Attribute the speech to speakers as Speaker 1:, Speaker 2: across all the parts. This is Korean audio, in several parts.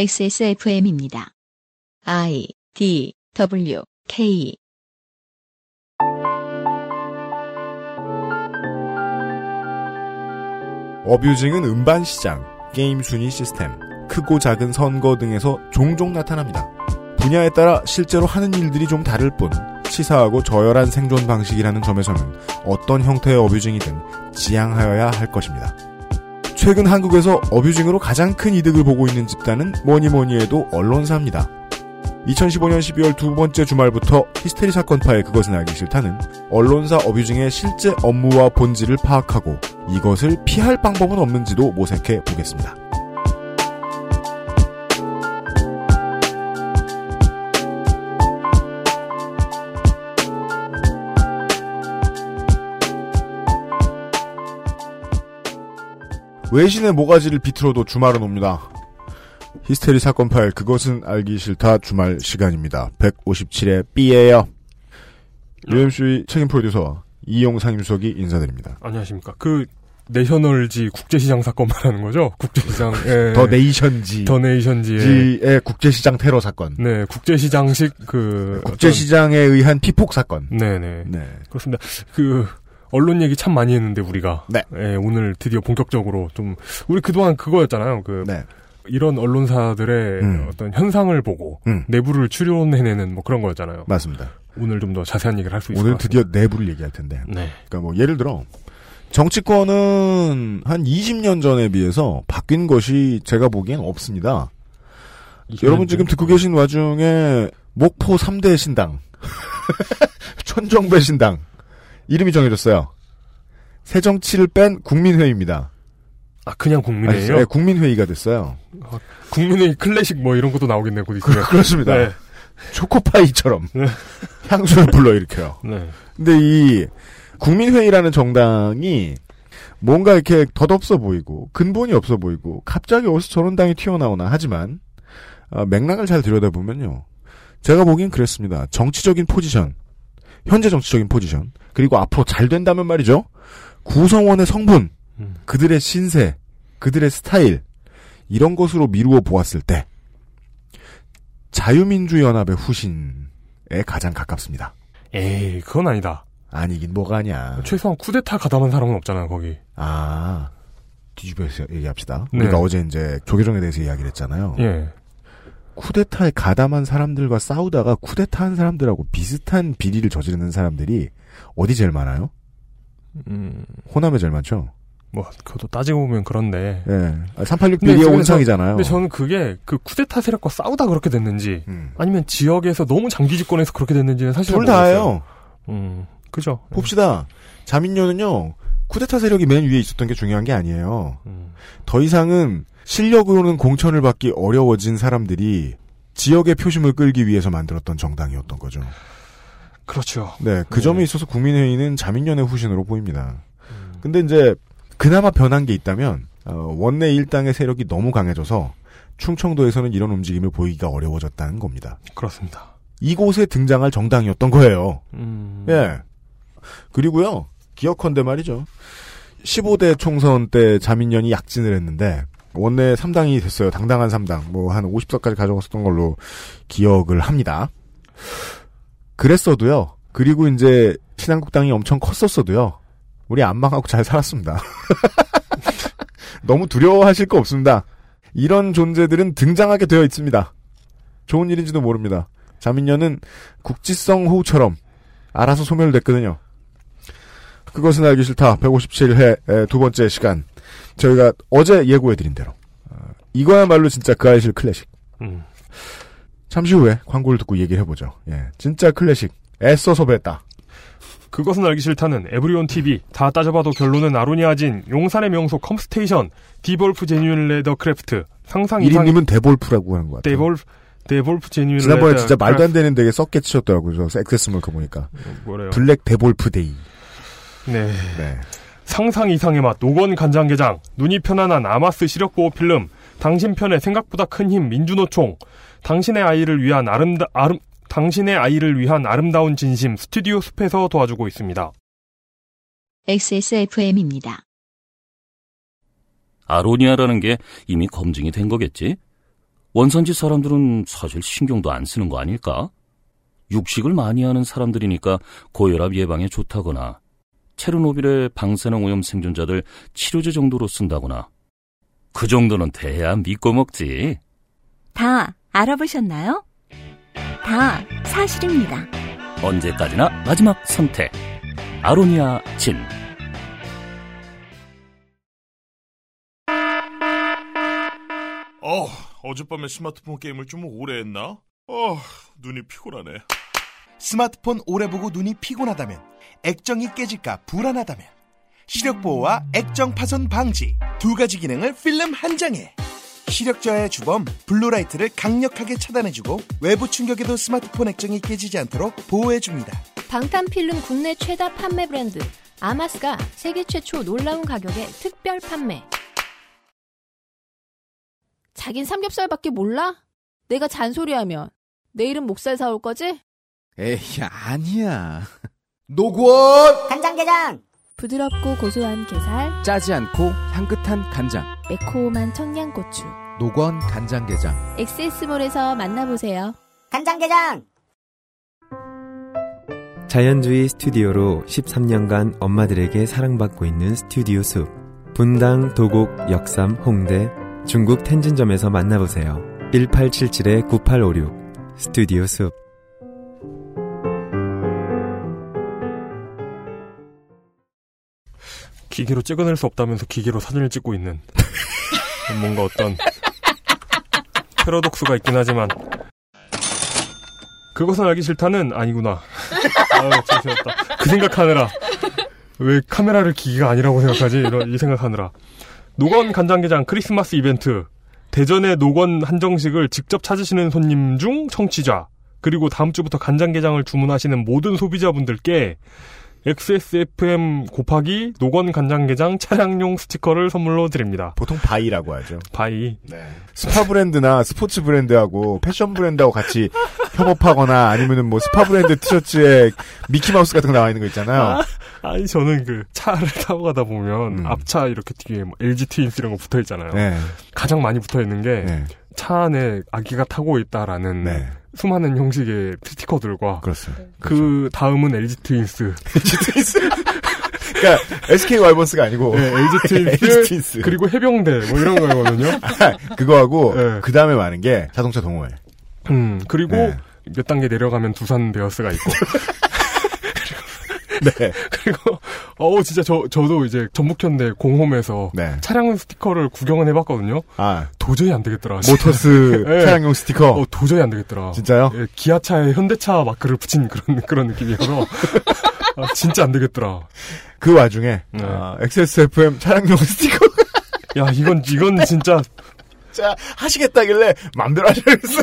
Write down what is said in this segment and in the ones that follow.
Speaker 1: XSFM입니다. I D W K
Speaker 2: 어뷰징은 음반 시장, 게임 순위 시스템, 크고 작은 선거 등에서 종종 나타납니다. 분야에 따라 실제로 하는 일들이 좀 다를 뿐, 치사하고 저열한 생존 방식이라는 점에서는 어떤 형태의 어뷰징이든 지양하여야 할 것입니다. 최근 한국에서 어뷰징으로 가장 큰 이득을 보고 있는 집단은 뭐니 뭐니 해도 언론사입니다. 2015년 12월 두 번째 주말부터 히스테리 사건파의 그것은 알기 싫다는 언론사 어뷰징의 실제 업무와 본질을 파악하고 이것을 피할 방법은 없는지도 모색해 보겠습니다. 외신의 모가지를 비틀어도 주말은 옵니다. 히스테리 사건 파일 그것은 알기 싫다 주말 시간입니다. 157회 B예요. UMC 책임 프로듀서와 이용상 유석이 인사드립니다.
Speaker 3: 안녕하십니까. 그 내셔널지 국제시장 사건 말하는 거죠? 국제시장 예,
Speaker 2: 더 네이션지의
Speaker 3: 더 예. 네이션지의
Speaker 2: 국제시장 테러 사건,
Speaker 3: 네 국제시장식 그
Speaker 2: 국제시장에 의한 피폭 사건.
Speaker 3: 어떤- 네네
Speaker 2: 네.
Speaker 3: 그렇습니다. 그 언론 얘기 참 많이 했는데 우리가
Speaker 2: 네.
Speaker 3: 예, 오늘 드디어 본격적으로 좀 우리 그동안 그거였잖아요. 그
Speaker 2: 네.
Speaker 3: 이런 언론사들의
Speaker 2: 음.
Speaker 3: 어떤 현상을 보고
Speaker 2: 음.
Speaker 3: 내부를 추론해내는 뭐 그런 거였잖아요.
Speaker 2: 맞습니다.
Speaker 3: 오늘 좀 더 자세한 얘기를 할 수 있을
Speaker 2: 오늘
Speaker 3: 것
Speaker 2: 드디어 내부를 얘기할 텐데.
Speaker 3: 같습니다. 네.
Speaker 2: 그러니까 뭐 예를 들어 정치권은 한 20년 전에 비해서 바뀐 것이 제가 보기엔 없습니다. 여러분 지금
Speaker 3: 네.
Speaker 2: 듣고 계신 와중에 목포 3대 신당 천정배 신당 이름이 정해졌어요. 새정치를 뺀 국민회의입니다.
Speaker 3: 아 그냥 국민회의요?
Speaker 2: 아니, 네, 국민회의가 됐어요.
Speaker 3: 국민회의 클래식 뭐 이런 것도 나오겠네요. 곧 있으면.
Speaker 2: 그렇습니다.
Speaker 3: 네.
Speaker 2: 초코파이처럼
Speaker 3: 네.
Speaker 2: 향수를 불러일으켜요.
Speaker 3: 네.
Speaker 2: 근데 이 국민회의라는 정당이 뭔가 이렇게 덧없어 보이고 근본이 없어 보이고 갑자기 어디서 저런 당이 튀어나오나 하지만 아, 맥락을 잘 들여다보면요. 제가 보기엔 그랬습니다. 정치적인 포지션, 현재 정치적인 포지션, 그리고 앞으로 잘 된다면 말이죠. 구성원의 성분,
Speaker 3: 음.
Speaker 2: 그들의 신세, 그들의 스타일, 이런 것으로 미루어 보았을 때, 자유민주연합의 후신에 가장 가깝습니다.
Speaker 3: 에이 그건 아니다.
Speaker 2: 아니긴 뭐가 아니야.
Speaker 3: 최소한 쿠데타 가담한 사람은 없잖아요, 거기.
Speaker 2: 아, 뒤집어서 얘기합시다.
Speaker 3: 네.
Speaker 2: 우리가 어제 이제 조계종에 대해서 이야기를 했잖아요.
Speaker 3: 예.
Speaker 2: 쿠데타에 가담한 사람들과 싸우다가 쿠데타 한 사람들하고 비슷한 비리를 저지르는 사람들이 어디 제일 많아요?
Speaker 3: 음,
Speaker 2: 호남에 제일 많죠?
Speaker 3: 뭐, 그것도 따지고 보면 그런데.
Speaker 2: 예. 아, 386
Speaker 3: 근데
Speaker 2: 비리의
Speaker 3: 네, 저는
Speaker 2: 온상이잖아요.
Speaker 3: 근데 저는 네, 그게 그 쿠데타 세력과 싸우다 그렇게 됐는지,
Speaker 2: 음.
Speaker 3: 아니면 지역에서 너무 장기 집권해서 그렇게 됐는지는 사실
Speaker 2: 둘 다예요.
Speaker 3: 음, 그죠.
Speaker 2: 봅시다. 자민련은요, 쿠데타 세력이 맨 위에 있었던 게 중요한 게 아니에요.
Speaker 3: 음,
Speaker 2: 더 이상은 실력으로는 공천을 받기 어려워진 사람들이 지역의 표심을 끌기 위해서 만들었던 정당이었던 거죠.
Speaker 3: 그렇죠.
Speaker 2: 네, 그
Speaker 3: 네.
Speaker 2: 점에 있어서 국민회의는 자민련의 후신으로 보입니다.
Speaker 3: 음.
Speaker 2: 근데 이제 그나마 변한 게 있다면 어, 원내 일당의 세력이 너무 강해져서 충청도에서는 이런 움직임을 보이기가 어려워졌다는 겁니다.
Speaker 3: 그렇습니다.
Speaker 2: 이곳에 등장할 정당이었던 거예요.
Speaker 3: 음.
Speaker 2: 예. 그리고요, 기억컨대 말이죠. 15대 총선 때 자민련이 약진을 했는데, 원내 3당이 됐어요. 당당한 3당. 뭐, 한 50석까지 가져갔었던 걸로 기억을 합니다. 그랬어도요. 그리고 이제, 신한국당이 엄청 컸었어도요. 우리 안 망하고 잘 살았습니다. 너무 두려워하실 거 없습니다. 이런 존재들은 등장하게 되어 있습니다. 좋은 일인지도 모릅니다. 자민련은 국지성 호우처럼 알아서 소멸됐거든요. 그것은 알기 싫다. 157회 두 번째 시간. 저희가 어제 예고해드린 대로. 어, 이거야말로 진짜 그 아이실 클래식.
Speaker 3: 음.
Speaker 2: 잠시 후에 광고를 듣고 얘기를 해보죠. 예, 진짜 클래식. 애써서 뱉다.
Speaker 3: 그것은 알기 싫다는 에브리온 TV. 다 따져봐도 결론은 아로니아진, 용산의 명소 컴스테이션, 디볼프 제뉴인 레더 크래프트, 상상 이상
Speaker 2: 이리님은 데볼프라고 하는 것 같아요.
Speaker 3: 데볼프, 네. 데볼프 제뉴인
Speaker 2: 지난번에
Speaker 3: 레더
Speaker 2: 진짜 말도
Speaker 3: 크래프트.
Speaker 2: 안 되는 되게 썩게 치셨더라고요. 저 액세스 물크 보니까.
Speaker 3: 뭐래요.
Speaker 2: 블랙 데볼프 데이.
Speaker 3: 그렇죠. 네.
Speaker 2: 네.
Speaker 3: 상상 이상의 맛 노건 간장게장 눈이 편안한 아마스 시력보호 필름 당신 편에 생각보다 큰 힘 민주노총 당신의 아이를 위한 아름다 아름 당신의 아이를 위한 아름다운 진심 스튜디오 숲에서 도와주고 있습니다.
Speaker 1: XSFM입니다.
Speaker 4: 아로니아라는 게 이미 검증이 된 거겠지? 원산지 사람들은 사실 신경도 안 쓰는 거 아닐까? 육식을 많이 하는 사람들이니까 고혈압 예방에 좋다거나 체르노빌의 방사능 오염 생존자들 치료제 정도로 쓴다거나 그 정도는 돼야 믿고 먹지.
Speaker 5: 다 알아보셨나요? 다 사실입니다.
Speaker 4: 언제까지나 마지막 선택. 아로니아 진.
Speaker 6: 어, 어젯밤에 스마트폰 게임을 좀 오래 했나? 어, 눈이 피곤하네.
Speaker 7: 스마트폰 오래 보고 눈이 피곤하다면 액정이 깨질까 불안하다면 시력 보호와 액정 파손 방지 두 가지 기능을 필름 한 장에 시력 저하의 주범 블루라이트를 강력하게 차단해주고 외부 충격에도 스마트폰 액정이 깨지지 않도록 보호해줍니다.
Speaker 8: 방탄필름 국내 최다 판매 브랜드 아마스가 세계 최초 놀라운 가격에 특별 판매. 자긴 삼겹살밖에 몰라? 내가 잔소리하면 내일은 목살 사올 거지?
Speaker 9: 에이, 아니야.
Speaker 7: 노구원
Speaker 10: 간장게장
Speaker 8: 부드럽고 고소한 게살,
Speaker 9: 짜지 않고 향긋한 간장.
Speaker 8: 매콤한 청양고추.
Speaker 9: 노건 간장게장.
Speaker 8: 엑세스몰에서 만나보세요.
Speaker 10: 간장게장
Speaker 11: 자연주의 스튜디오로 13년간 엄마들에게 사랑받고 있는 스튜디오 숲. 분당, 도곡, 역삼, 홍대, 중국 텐진점에서 만나보세요. 1877-9856. 스튜디오 숲.
Speaker 3: 기계로 찍어낼 수 없다면서 기계로 사진을 찍고 있는 뭔가 어떤 패러독스가 있긴 하지만 그것은 알기 싫다는 아니구나. 아유, 죄송했다. 그 생각하느라 왜 카메라를 기계가 아니라고 생각하지? 이런 이 생각하느라 노건 간장게장 크리스마스 이벤트 대전의 노건 한정식을 직접 찾으시는 손님 중 청취자 그리고 다음 주부터 간장게장을 주문하시는 모든 소비자분들께 XSFM 곱하기 노건 간장게장 차량용 스티커를 선물로 드립니다.
Speaker 2: 보통 바이라고 하죠.
Speaker 3: 바이.
Speaker 2: 네. 스파 브랜드나 스포츠 브랜드하고 패션 브랜드하고 같이 협업하거나 아니면은 뭐 스파 브랜드 티셔츠에 미키마우스 같은 거 나와 있는 거 있잖아요.
Speaker 3: 아니 저는 그 차를 타고 가다 보면
Speaker 2: 음.
Speaker 3: 앞차 이렇게 뒤에 뭐 LG 트윈스 이런 거 붙어 있잖아요.
Speaker 2: 네.
Speaker 3: 가장 많이 붙어 있는 게 차
Speaker 2: 네.
Speaker 3: 안에 아기가 타고 있다라는
Speaker 2: 네. 그렇죠.
Speaker 3: 수많은 형식의 스티커들과
Speaker 2: 그렇습니다.
Speaker 3: 그 다음은 LG 트윈스,
Speaker 2: 그러니까 SK 와이번스가 아니고
Speaker 3: 네, LG 트윈스,
Speaker 2: LG 트윈스.
Speaker 3: 그리고 해병대 뭐 이런 거거든요.
Speaker 2: 그거하고
Speaker 3: 네.
Speaker 2: 그다음에 많은 게 자동차 동호회.
Speaker 3: 음 그리고
Speaker 2: 네.
Speaker 3: 몇 단계 내려가면 두산 베어스가 있고
Speaker 2: 네.
Speaker 3: 그리고 어우 진짜 저 저도 이제 전북현대 공홈에서
Speaker 2: 네.
Speaker 3: 차량용 스티커를 구경은 해봤거든요.
Speaker 2: 아,
Speaker 3: 도저히 안 되겠더라.
Speaker 2: 모터스
Speaker 3: 네.
Speaker 2: 차량용 스티커.
Speaker 3: 어, 도저히 안 되겠더라.
Speaker 2: 진짜요?
Speaker 3: 예, 기아차에 현대차 마크를 붙인 그런 그런 느낌이어서 아, 진짜 안 되겠더라.
Speaker 2: 그 와중에
Speaker 3: 네.
Speaker 2: 아, XSFM 차량용 스티커
Speaker 3: 야 이건 이건 진짜
Speaker 2: 자 하시겠다길래 맘대로 하셔야겠어.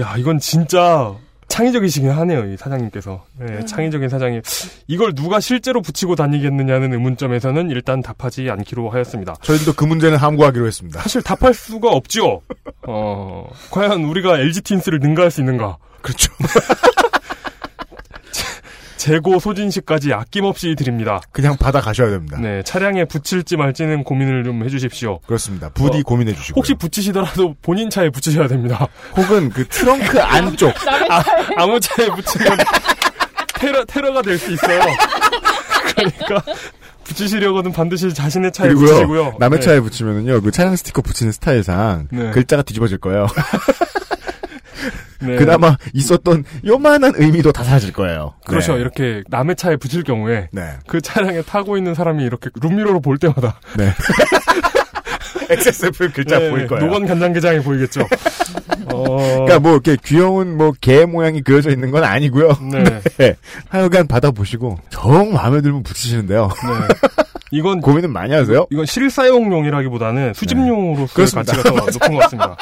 Speaker 3: 야 이건 진짜 창의적이시긴 하네요 이 사장님께서 예, 창의적인 사장님 이걸 누가 실제로 붙이고 다니겠느냐는 의문점에서는 일단 답하지 않기로 하였습니다.
Speaker 2: 저희도 그 문제는 함구하기로 했습니다.
Speaker 3: 사실 답할 수가 없지요. 어, 과연 우리가 LG 틴스를 능가할 수 있는가?
Speaker 2: 그렇죠.
Speaker 3: 재고 소진시까지 아낌없이 드립니다.
Speaker 2: 그냥 받아 가셔야 됩니다.
Speaker 3: 네, 차량에 붙일지 말지는 고민을 좀 해주십시오.
Speaker 2: 그렇습니다. 부디
Speaker 3: 어,
Speaker 2: 고민해 주시고.
Speaker 3: 혹시 붙이시더라도 본인 차에 붙이셔야 됩니다.
Speaker 2: 혹은 그 트렁크 안쪽
Speaker 3: 아, 아무 차에 붙이면 테러, 테러가 될 수 있어요. 그러니까 붙이시려거든 반드시 자신의 차에
Speaker 2: 그리고요,
Speaker 3: 붙이시고요.
Speaker 2: 남의
Speaker 3: 네.
Speaker 2: 차에 붙이면은요 그 차량 스티커 붙이는 스타일상
Speaker 3: 네.
Speaker 2: 글자가 뒤집어질 거예요.
Speaker 3: 네.
Speaker 2: 그나마 있었던 요만한 의미도 다 사라질 거예요.
Speaker 3: 그렇죠.
Speaker 2: 네.
Speaker 3: 이렇게 남의 차에 붙일 경우에
Speaker 2: 네.
Speaker 3: 그 차량에 타고 있는 사람이 이렇게 룸미러로 볼 때마다
Speaker 2: 네. XSF 글자
Speaker 3: 네,
Speaker 2: 보일 거예요.
Speaker 3: 노건 간장게장이 보이겠죠. 어,
Speaker 2: 그러니까 뭐 이렇게 귀여운 뭐 개 모양이 그려져 있는 건 아니고요.
Speaker 3: 네, 네.
Speaker 2: 네. 하여간 받아보시고 정 마음에 들면 붙이시는데요.
Speaker 3: 네. 이건
Speaker 2: 고민은 많이 하세요.
Speaker 3: 이건 실사용용이라기보다는 수집용으로 쓸
Speaker 2: 그렇습니다.
Speaker 3: 가치가 더 높은 것 같습니다.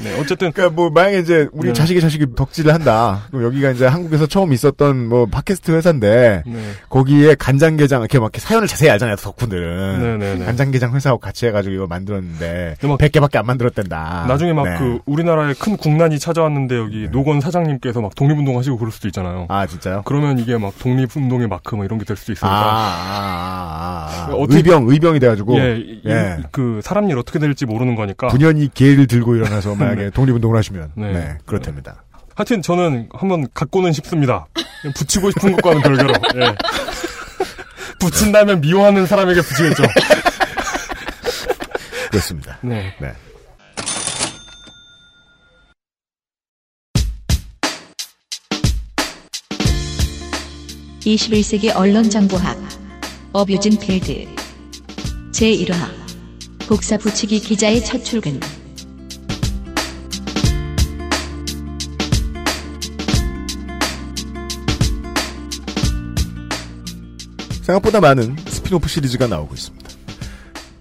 Speaker 3: 네, 어쨌든
Speaker 2: 그러니까 뭐 만약에 이제 우리
Speaker 3: 네.
Speaker 2: 자식의 자식이 덕질을 한다. 그럼 여기가 이제 한국에서 처음 있었던 뭐 팟캐스트 회사인데
Speaker 3: 네.
Speaker 2: 거기에 간장게장 이렇게 막 이렇게 사연을 자세히 알잖아요 덕후들은
Speaker 3: 네네네.
Speaker 2: 간장게장 회사하고 같이 해가지고 이거 만들었는데
Speaker 3: 막-
Speaker 2: 100개밖에 안 만들었댄다.
Speaker 3: 나중에 막
Speaker 2: 네.
Speaker 3: 그 우리나라에 큰 국난이 찾아왔는데 여기 노건 사장님께서 막 독립운동 하시고 그럴 수도 있잖아요.
Speaker 2: 아 진짜요?
Speaker 3: 그러면 이게 막 독립운동의 마크 막 이런 게 될 수도
Speaker 2: 아,
Speaker 3: 있으니까.
Speaker 2: 아, 아, 아.
Speaker 3: 어떻게-
Speaker 2: 의병 의병이 돼가지고
Speaker 3: 예, 이-
Speaker 2: 예.
Speaker 3: 그 사람 일 어떻게 될지 모르는 거니까.
Speaker 2: 분연히 개를 들고 일어나서 만약에
Speaker 3: 네.
Speaker 2: 독립운동을 하시면
Speaker 3: 네.
Speaker 2: 네, 그렇답니다.
Speaker 3: 하여튼 저는 한번 갖고는 싶습니다. 그냥 붙이고 싶은 것과는 별개로. 예. 붙인다면 미워하는 사람에게 붙이겠죠.
Speaker 2: 그렇습니다.
Speaker 3: 네.
Speaker 2: 네.
Speaker 1: 이 21세기 언론정보학 어뷰진 필드 제1화 복사 붙이기 기자의 첫 출근
Speaker 2: 생각보다 많은 스피노프 시리즈가 나오고 있습니다.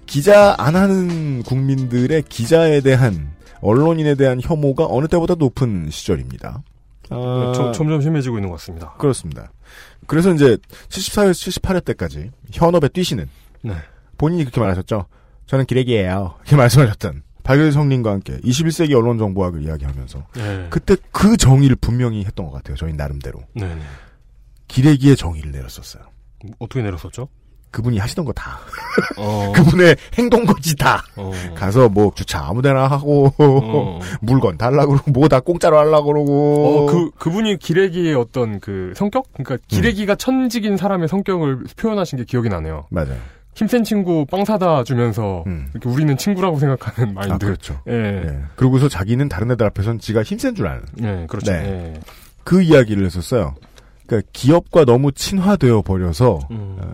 Speaker 2: 기자 안 하는 국민들의 기자에 대한 언론인에 대한 혐오가 어느 때보다 높은 시절입니다. 아,
Speaker 3: 네, 점- 점점 심해지고 있는 것 같습니다.
Speaker 2: 그렇습니다. 그래서 이제 74에서 78회 때까지 현업에 뛰시는
Speaker 3: 네.
Speaker 2: 본인이 그렇게 말하셨죠. 저는 기레기예요. 이렇게 말씀하셨던 박일성님과 함께 21세기 언론 정보학을 이야기하면서
Speaker 3: 네.
Speaker 2: 그때 그 정의를 분명히 했던 것 같아요. 저희 나름대로
Speaker 3: 네. 네.
Speaker 2: 기레기의 정의를 내렸었어요.
Speaker 3: 어떻게 내렸었죠?
Speaker 2: 그분이 하시던 거 다.
Speaker 3: 어.
Speaker 2: 그분의 행동거지 다.
Speaker 3: 어.
Speaker 2: 가서 뭐 주차 아무데나 하고
Speaker 3: 어.
Speaker 2: 물건 달라고 그러고 뭐 다 공짜로 하려고 그러고
Speaker 3: 어, 그, 그분이 기레기의 어떤 그 성격?
Speaker 2: 음.
Speaker 3: 그러니까 기레기가 천직인 사람의 성격을 표현하신 게 기억이 나네요.
Speaker 2: 맞아요.
Speaker 3: 힘센 친구 빵 사다 주면서
Speaker 2: 음.
Speaker 3: 이렇게 우리는 친구라고 생각하는 마인드.
Speaker 2: 아 그렇죠.
Speaker 3: 예. 예.
Speaker 2: 예. 그러고서 자기는 다른 애들 앞에선 지가 힘센 줄 아는
Speaker 3: 그렇죠.
Speaker 2: 네.
Speaker 3: 예.
Speaker 2: 그 이야기를 했었어요. 그러니까 기업과 너무 친화되어 버려서
Speaker 3: 음.
Speaker 2: 어,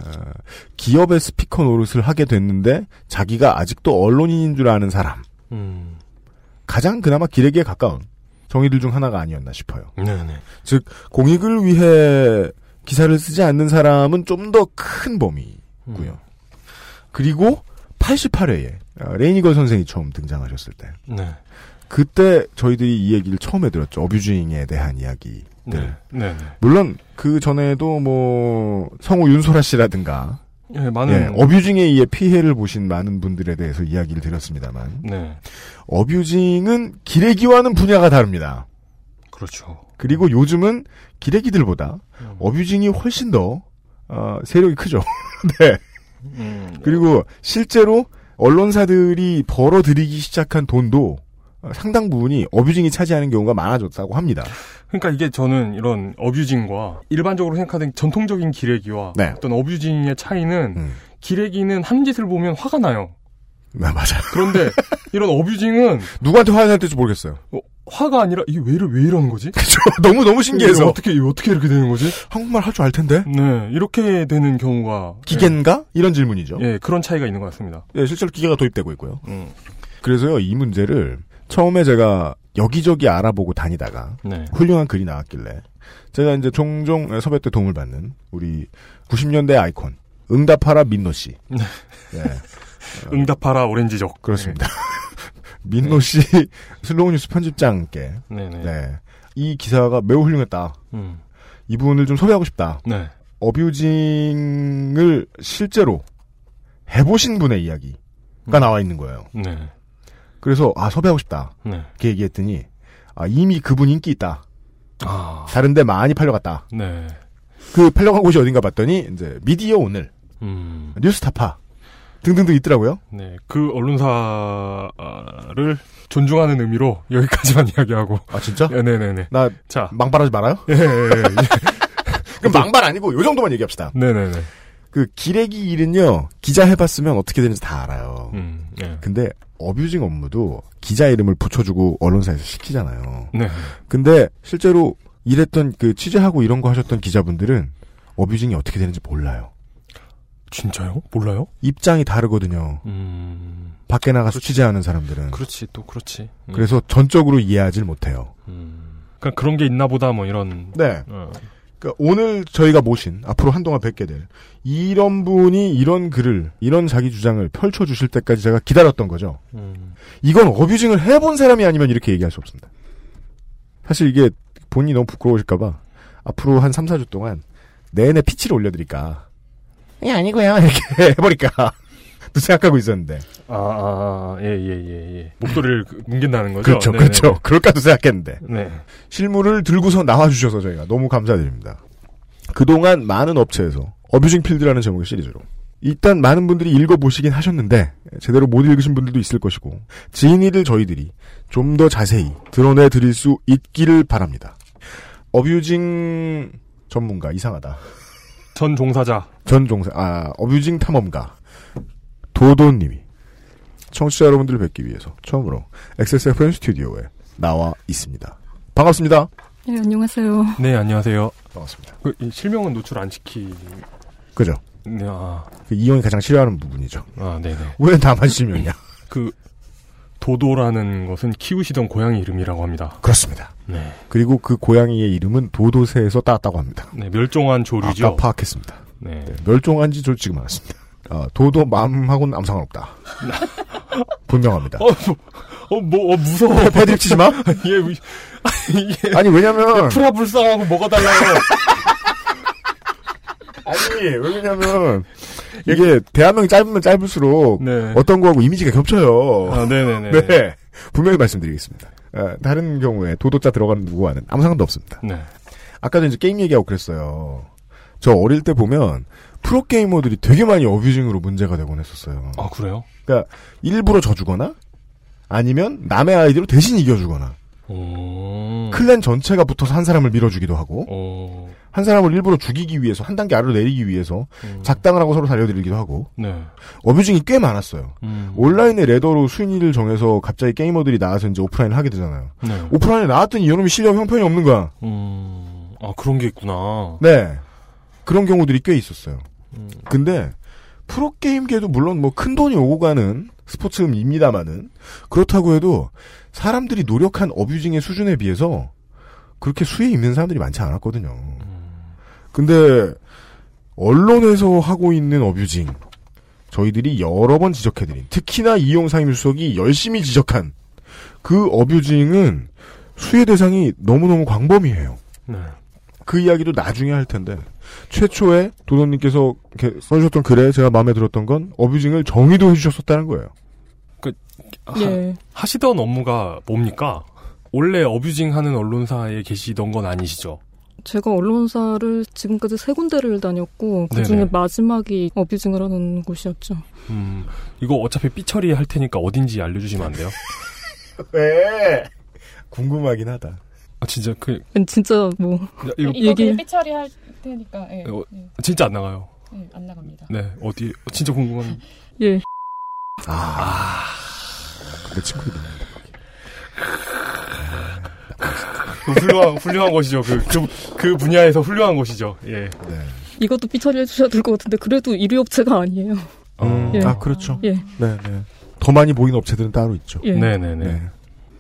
Speaker 2: 기업의 스피커 노릇을 하게 됐는데 자기가 아직도 언론인인 줄 아는 사람
Speaker 3: 음.
Speaker 2: 가장 그나마 기레기에 가까운 정의들 중 하나가 아니었나 싶어요.
Speaker 3: 네네.
Speaker 2: 즉 공익을 위해 기사를 쓰지 않는 사람은 좀 더 큰 범위고요. 그리고 88회에 레이니걸 선생이 처음 등장하셨을 때
Speaker 3: 네.
Speaker 2: 그때 저희들이 이 얘기를 처음 해드렸죠. 어뷰징에 대한 이야기.
Speaker 3: 네. 네. 네.
Speaker 2: 물론 그 전에도 뭐 성우 윤소라 씨라든가
Speaker 3: 예,
Speaker 2: 예,
Speaker 3: 많은.
Speaker 2: 어뷰징에 의해 피해를 보신 많은 분들에 대해서 이야기를 드렸습니다만
Speaker 3: 네.
Speaker 2: 어뷰징은 기레기와는 분야가 다릅니다.
Speaker 3: 그렇죠.
Speaker 2: 그리고 요즘은 기레기들보다
Speaker 3: 음.
Speaker 2: 어뷰징이 훨씬 더 어, 세력이 크죠. 네. 그리고 실제로 언론사들이 벌어들이기 시작한 돈도 어, 상당 부분이 어뷰징이 차지하는 경우가 많아졌다고 합니다.
Speaker 3: 그러니까 이게 저는 이런 어뷰징과 일반적으로 생각하는 전통적인 기레기와
Speaker 2: 네.
Speaker 3: 어떤 어뷰징의 차이는
Speaker 2: 음.
Speaker 3: 기레기는 하는 짓을 보면 화가 나요.
Speaker 2: 아, 맞아.
Speaker 3: 그런데 이런 어뷰징은
Speaker 2: 누구한테 화가 났는지 모르겠어요.
Speaker 3: 어, 화가 아니라 이게 왜, 이러- 왜 이러는 거지?
Speaker 2: 그쵸. 너무 너무
Speaker 3: 이거
Speaker 2: 신기해서
Speaker 3: 어떻게 이거 어떻게 이렇게 되는 거지?
Speaker 2: 한국말 할 줄 알 텐데
Speaker 3: 네 이렇게 되는 경우가
Speaker 2: 기계인가 이런 질문이죠.
Speaker 3: 예, 예, 그런 차이가 있는 것 같습니다.
Speaker 2: 예, 네. 실제로 기계가 도입되고 있고요. 그래서요 이 문제를 처음에 제가 여기저기 알아보고 다니다가
Speaker 3: 네.
Speaker 2: 훌륭한 글이 나왔길래 제가 이제 종종 섭외 때 도움을 받는 우리 90년대 아이콘 응답하라 민노 씨. 예,
Speaker 3: 응답하라 오렌지족
Speaker 2: 그렇습니다. 민노 씨 슬로우 뉴스 편집장께
Speaker 3: 네, 네. 네.
Speaker 2: 네. 이 기사가 매우 훌륭했다.
Speaker 3: 음.
Speaker 2: 이분을 좀 섭외하고 싶다.
Speaker 3: 네.
Speaker 2: 어뷰징을 실제로 해보신 분의 이야기가 나와 있는 거예요.
Speaker 3: 네.
Speaker 2: 그래서 아 섭외하고 싶다
Speaker 3: 네.
Speaker 2: 이렇게 얘기했더니 아 이미 그분 인기 있다.
Speaker 3: 아.
Speaker 2: 다른데 많이 팔려갔다.
Speaker 3: 네.
Speaker 2: 그 팔려간 곳이 어딘가 봤더니 이제 미디어 오늘,
Speaker 3: 음.
Speaker 2: 뉴스타파 등등등 있더라고요.
Speaker 3: 네. 그 언론사를 존중하는 의미로 여기까지만 이야기하고.
Speaker 2: 아 진짜?
Speaker 3: 네, 네, 네, 네.
Speaker 2: 나
Speaker 3: 자.
Speaker 2: 망발하지 말아요?
Speaker 3: 예, 예, 예.
Speaker 2: 그럼 망발 아니고 요 정도만 얘기합시다.
Speaker 3: 네, 네, 네.
Speaker 2: 그 기레기 일은요 기자 해봤으면 어떻게 되는지 다 알아요.
Speaker 3: 음. 예.
Speaker 2: 근데 어뷰징 업무도 기자 이름을 붙여주고 언론사에서 시키잖아요.
Speaker 3: 네.
Speaker 2: 근데 실제로 일했던 그 취재하고 이런 거 하셨던 기자분들은 어뷰징이 어떻게 되는지 몰라요.
Speaker 3: 진짜요? 몰라요?
Speaker 2: 입장이 다르거든요.
Speaker 3: 음.
Speaker 2: 밖에 나가서 취재하는 사람들은.
Speaker 3: 그렇지. 또 그렇지. 음.
Speaker 2: 그래서 전적으로 이해하질 못해요.
Speaker 3: 음. 그러니까 그런 게 있나 보다 뭐 이런
Speaker 2: 네.
Speaker 3: 어.
Speaker 2: 그러니까 오늘 저희가 모신 앞으로 한동안 뵙게 될 이런 분이 이런 글을 이런 자기 주장을 펼쳐 주실 때까지 제가 기다렸던 거죠. 음. 이건 어뷰징을 해본 사람이 아니면 이렇게 얘기할 수 없습니다. 사실 이게 본인이 너무 부끄러우실까봐 앞으로 한 3, 4주 동안 내내 피치를 올려드릴까. 이 아니고요. 이렇게 해버릴까. 또 생각하고 있었는데.
Speaker 3: 아, 아, 아, 예, 예, 예, 예. 목소리를 그- 뭉갠다는 거죠?
Speaker 2: 그렇죠,
Speaker 3: 네,
Speaker 2: 그렇죠. 그럴까도 생각했는데.
Speaker 3: 네.
Speaker 2: 실물을 들고서 나와주셔서 저희가 너무 감사드립니다. 그동안 많은 업체에서 어뷰징 필드라는 제목의 시리즈로 일단 많은 분들이 읽어보시긴 하셨는데 제대로 못 읽으신 분들도 있을 것이고 지인이들 저희들이 좀 더 자세히 드러내 드릴 수 있기를 바랍니다. 어뷰징 전문가 이상하다.
Speaker 3: 전 종사자.
Speaker 2: 전 종사 아 어뷰징 탐험가 도도님이 청취자 여러분들을 뵙기 위해서 처음으로 XSFM 스튜디오에 나와 있습니다. 반갑습니다.
Speaker 10: 네, 안녕하세요.
Speaker 3: 네, 안녕하세요.
Speaker 2: 반갑습니다.
Speaker 3: 그, 이 실명은 노출 안 시키.
Speaker 2: 그죠?
Speaker 3: 네, 아,
Speaker 2: 그 이용이 가장 싫어하는 부분이죠.
Speaker 3: 아, 네네.
Speaker 2: 왜 나만 실명이야?
Speaker 3: 그, 도도라는 것은 키우시던 고양이 이름이라고 합니다.
Speaker 2: 그렇습니다.
Speaker 3: 네.
Speaker 2: 그리고 그 고양이의 이름은 도도새에서 따왔다고 합니다.
Speaker 3: 네, 멸종한 조류죠.
Speaker 2: 아까 파악했습니다.
Speaker 3: 네.
Speaker 2: 네, 멸종한 지 솔직히 많았습니다. 아, 도도 맘하고는 아무 상관없다. 분명합니다.
Speaker 3: 어, 뭐, 어, 뭐, 어, 무서워.
Speaker 2: 패드립 치지 마?
Speaker 3: 예, 우-
Speaker 2: 아니, 왜냐면.
Speaker 3: 프라 불쌍하고 뭐가 달라요?
Speaker 2: 아니, 왜냐면, 이게, 대한명이 짧으면 짧을수록, 어떤 거하고 이미지가 겹쳐요.
Speaker 3: 네. 아, 네네네.
Speaker 2: 네. 분명히 말씀드리겠습니다. 아, 다른 경우에 도도자 들어가는 누구와는 아무 상관도 없습니다.
Speaker 3: 네.
Speaker 2: 아까도 이제 게임 얘기하고 그랬어요. 저 어릴 때 보면, 프로게이머들이 되게 많이 어뷰징으로 문제가 되곤 했었어요.
Speaker 3: 아, 그래요?
Speaker 2: 그러니까, 일부러 져주거나, 아니면 남의 아이디로 대신 이겨주거나,
Speaker 3: 오.
Speaker 2: 클랜 전체가 붙어서 한 사람을 밀어주기도 하고,
Speaker 3: 오.
Speaker 2: 한 사람을 일부러 죽이기 위해서 한 단계 아래로 내리기 위해서 작당을 하고 서로 달려들기도 하고
Speaker 3: 네.
Speaker 2: 어뷰징이 꽤 많았어요.
Speaker 3: 음.
Speaker 2: 온라인의 레더로 순위를 정해서 갑자기 게이머들이 나와서 이제 오프라인을 하게 되잖아요.
Speaker 3: 네.
Speaker 2: 오프라인에 나왔더니 이놈이 실력 형편이 없는 거야.
Speaker 3: 음. 아, 그런 게 있구나.
Speaker 2: 네. 그런 경우들이 꽤 있었어요. 근데 프로게임계도 물론 뭐 큰 돈이 오고 가는 스포츠입니다만은 그렇다고 해도 사람들이 노력한 어뷰징의 수준에 비해서 그렇게 수혜 입는 사람들이 많지 않았거든요. 근데 언론에서 하고 있는 어뷰징 저희들이 여러 번 지적해드린 특히나 이용상임수석이 열심히 지적한 그 어뷰징은 수혜 대상이 너무너무 광범위해요.
Speaker 3: 네.
Speaker 2: 그 이야기도 나중에 할 텐데 최초에 도도님께서 이렇게 써주셨던 글에 제가 마음에 들었던 건 어뷰징을 정의도 해주셨었다는 거예요.
Speaker 3: 그, 하,
Speaker 10: 예.
Speaker 3: 하시던 업무가 뭡니까? 원래 어뷰징 하는 언론사에 계시던 건 아니시죠?
Speaker 10: 제가 언론사를 지금까지 세 군데를 다녔고 그중에
Speaker 3: 네네.
Speaker 10: 마지막이 어뷰징을 하는 곳이었죠.
Speaker 3: 음, 이거 어차피 삐처리 할 테니까 어딘지 알려주시면 안 돼요?
Speaker 2: 왜? 궁금하긴 하다.
Speaker 3: 아, 진짜, 그,
Speaker 10: 진짜 뭐
Speaker 3: 이거-
Speaker 12: 이거 그냥 삐처리 할 테니까 예,
Speaker 3: 어,
Speaker 12: 예,
Speaker 3: 진짜 안 나가요.
Speaker 12: 예, 안 나갑니다.
Speaker 3: 네, 어디, 어, 진짜 궁금한.
Speaker 10: 예.
Speaker 2: 아. 근데 친구들이 있는데.
Speaker 3: 그 훌륭한, 훌륭한 것이죠. 그, 그, 그 분야에서 훌륭한 것이죠. 예.
Speaker 2: 네.
Speaker 10: 이것도 삐처리 해주셔야 될 것 같은데 그래도 1위 업체가 아니에요.
Speaker 3: 어.
Speaker 10: 예.
Speaker 2: 아 그렇죠.
Speaker 10: 예.
Speaker 2: 네, 네. 더 많이 보이는 업체들은 따로 있죠.
Speaker 10: 예.
Speaker 3: 네, 네, 네.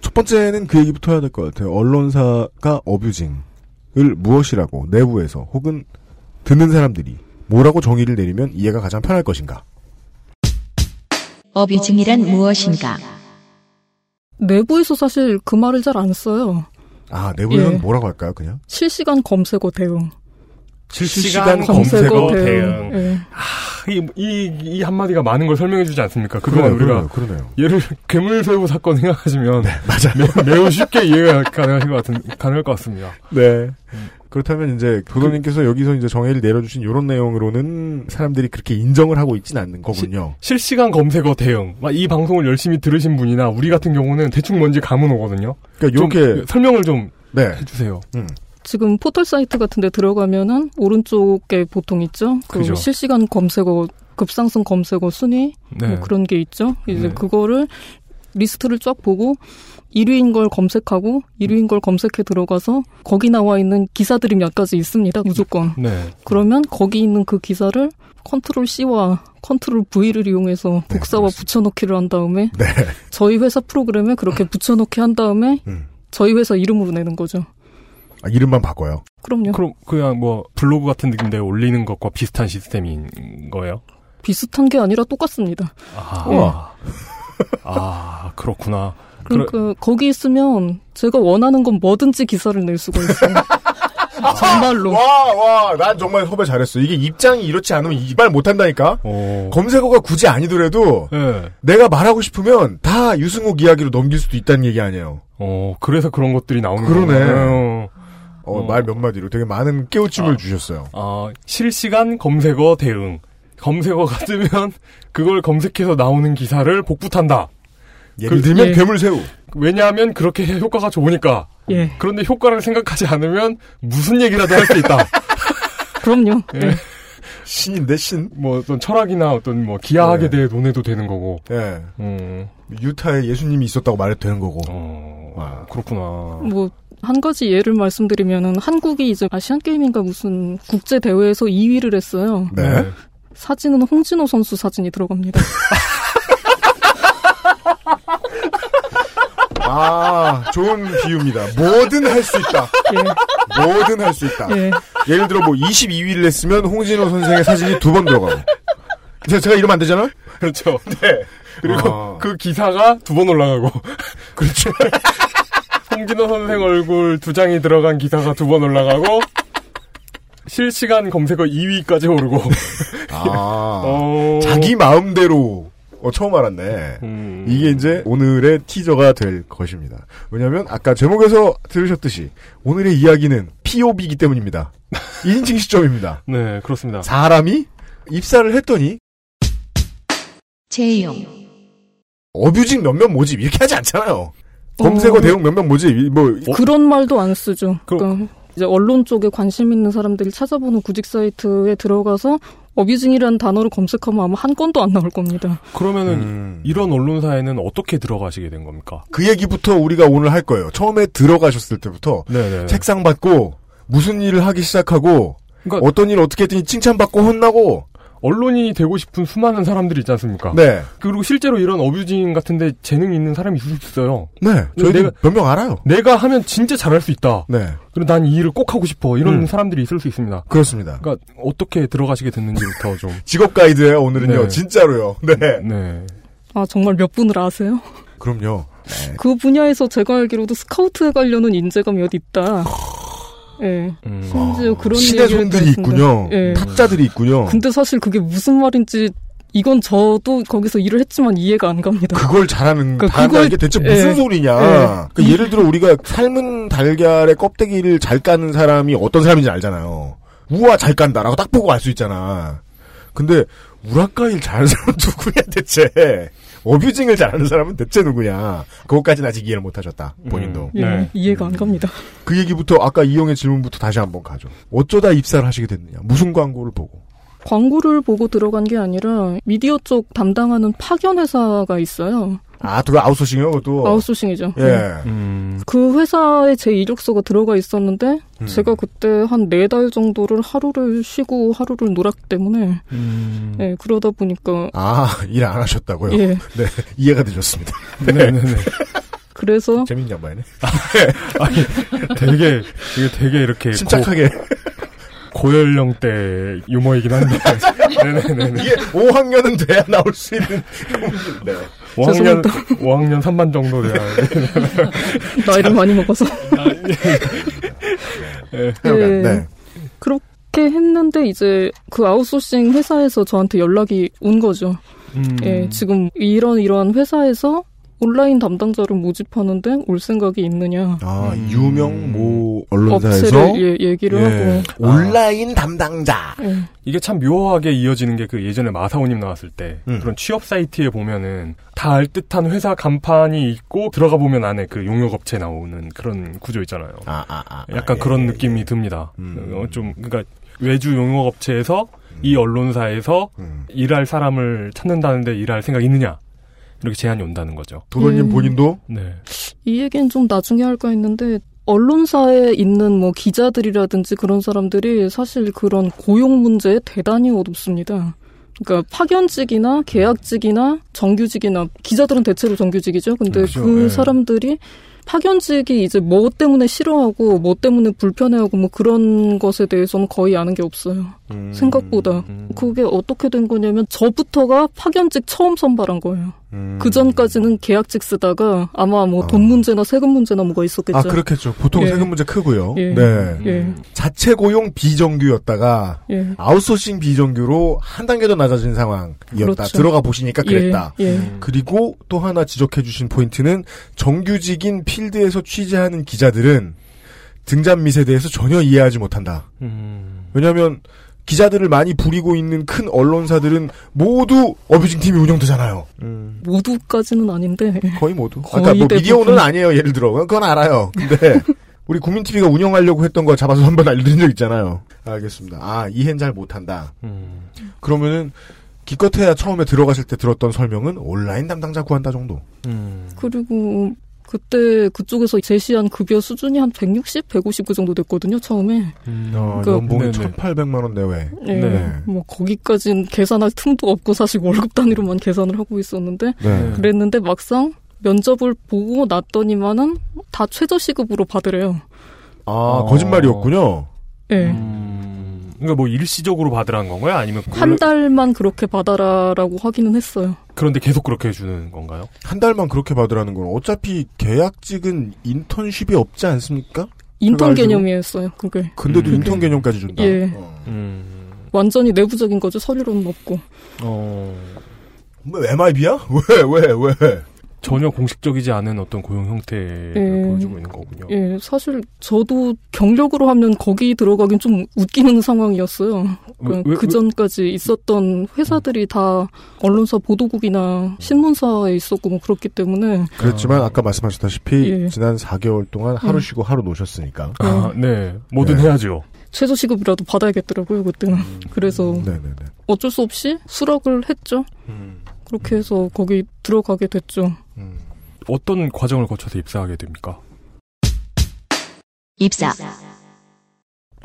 Speaker 2: 첫 번째는 그 얘기부터 해야 될 것 같아요. 언론사가 어뷰징을 무엇이라고 내부에서 혹은 듣는 사람들이 뭐라고 정의를 내리면 이해가 가장 편할 것인가.
Speaker 1: 어뷰징이란 무엇인가?
Speaker 10: 내부에서 사실 그 말을 잘 안 써요.
Speaker 2: 아 내부에서는
Speaker 10: 예.
Speaker 2: 뭐라고 할까요? 그냥
Speaker 10: 실시간 검색어 대응.
Speaker 2: 실시간
Speaker 3: 검색어 대응.
Speaker 10: 예.
Speaker 3: 아, 이, 이, 이 한마디가 많은 걸 설명해주지 않습니까? 그동안 우리가.
Speaker 2: 그러네요. 네,
Speaker 3: 얘를 괴물새우 사건 생각하시면
Speaker 2: 맞아요.
Speaker 3: 매, 우 쉽게 이해가 가능하신 것 같은 가능할 것 같습니다.
Speaker 2: 네. 그렇다면 이제 도도님께서 여기서 이제 정의를 내려주신 이런 내용으로는 사람들이 그렇게 인정을 하고 있지는 않는 거군요.
Speaker 3: 실시간 검색어 대응. 막 이 방송을 열심히 들으신 분이나 우리 같은 경우는 대충 뭔지 감은 오거든요.
Speaker 2: 그러니까
Speaker 3: 좀
Speaker 2: 이렇게-
Speaker 3: 설명을 좀
Speaker 2: 네.
Speaker 3: 해주세요.
Speaker 10: 지금 포털 사이트 같은 데 들어가면은 오른쪽에 보통 있죠. 그
Speaker 3: 그죠.
Speaker 10: 실시간 검색어 급상승 검색어 순위
Speaker 3: 네.
Speaker 10: 뭐 그런 게 있죠. 이제
Speaker 3: 네.
Speaker 10: 그거를 리스트를 쫙 보고 1위인 걸 검색하고 1위인 걸 검색해 들어가서 거기 나와 있는 기사들이 몇 가지 있습니다. 무조건.
Speaker 3: 네.
Speaker 10: 그러면 거기 있는 그 기사를 컨트롤 C와 컨트롤 V를
Speaker 3: 네,
Speaker 10: 이용해서 복사와 붙여넣기를 한 다음에
Speaker 2: 네.
Speaker 3: 음.
Speaker 10: 저희 회사 프로그램에 그렇게 붙여넣기 한 다음에 저희 회사 이름으로 내는 거죠.
Speaker 2: 아, 이름만 바꿔요.
Speaker 10: 그럼요.
Speaker 3: 그럼 그냥 뭐 블로그 같은 느낌인데 올리는 것과 비슷한 시스템인 거예요?
Speaker 10: 비슷한 게 아니라 똑같습니다.
Speaker 3: 아,
Speaker 10: 예.
Speaker 3: 아 그렇구나. 그래-
Speaker 10: 그러니까 거기 있으면 제가 원하는 건 뭐든지 기사를 낼 수가 있어요.
Speaker 2: 정말로. 와, 와, 난 정말 섭외 잘했어. 이게 입장이 이렇지 않으면 이발 못한다니까? 검색어가 굳이 아니더라도,
Speaker 3: 예.
Speaker 2: 내가 말하고 싶으면 다 유승욱 이야기로 넘길 수도 있다는 얘기 아니에요.
Speaker 3: 어, 그래서 그런 것들이 나오는
Speaker 2: 그러네.
Speaker 3: 거네요.
Speaker 2: 어, 말 몇 마디로 되게 많은 깨우침을 주셨어요.
Speaker 3: 아, 실시간 검색어 대응. 검색어가 뜨면 그걸 검색해서 나오는 기사를 복붙한다.
Speaker 2: 그 예를 들면 괴물새우.
Speaker 3: 왜냐하면 그렇게 해야 효과가 좋으니까.
Speaker 10: 예.
Speaker 3: 그런데 효과를 생각하지 않으면 무슨 얘기라도 할 수 있다.
Speaker 10: 그럼요.
Speaker 3: 예.
Speaker 2: 신인데 신.
Speaker 3: 뭐 어떤 철학이나 어떤 뭐
Speaker 2: 네.
Speaker 3: 기하학에 대해 논해도 되는 거고.
Speaker 2: 예.
Speaker 3: 음.
Speaker 2: 유타에 예수님이 있었다고 말해도 되는 거고. 어,
Speaker 3: 와. 그렇구나.
Speaker 10: 뭐 한 가지 예를 말씀드리면은 한국이 이제 아시안 게임인가 무슨 국제 대회에서 2위를 했어요.
Speaker 2: 네.
Speaker 10: 사진은 홍진호 선수 사진이 들어갑니다.
Speaker 2: 아, 좋은 비유입니다. 뭐든 할 수 있다. 뭐든 할 수 있다.
Speaker 10: 예.
Speaker 2: 예를 들어 뭐 22위를 했으면 홍진호 선생의 사진이 두 번 들어가고. 제가, 제가 이러면 안 되잖아?
Speaker 3: 그렇죠. 네. 그리고
Speaker 2: 아.
Speaker 3: 그 기사가 두 번 올라가고. 그렇죠. 홍진호 선생 얼굴 두 장이 들어간 기사가 두 번 올라가고. 실시간 검색어 2위까지 오르고.
Speaker 2: 아,
Speaker 3: 어.
Speaker 2: 자기 마음대로. 어, 처음 알았네. 이게 이제 오늘의 티저가 될 것입니다. 왜냐면 하 아까 제목에서 들으셨듯이 오늘의 이야기는 POB이기 때문입니다. 1인칭 시점입니다.
Speaker 3: 네, 그렇습니다.
Speaker 2: 사람이 입사를 했더니
Speaker 1: 채용,
Speaker 2: 어뷰징 몇몇 모집 이렇게 하지 않잖아요. 검색어
Speaker 10: 어.
Speaker 2: 대응 몇몇 모집 이- 뭐
Speaker 10: 그런 말도 안 쓰죠. 그러니까 이제 언론 쪽에 관심 있는 사람들이 찾아보는 구직 사이트에 들어가서 어뷰징이라는 단어를 검색하면 아마 한 건도 안 나올 겁니다.
Speaker 3: 그러면은
Speaker 2: 음.
Speaker 3: 이런 언론사에는 어떻게 들어가시게 된 겁니까?
Speaker 2: 그 얘기부터 우리가 오늘 할 거예요. 처음에 들어가셨을 때부터
Speaker 3: 네네.
Speaker 2: 책상 받고 무슨 일을 하기 시작하고
Speaker 3: 그러니까-
Speaker 2: 어떤 일을 어떻게 했더니 칭찬받고 혼나고
Speaker 3: 언론인이 되고 싶은 수많은 사람들이 있지 않습니까?
Speaker 2: 네.
Speaker 3: 그리고 실제로 이런 어뷰징 같은데 재능 있는 사람이 있을 수 있어요.
Speaker 2: 네. 저희도 몇 명 알아요.
Speaker 3: 내가 하면 진짜 잘할 수 있다.
Speaker 2: 네.
Speaker 3: 그리고 난 이 일을 꼭 하고 싶어. 이런
Speaker 2: 음.
Speaker 3: 사람들이 있을 수 있습니다.
Speaker 2: 그렇습니다.
Speaker 3: 그러니까 어떻게 들어가시게 됐는지부터 좀.
Speaker 2: 직업 가이드예요 오늘은요.
Speaker 3: 네.
Speaker 2: 진짜로요. 네.
Speaker 3: 네.
Speaker 10: 아 정말 몇 분을 아세요?
Speaker 2: 그럼요.
Speaker 10: 그 분야에서 제가 알기로도 스카우트에 가려는 인재가 몇 있다. 예. 심지어 그런
Speaker 2: 신의
Speaker 10: 얘기를
Speaker 2: 손들이
Speaker 10: 들었습니다.
Speaker 2: 있군요.
Speaker 10: 예.
Speaker 2: 탑자들이 있군요.
Speaker 10: 근데 사실 그게 무슨 말인지 이건 저도 거기서 일을 했지만 이해가 안 갑니다.
Speaker 2: 그걸 잘하는
Speaker 10: 네. 그러니까
Speaker 2: 다한다
Speaker 10: 그걸-
Speaker 2: 이게 대체
Speaker 10: 예.
Speaker 2: 무슨 소리냐.
Speaker 10: 예.
Speaker 2: 그 예를 들어 우리가 삶은 달걀의 껍데기를 잘 까는 사람이 어떤 사람인지 알잖아요. 우와 잘 깐다라고 딱 보고 알 수 있잖아. 근데 우라카이를 잘하는 사람은 누구냐 대체. 어뷰징을 잘하는 사람은 대체 누구냐. 그것까지는 아직 이해를 못하셨다. 본인도.
Speaker 10: 예, 이해가 안 갑니다.
Speaker 2: 그 얘기부터 아까 이용의 질문부터 다시 한번 가죠. 어쩌다 입사를 하시게 됐느냐. 무슨 광고를 보고.
Speaker 10: 광고를 보고 들어간 게 아니라 미디어 쪽 담당하는 파견 회사가 있어요.
Speaker 2: 아, 그거 아웃소싱이요, 그것도.
Speaker 10: 아웃소싱이죠.
Speaker 2: 예.
Speaker 10: 네. 그 회사에 제 이력서가 들어가 있었는데
Speaker 2: 음.
Speaker 10: 제가 그때 한 네 달 정도를 하루를 쉬고 하루를 놀았기 때문에
Speaker 2: 음.
Speaker 10: 예, 그러다 보니까
Speaker 2: 아, 일 안 하셨다고요?
Speaker 10: 예.
Speaker 2: 네, 이해가 되셨습니다.
Speaker 3: 네네네.
Speaker 10: 그래서
Speaker 2: 재밌냐, 봐야네.
Speaker 3: 되게, 이게 되게 이렇게.
Speaker 2: 예, 침착하게.
Speaker 3: 고, 연령대 유머이긴 한데. 네네네.
Speaker 2: 이게 5학년은 돼야 나올 수 있는. 네.
Speaker 3: 5학년, 5학년 3반 정도 돼야.
Speaker 10: 나이를 많이 먹어서
Speaker 3: 네.
Speaker 10: 예. 그렇게 했는데 이제 그 아웃소싱 회사에서 저한테 연락이 온 거죠. 예, 지금 이런 이런 회사에서 온라인 담당자를 모집하는데 올 생각이 있느냐.
Speaker 2: 아, 유명 모
Speaker 10: 업체를 예, 얘기를 하고
Speaker 2: 아. 온라인 담당자.
Speaker 10: 예.
Speaker 3: 이게 참 묘하게 이어지는 게 그 예전에 마사오님 나왔을 때
Speaker 2: 음.
Speaker 3: 그런 취업 사이트에 보면은 다 알 듯한 회사 간판이 있고 들어가 보면 안에 그 용역 업체 나오는 그런 구조 있잖아요. 예, 약간 그런 느낌이 듭니다. 어, 좀 그러니까 외주 용역 업체에서 이 언론사에서 일할 사람을 찾는다는데 일할 생각 있느냐 이렇게 제안이 온다는 거죠.
Speaker 2: 도돌님
Speaker 10: 음.
Speaker 2: 본인도?
Speaker 3: 네.
Speaker 10: 이 얘기는 좀 나중에 할까 했는데 언론사에 있는 뭐 기자들이라든지 그런 사람들이 사실 그런 고용 문제에 대단히 어둡습니다. 그러니까 파견직이나 계약직이나 정규직이나 기자들은 대체로 정규직이죠. 근데
Speaker 13: 그죠,
Speaker 10: 그
Speaker 13: 예.
Speaker 10: 사람들이 파견직이 이제 뭐 때문에 싫어하고 뭐 때문에 불편해하고 뭐 그런 것에 대해서는 거의 아는 게 없어요. 생각보다
Speaker 11: 음.
Speaker 10: 그게 어떻게 된 거냐면 저부터가 파견직 처음 선발한 거예요.
Speaker 2: 음.
Speaker 10: 그 전까지는 계약직 쓰다가 아마 뭐 돈 문제나 세금 문제나 뭐가 있었겠죠.
Speaker 2: 어. 아 그렇겠죠. 보통
Speaker 10: 예.
Speaker 2: 세금 문제 크고요.
Speaker 10: 예.
Speaker 2: 네.
Speaker 10: 예.
Speaker 2: 자체 고용 비정규였다가
Speaker 10: 예.
Speaker 2: 아웃소싱 비정규로 한 단계 더 낮아진 상황이었다.
Speaker 10: 그렇죠.
Speaker 2: 들어가 보시니까 아, 그랬다. 음.
Speaker 10: 예, 예.
Speaker 2: 그리고 또 하나 지적해주신 포인트는 정규직인 필드에서 취재하는 기자들은 등잔 미세 대해서 전혀 이해하지 못한다.
Speaker 3: 음.
Speaker 2: 왜냐하면 기자들을 많이 부리고 있는 큰 언론사들은 모두 어뷰징 팀이 운영되잖아요.
Speaker 10: 음, 모두까지는 아닌데
Speaker 2: 거의 모두. 아까 뭐 미디어는 아니에요. 예를 들어 그건 알아요. 근데 우리 국민 TV가 운영하려고 했던 거 잡아서 한번 알려드린 적 있잖아요. 알겠습니다. 아 이해는 잘 못한다. 그러면은 기껏해야 처음에 들어가실 때 들었던 설명은 온라인 담당자 구한다 정도.
Speaker 10: 그리고 그때 그쪽에서 제시한 급여 수준이 한 160, 150 그 정도 됐거든요 처음에.
Speaker 2: 어,
Speaker 10: 그-
Speaker 2: 연봉이
Speaker 10: 네네.
Speaker 2: 1,800만 원 내외. 네.
Speaker 10: 예, 뭐 거기까지는 계산할 틈도 없고 사실 월급 단위로만 계산을 하고 있었는데
Speaker 2: 네.
Speaker 10: 그랬는데 막상 면접을 보고 났더니만은 다 최저 시급으로 받으래요.
Speaker 2: 아 거짓말이었군요.
Speaker 10: 예.
Speaker 2: 음.
Speaker 3: 그러니까 뭐 일시적으로 받으라는 건가요? 아니면
Speaker 10: 한
Speaker 3: 원래-
Speaker 10: 달만 그렇게 받아라라고 하기는 했어요.
Speaker 3: 그런데 계속 그렇게 해주는 건가요?
Speaker 2: 한 달만 그렇게 받으라는 건 어차피 계약직은 인턴십이 없지 않습니까?
Speaker 10: 인턴
Speaker 2: 제가 알기로.
Speaker 10: 개념이었어요. 그게
Speaker 2: 근데도 인턴 개념까지 준다. 어.
Speaker 10: 예.
Speaker 3: 음.
Speaker 10: 완전히 내부적인 거죠. 서류로는 없고.
Speaker 3: 어.
Speaker 2: 뭐, 왜 MIB야? 왜, 왜, 왜?
Speaker 3: 전혀 공식적이지 않은 어떤 고용 형태를
Speaker 10: 예.
Speaker 3: 보여주고 있는 거군요.
Speaker 10: 예, 사실 저도 경력으로 하면 거기 들어가긴 좀 웃기는 상황이었어요.
Speaker 3: 왜- 왜-
Speaker 10: 그 전까지 있었던 회사들이 다 언론사 보도국이나 신문사에 있었고 뭐 그렇기 때문에
Speaker 2: 그렇지만 아까 말씀하셨다시피
Speaker 10: 예.
Speaker 2: 지난 4개월 동안 하루
Speaker 10: 음.
Speaker 2: 쉬고 하루 노셨으니까.
Speaker 3: 아, 네. 뭐든 해야죠.
Speaker 10: 최저 시급이라도 받아야겠더라고요 그때는.
Speaker 3: 음,
Speaker 10: 그래서
Speaker 2: 음,
Speaker 3: 네.
Speaker 10: 어쩔 수 없이 수락을 했죠.
Speaker 3: 음.
Speaker 10: 그렇게 해서 거기 들어가게 됐죠.
Speaker 2: 음.
Speaker 3: 어떤 과정을 거쳐서 입사하게 됩니까?
Speaker 1: 입사.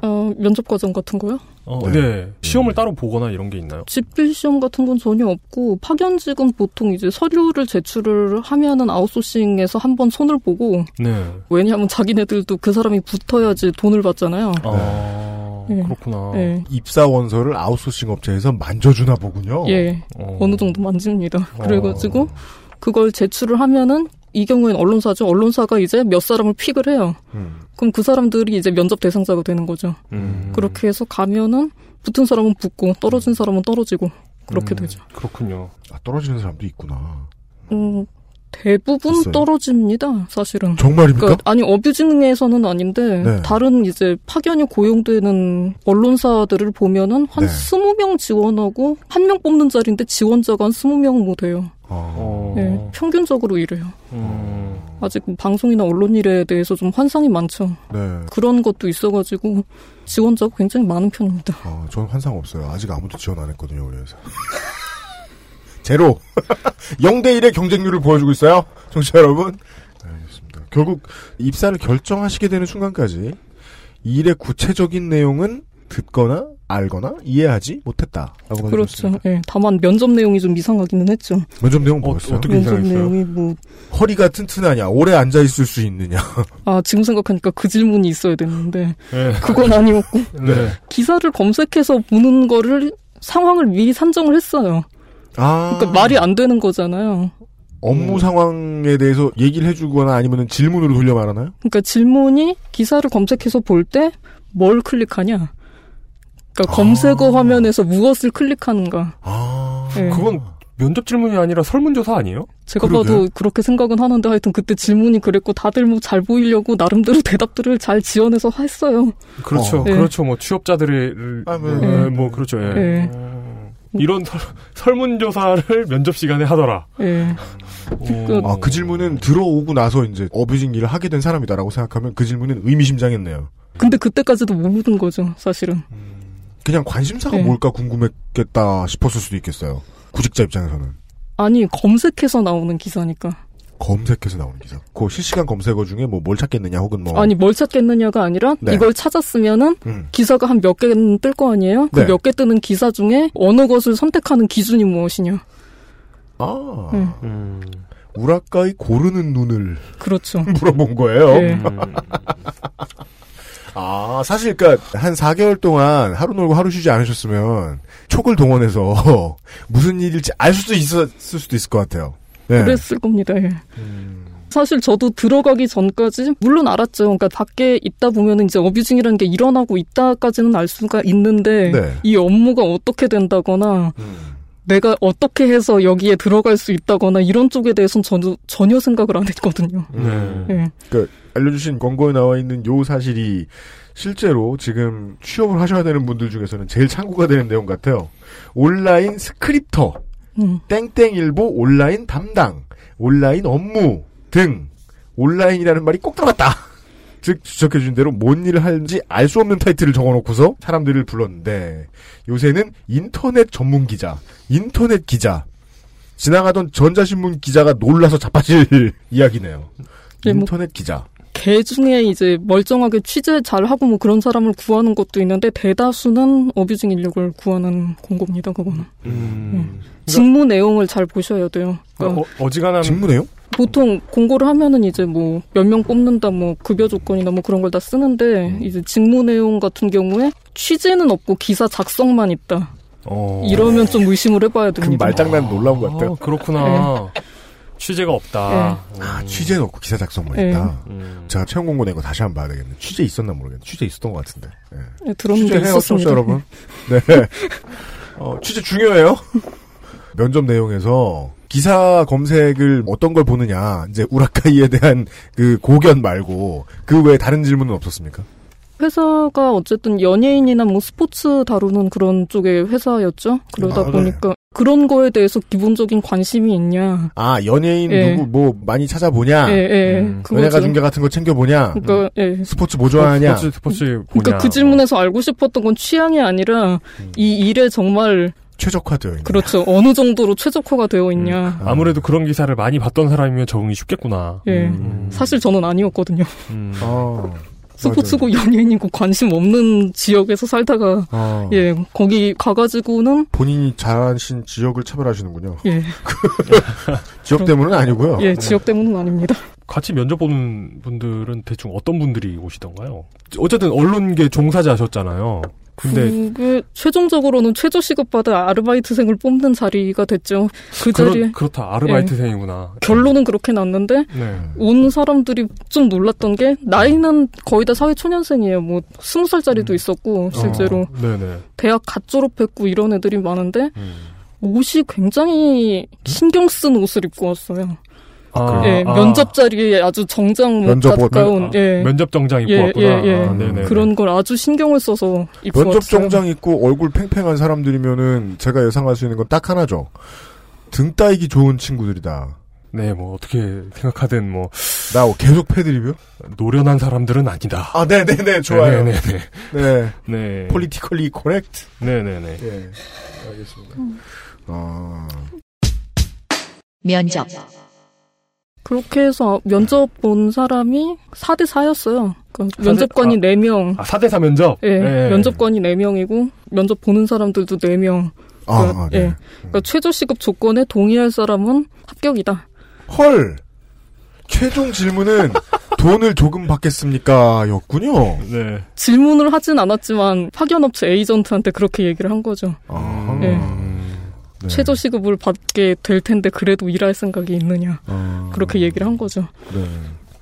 Speaker 10: 어, 면접 과정 같은 거요?
Speaker 3: 어, 네. 시험을 따로 보거나 이런 게 있나요?
Speaker 10: 집필 시험 같은 건 전혀 없고 파견직은 보통 이제 서류를 제출을 하면은 아웃소싱에서 한 번 손을 보고
Speaker 3: 네.
Speaker 10: 왜냐하면 자기네들도 그 사람이 붙어야지 돈을 받잖아요.
Speaker 3: 아,
Speaker 10: 예.
Speaker 3: 그렇구나.
Speaker 10: 예.
Speaker 2: 입사 원서를 아웃소싱 업체에서 만져주나 보군요.
Speaker 10: 예. 어. 느 정도 만집니다. 그래가지고 그걸 제출을 하면은 이 경우엔 언론사죠. 언론사가 이제 몇 사람을 픽을 해요.
Speaker 2: 음.
Speaker 10: 그럼 그 사람들이 이제 면접 대상자가 되는 거죠.
Speaker 3: 음.
Speaker 10: 그렇게 해서 가면은 붙은 사람은 붙고 떨어진 사람은 떨어지고 그렇게 되죠.
Speaker 3: 음. 그렇군요.
Speaker 2: 아, 떨어지는 사람도 있구나.
Speaker 10: 음, 대부분
Speaker 2: 있어요?
Speaker 10: 떨어집니다. 사실은.
Speaker 2: 정말입니까?
Speaker 10: 그러니까, 아니 어뷰징에서는 아닌데
Speaker 2: 네.
Speaker 10: 다른 이제 파견이 고용되는 언론사들을 보면은 한
Speaker 2: 네.
Speaker 10: 스무 명 지원하고 한 명 뽑는 자리인데 지원자가 한 스무 명 뭐 돼요.
Speaker 2: 어.
Speaker 10: 네, 평균적으로 이래요.
Speaker 3: 음.
Speaker 10: 아직 방송이나 언론 일에 대해서 좀 환상이 많죠.
Speaker 2: 네.
Speaker 10: 그런 것도 있어가지고 지원자가 굉장히 많은 편입니다.
Speaker 2: 아, 저는 환상 없어요. 아직 아무도 지원 안 했거든요, 우리 회사. 제로. 0대 1의 경쟁률을 보여주고 있어요. 청취자 여러분. 알겠습니다. 결국 입사를 결정하시게 되는 순간까지 이 일의 구체적인 내용은 듣거나 알거나 이해하지 못했다라고 말씀드렸습니다.
Speaker 10: 그렇죠. 예, 다만 면접 내용이 좀 이상하기는 했죠.
Speaker 2: 면접 내용 뭐였어요?
Speaker 10: 면접 내용이 뭐
Speaker 2: 허리가 튼튼하냐, 오래 앉아 있을 수 있느냐.
Speaker 10: 아, 지금 생각하니까 그 질문이 있어야 되는데
Speaker 2: 네.
Speaker 10: 그건 아니었고
Speaker 2: 네.
Speaker 10: 기사를 검색해서 보는 거를 상황을 미리 산정을 했어요.
Speaker 2: 아,
Speaker 10: 그러니까 말이 안 되는 거잖아요.
Speaker 2: 업무 상황에 대해서 얘기를 해주거나 아니면 질문으로 돌려 말하나요?
Speaker 10: 그러니까 질문이 기사를 검색해서 볼 때 뭘 클릭하냐? 그러니까 검색어 화면에서 무엇을 클릭하는가?
Speaker 2: 아.
Speaker 10: 예.
Speaker 3: 그건 면접 질문이 아니라 설문조사 아니에요?
Speaker 10: 제가 봐도 그렇게 생각은 하는데 하여튼 그때 질문이 그랬고 다들 뭐 잘 보이려고 나름대로 대답들을 잘 지어내서 했어요.
Speaker 3: 그렇죠,
Speaker 10: 어. 네.
Speaker 3: 그렇죠. 뭐 취업자들의
Speaker 2: 아,
Speaker 3: 뭐,
Speaker 10: 네.
Speaker 3: 뭐 그렇죠. 예.
Speaker 10: 예.
Speaker 3: 이런 설, 설문조사를 면접 시간에 하더라.
Speaker 10: 예.
Speaker 3: 그-
Speaker 2: 아, 그 질문은 들어오고 나서 이제 어뷰징 일을 하게 된 사람이다라고 생각하면 그 질문은 의미심장했네요.
Speaker 10: 근데 그때까지도 모르는 거죠, 사실은.
Speaker 2: 그냥 관심사가
Speaker 10: 네.
Speaker 2: 뭘까 궁금했겠다 싶었을 수도 있겠어요. 구직자 입장에서는
Speaker 10: 아니, 검색해서 나오는 기사니까.
Speaker 2: 검색해서 나오는 기사. 그 실시간 검색어 중에 뭐 뭘 찾겠느냐 혹은 뭐
Speaker 10: 아니, 뭘 찾겠느냐가 아니라
Speaker 2: 네.
Speaker 10: 이걸 찾았으면은
Speaker 2: 음.
Speaker 10: 기사가 한 몇 개는 뜰 거 아니에요?
Speaker 2: 네.
Speaker 10: 그 몇 개 뜨는 기사 중에 어느 것을 선택하는 기준이 무엇이냐.
Speaker 2: 아.
Speaker 10: 음.
Speaker 2: 우라카이 고르는 눈을
Speaker 10: 그렇죠.
Speaker 2: 물어본 거예요.
Speaker 10: 네.
Speaker 2: 아 사실 그러니까 한 4개월 동안 하루 놀고 하루 쉬지 않으셨으면 촉을 동원해서 무슨 일일지 알 수도 있었을 수도 있을 것 같아요. 네.
Speaker 10: 그랬을 겁니다. 예. 사실 저도 들어가기 전까지 물론 알았죠. 그러니까 밖에 있다 보면은 이제 어뷰징이라는 게 일어나고 있다까지는 알 수가 있는데
Speaker 13: 네.
Speaker 10: 이 업무가 어떻게 된다거나 내가 어떻게 해서 여기에 들어갈 수 있다거나 이런 쪽에 대해서는 저도 전혀 생각을 안 했거든요. 예.
Speaker 2: 그러니까 알려주신 광고에 나와 있는 요 사실이 실제로 지금 취업을 하셔야 되는 분들 중에서는 제일 참고가 되는 내용 같아요. 온라인 스크립터,
Speaker 10: 음.
Speaker 2: 땡땡일보 온라인 담당, 온라인 업무 등 온라인이라는 말이 꼭 들어갔다. 즉 지적해 주신 대로 뭔 일을 하는지 알 수 없는 타이틀을 적어놓고서 사람들을 불렀는데 요새는 인터넷 전문 기자, 인터넷 기자, 지나가던 전자신문 기자가 놀라서 자빠질 이야기네요.
Speaker 10: 예, 뭐
Speaker 2: 인터넷 기자.
Speaker 10: 개 중에 이제 멀쩡하게 취재 잘 하고 뭐 그런 사람을 구하는 것도 있는데 대다수는 어뷰징 인력을 구하는 공고입니다. 그거는
Speaker 2: 음.
Speaker 10: 네.
Speaker 2: 그러니까
Speaker 10: 직무 내용을 잘 보셔야 돼요. 그러니까
Speaker 3: 어, 지간한
Speaker 2: 직무네요?
Speaker 10: 보통 공고를 하면은 이제 뭐 몇 명 뽑는다 뭐 급여 조건이나 뭐 그런 걸 다 쓰는데
Speaker 2: 음.
Speaker 10: 이제 직무 내용 같은 경우에 취재는 없고 기사 작성만 있다. 이러면 좀 의심을 해봐야 됩니다.
Speaker 2: 어. 말장난 놀라운 것 같아요.
Speaker 3: 어. 그렇구나.
Speaker 10: 네.
Speaker 3: 취재가 없다.
Speaker 2: 아, 취재 넣고 기사 작성만 뭐
Speaker 10: 네.
Speaker 2: 했다. 제가 채용 공고 낸거 다시 한번 봐야 되겠네. 취재 있었나 모르겠네. 취재 있었던 것 같은데. 예.
Speaker 10: 네, 들었는데
Speaker 2: 취재해요, 청취자
Speaker 10: 있었습니다.
Speaker 2: 여러분. 네. 어, 취재 중요해요. 면접 내용에서 기사 검색을 어떤 걸 보느냐, 이제 우라카이에 대한 그 고견 말고 그 외에 다른 질문은 없었습니까?
Speaker 10: 회사가 어쨌든 연예인이나 뭐 스포츠 다루는 그런 쪽의 회사였죠. 그러다
Speaker 2: 아, 네.
Speaker 10: 보니까 그런 거에 대해서 기본적인 관심이 있냐.
Speaker 2: 아 연예인
Speaker 10: 예.
Speaker 2: 누구 뭐 많이 찾아보냐, 음.
Speaker 10: 예, 예, 그거죠.
Speaker 2: 연예가 중계 같은 거 챙겨보냐,
Speaker 10: 그러니까 예.
Speaker 2: 스포츠 뭐 좋아하냐, 음.
Speaker 3: 스포츠, 스포츠
Speaker 10: 그러니까 그 질문에서 알고 싶었던 건 취향이 아니라 이 일에 정말
Speaker 2: 최적화되어 있는.
Speaker 10: 그렇죠. 어느 정도로 최적화가 되어 있냐.
Speaker 3: 음. 아무래도 그런 기사를 많이 봤던 사람이면 적응이 쉽겠구나.
Speaker 2: 음.
Speaker 3: 음.
Speaker 10: 예. 사실 저는 아니었거든요.
Speaker 2: 어.
Speaker 10: 스포츠고 연예인이고 관심 없는 지역에서 살다가
Speaker 2: 어.
Speaker 10: 예 거기 가가지고는
Speaker 2: 본인이 자라신 지역을 차별하시는군요.
Speaker 10: 예,
Speaker 2: 지역 때문은 아니고요. 네.
Speaker 10: 예 지역 때문은 아닙니다.
Speaker 3: 같이 면접 보는 분들은 대충 어떤 분들이 오시던가요? 어쨌든 언론계 종사자셨잖아요. 근데
Speaker 10: 그게 최종적으로는 최저 시급 받은 아르바이트생을 뽑는 자리가 됐죠. 그 자리에
Speaker 3: 그런, 그렇다 아르바이트생이구나.
Speaker 10: 결론은 그렇게 났는데
Speaker 3: 네.
Speaker 10: 온 사람들이 좀 놀랐던 게 나이는 거의 다 사회 초년생이에요. 뭐 스무 살짜리도 있었고 실제로
Speaker 3: 음. 어, 네네.
Speaker 10: 대학 갓 졸업했고 이런 애들이 많은데
Speaker 3: 음.
Speaker 10: 옷이 굉장히 신경 쓴 옷을 입고 왔어요.
Speaker 3: 아,
Speaker 10: 예,
Speaker 3: 아.
Speaker 10: 면접 자리에 아주 정장 뭐
Speaker 3: 면접 옷.
Speaker 10: 가까운
Speaker 3: 아,
Speaker 10: 예.
Speaker 3: 면접 정장 입고
Speaker 10: 예,
Speaker 3: 왔구나.
Speaker 10: 예, 예.
Speaker 3: 아, 네네.
Speaker 10: 그런 걸 아주 신경을 써서 입고
Speaker 2: 면접
Speaker 10: 왔어요.
Speaker 2: 정장 입고 얼굴 팽팽한 사람들이면은 제가 예상할 수 있는 건 딱 하나죠. 등 따이기 좋은 친구들이다.
Speaker 3: 네, 뭐 어떻게 생각하든 뭐.
Speaker 2: 나 계속 패드립이요?
Speaker 3: 노련한 사람들은 아니다.
Speaker 2: 아, 네, 네, 네, 좋아요.
Speaker 3: 네, 네,
Speaker 2: 네.
Speaker 3: 네.
Speaker 2: Politically correct.
Speaker 3: 네, 네, 네.
Speaker 2: 예. 아, 알겠습니다.
Speaker 1: 면접
Speaker 10: 그렇게 해서 면접 본 사람이 4대 4였어요.
Speaker 3: 대-
Speaker 10: 면접관이
Speaker 3: 아.
Speaker 10: 네 4명.
Speaker 3: 아, 4대4 면접?
Speaker 10: 예,
Speaker 3: 네.
Speaker 10: 면접관이 4명이고 면접 보는 사람들도 4명.
Speaker 3: 아,
Speaker 10: 그러니까,
Speaker 3: 아, 네.
Speaker 10: 예.
Speaker 2: 음.
Speaker 10: 그러니까 최저 시급 조건에 동의할 사람은 합격이다.
Speaker 2: 헐! 최종 질문은 돈을 조금 받겠습니까? 였군요.
Speaker 3: 네.
Speaker 10: 질문을 하진 않았지만 파견업체 에이전트한테 그렇게 얘기를 한 거죠.
Speaker 2: 아,
Speaker 10: 예.
Speaker 2: 네.
Speaker 10: 최저 시급을 받게 될 텐데 그래도 일할 생각이 있느냐.
Speaker 2: 아.
Speaker 10: 그렇게 얘기를 한 거죠.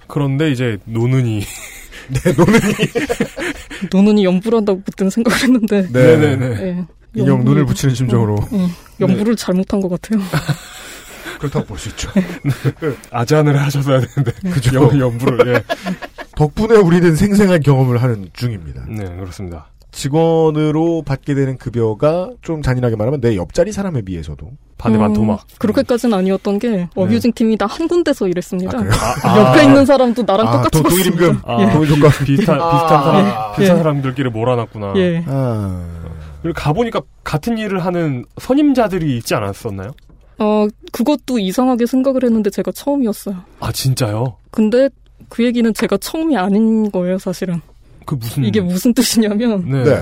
Speaker 3: 그런데 이제 노는이.
Speaker 2: 네, 노는이.
Speaker 10: 노는이 염불한다고 그때는 생각을 했는데.
Speaker 2: 네. 네네네.
Speaker 10: 예.
Speaker 2: 인형
Speaker 10: 염불-
Speaker 2: 눈을 붙이는 네. 심정으로.
Speaker 10: 예. 염불을 잘못한 것 같아요.
Speaker 2: 그렇다고 볼 수 있죠.
Speaker 3: 아잔을 하셨어야 되는데.
Speaker 2: 그죠.
Speaker 3: 연- 연부를, 예.
Speaker 2: 덕분에 우리는 생생한 경험을 하는 중입니다.
Speaker 3: 네, 그렇습니다.
Speaker 2: 직원으로 받게 되는 급여가 좀 잔인하게 말하면 내 옆자리 사람에 비해서도
Speaker 10: 음, 그렇게까지는 아니었던 게 어뷰징 팀이 다 한 군데서 일했습니다.
Speaker 2: 아, 그래요? 아,
Speaker 10: 옆에
Speaker 2: 아.
Speaker 10: 있는 사람도 나랑
Speaker 2: 아,
Speaker 10: 똑같이
Speaker 2: 도- 독일
Speaker 10: 봤습니다.
Speaker 2: 임금.
Speaker 3: 아,
Speaker 2: 예. 독일 조건.
Speaker 3: 비슷한,
Speaker 2: 아.
Speaker 3: 비슷한 사람,
Speaker 2: 예.
Speaker 3: 비슷한
Speaker 2: 예.
Speaker 3: 사람들끼리 몰아놨구나.
Speaker 10: 예.
Speaker 3: 그리고 가보니까 같은 일을 하는 선임자들이 있지 않았었나요?
Speaker 10: 어 그것도 이상하게 생각을 했는데 제가 처음이었어요.
Speaker 3: 아, 진짜요?
Speaker 10: 근데 그 얘기는 제가 처음이 아닌 거예요, 사실은.
Speaker 3: 그 무슨.
Speaker 10: 이게 무슨 뜻이냐면
Speaker 3: 네. 네.